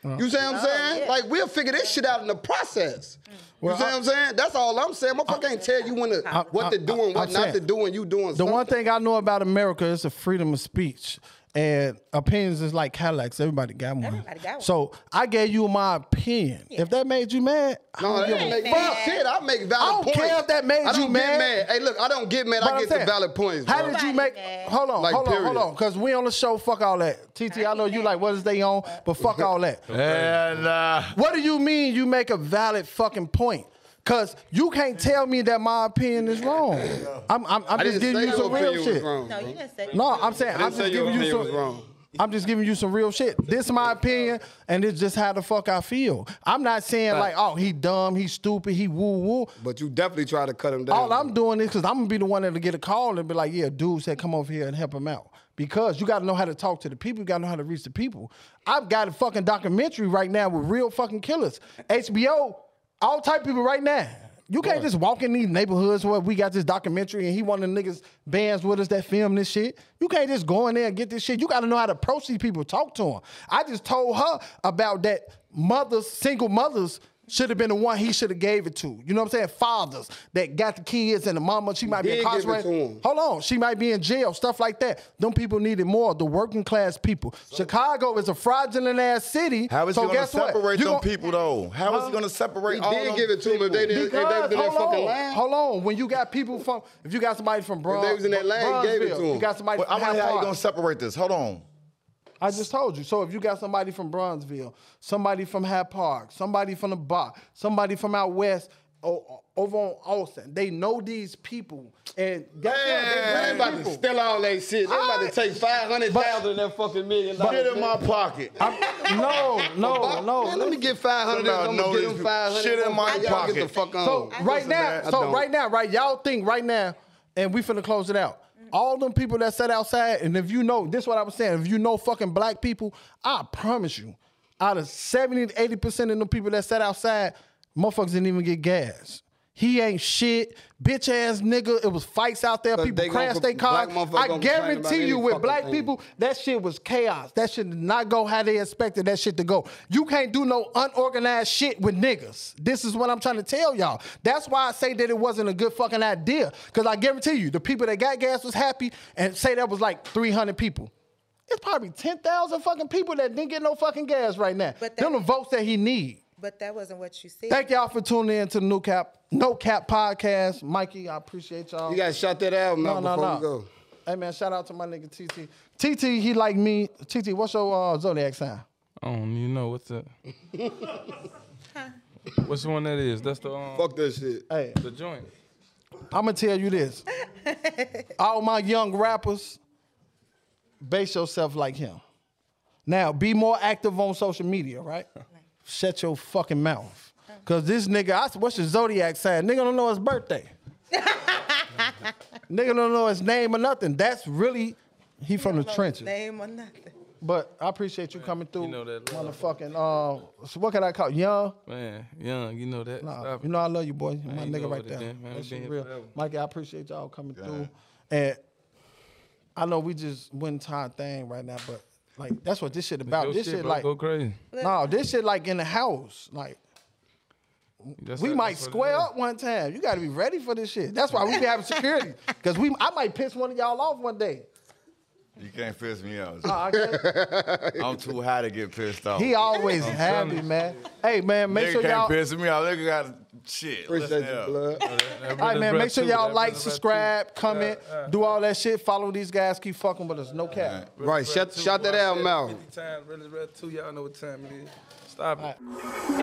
Speaker 3: You see what I'm
Speaker 5: Oh,
Speaker 3: saying?
Speaker 5: yeah.
Speaker 3: Like we'll figure this shit out in the process.
Speaker 2: Mm. Well,
Speaker 3: you see
Speaker 2: I-
Speaker 3: what I'm saying? That's all I'm saying. Motherfucker ain't tell you when to,
Speaker 2: I-
Speaker 3: what to
Speaker 2: I-
Speaker 3: do and
Speaker 2: I-
Speaker 3: what
Speaker 2: I'm
Speaker 3: not
Speaker 2: saying,
Speaker 3: to do, and you doing
Speaker 2: The
Speaker 3: something.
Speaker 2: one thing I know about America is the freedom of speech. And opinions is like Cadillacs. Everybody got one.
Speaker 5: Everybody got one.
Speaker 2: So I gave you my opinion. If that made you mad, I
Speaker 3: No,
Speaker 2: don't
Speaker 3: that
Speaker 2: give a
Speaker 3: don't make me
Speaker 5: fuck.
Speaker 3: shit. I make valid
Speaker 2: I don't
Speaker 3: points.
Speaker 2: care if that made
Speaker 3: I don't
Speaker 2: you
Speaker 3: get
Speaker 2: mad.
Speaker 3: Hey, look, I don't get mad.
Speaker 2: But
Speaker 3: I
Speaker 2: I'm
Speaker 3: get
Speaker 2: saying,
Speaker 3: the valid points.
Speaker 2: How
Speaker 3: bro.
Speaker 2: did you
Speaker 5: Nobody
Speaker 2: make?
Speaker 5: mad.
Speaker 2: Hold on,
Speaker 3: Like,
Speaker 2: hold on, hold
Speaker 3: period.
Speaker 2: on, because we on the show. Fuck all that, TT. I know you like what is they on, but fuck all
Speaker 3: [LAUGHS]
Speaker 2: that.
Speaker 4: And uh,
Speaker 2: What do you mean you make a valid fucking point? Cause you can't tell me that my opinion is wrong. I'm, I'm, I'm
Speaker 3: I
Speaker 2: just giving
Speaker 3: didn't say
Speaker 2: you
Speaker 3: your
Speaker 2: some real
Speaker 3: opinion was
Speaker 2: shit.
Speaker 3: wrong.
Speaker 5: No,
Speaker 3: bro.
Speaker 5: you didn't say.
Speaker 2: No, I'm saying
Speaker 3: I
Speaker 2: I'm
Speaker 3: didn't say
Speaker 2: just
Speaker 3: your
Speaker 2: giving you
Speaker 3: opinion was
Speaker 2: some.
Speaker 3: wrong.
Speaker 2: I'm just giving you some real shit. This is my opinion, and it's just how the fuck I feel. I'm not saying like, oh, he dumb, he stupid, he woo woo.
Speaker 3: But you definitely try to cut him down.
Speaker 2: All I'm
Speaker 3: bro.
Speaker 2: doing is because I'm gonna be the one that'll get a call and be like, yeah, dude said come over here and help him out. Because you gotta know how to talk to the people, you gotta know how to reach the people. I've got a fucking documentary right now with real fucking killers. HBO, all type people right now. You can't just walk in these neighborhoods where we got this documentary and he one of the niggas bands with us that film this shit. You can't just go in there and get this shit. You gotta know how to approach these people, talk to them. I just told her about that mothers, single mothers should have been the one he should have gave it to. You know what I'm saying? Fathers that got the kids and the mama, she might be
Speaker 3: did give it
Speaker 2: incarcerated.
Speaker 3: to 'em.
Speaker 2: Hold on, she might be in jail, stuff like that. Them people needed more. The working class people. Chicago is a fraudulent ass city.
Speaker 4: how is
Speaker 2: so
Speaker 4: he gonna
Speaker 2: guess what?
Speaker 4: separate
Speaker 2: You
Speaker 4: them
Speaker 2: gon-
Speaker 4: people though? How is he gonna separate
Speaker 3: He
Speaker 4: all
Speaker 3: did
Speaker 4: them
Speaker 3: give it to him if they didn't. If they
Speaker 2: Because
Speaker 3: was in that
Speaker 2: hold
Speaker 3: fucking
Speaker 2: on,
Speaker 3: line.
Speaker 2: hold on. When you got people from, if you got somebody from Bron,
Speaker 3: they was in that line, he gave it to
Speaker 2: Bronzeville,
Speaker 3: 'em.
Speaker 2: You got somebody
Speaker 4: But I
Speaker 2: from
Speaker 4: wonder
Speaker 2: Hyde
Speaker 4: how you
Speaker 2: Park.
Speaker 4: gonna separate this. Hold on.
Speaker 2: I just told you. So if you got somebody from Bronzeville, somebody from Hat Park, somebody from the bar, somebody from out west, o- over on Austin, they know these people, and guess
Speaker 3: They ain't
Speaker 2: what?
Speaker 3: about
Speaker 2: They
Speaker 3: to
Speaker 2: people.
Speaker 3: steal all that shit. They about to
Speaker 2: Alright.
Speaker 3: take five hundred thousand of that fucking million.
Speaker 4: Get
Speaker 3: dollars.
Speaker 4: in my pocket.
Speaker 2: I'm- no, no, no.
Speaker 3: Man, let me get five hundred.
Speaker 4: Somebody
Speaker 3: I'm
Speaker 4: know
Speaker 3: gonna
Speaker 4: this
Speaker 3: get them
Speaker 4: people.
Speaker 3: five hundred.
Speaker 4: Shit in my
Speaker 3: Get the
Speaker 4: pocket.
Speaker 3: fuck on.
Speaker 2: So right now,
Speaker 3: I
Speaker 2: so
Speaker 3: don't.
Speaker 2: right now, right, y'all think right now, and we finna close it out. All them people that sat outside, and if you know, this what I was saying, if you know fucking black people, I promise you, out of 70 to 80% of them people that sat outside, motherfuckers didn't even get gas. He ain't shit, bitch ass nigga. It was fights out there.
Speaker 3: But
Speaker 2: People
Speaker 3: they gonna
Speaker 2: crashed their
Speaker 3: comp-
Speaker 2: cars.
Speaker 3: black motherfuckers
Speaker 2: I
Speaker 3: gonna complain about
Speaker 2: guarantee
Speaker 3: any
Speaker 2: you, with
Speaker 3: fucking
Speaker 2: black
Speaker 3: thing.
Speaker 2: people, that shit was chaos. That shit did not go how they expected that shit to go. You can't do no unorganized shit with niggas. This is what I'm trying to tell y'all. That's why I say that it wasn't a good fucking idea. Cause I guarantee you, the people that got gas was happy and say that was like 300 people. It's probably 10,000 fucking people that didn't get no fucking gas right now.
Speaker 5: But
Speaker 2: Them
Speaker 5: that-
Speaker 2: the votes that he need.
Speaker 5: But that wasn't what you said.
Speaker 2: Thank y'all for tuning in to the New Cap No Cap podcast. Mikey, I appreciate y'all.
Speaker 3: you gotta shut that album
Speaker 2: no,
Speaker 3: out
Speaker 2: no,
Speaker 3: before
Speaker 2: no.
Speaker 3: we go.
Speaker 2: Hey man, shout out to my nigga TT. TT, he like me. TT, what's your uh, zodiac sign?
Speaker 6: I don't even know
Speaker 5: [LAUGHS]
Speaker 6: what's the. What's the one that is? That's the um,
Speaker 3: Fuck that shit.
Speaker 2: Hey,
Speaker 6: the joint.
Speaker 2: I'm gonna tell you this. All my young rappers, base yourself like him. Now, be more active on social media, right? Shut your fucking mouth. Cause this nigga, I, s- what's your zodiac sign? Nigga don't know his birthday. nigga don't know his name or nothing. That's really he from the
Speaker 5: No
Speaker 2: trenches.
Speaker 5: Name or nothing.
Speaker 2: But I appreciate you coming through,
Speaker 6: know that love.
Speaker 2: motherfucking. Uh, so what can I call you? young?
Speaker 6: Man, young, you know that.
Speaker 2: Nah,
Speaker 6: Stop
Speaker 2: you
Speaker 6: it.
Speaker 2: know I love you, boy. You My
Speaker 6: you
Speaker 2: nigga
Speaker 6: know
Speaker 2: right
Speaker 6: what
Speaker 2: there.
Speaker 6: it is, man.
Speaker 2: That
Speaker 6: We been
Speaker 2: shit
Speaker 6: here
Speaker 2: real.
Speaker 6: forever.
Speaker 2: Mikey, I appreciate y'all coming through. And I know we just went time thing right now, but like that's what this shit about.
Speaker 6: Yo,
Speaker 2: this shit,
Speaker 6: bro,
Speaker 2: like
Speaker 6: go crazy.
Speaker 2: no, this shit like in the house. Like
Speaker 6: That's
Speaker 2: we
Speaker 6: it,
Speaker 2: might
Speaker 6: that's what it
Speaker 2: square
Speaker 6: is.
Speaker 2: up one time. You got to be ready for this shit. That's why we be having
Speaker 6: [LAUGHS]
Speaker 2: security because we I might piss one of y'all off one day.
Speaker 4: You can't piss me out.
Speaker 2: I can't-
Speaker 4: I'm too high to get pissed off.
Speaker 2: He always
Speaker 6: telling
Speaker 2: happy,
Speaker 6: you.
Speaker 2: man. Hey man, make
Speaker 4: Nigga
Speaker 2: sure
Speaker 4: can't
Speaker 2: y'all.
Speaker 4: piss me out. Nigga got shit.
Speaker 3: Appreciate
Speaker 4: Listen
Speaker 3: you,
Speaker 4: up.
Speaker 3: blood.
Speaker 6: That
Speaker 2: All right,
Speaker 6: brother's
Speaker 2: man.
Speaker 6: rap
Speaker 2: Make sure
Speaker 6: too.
Speaker 2: y'all
Speaker 6: That
Speaker 2: like,
Speaker 6: brother's rap too.
Speaker 2: subscribe, comment, do all that shit. Follow these guys. Keep fucking with us. No cap.
Speaker 3: Right, shut shut that album out.
Speaker 6: Fifty times, really, really, two. Y'all know what time it is. Stop it.
Speaker 2: All right.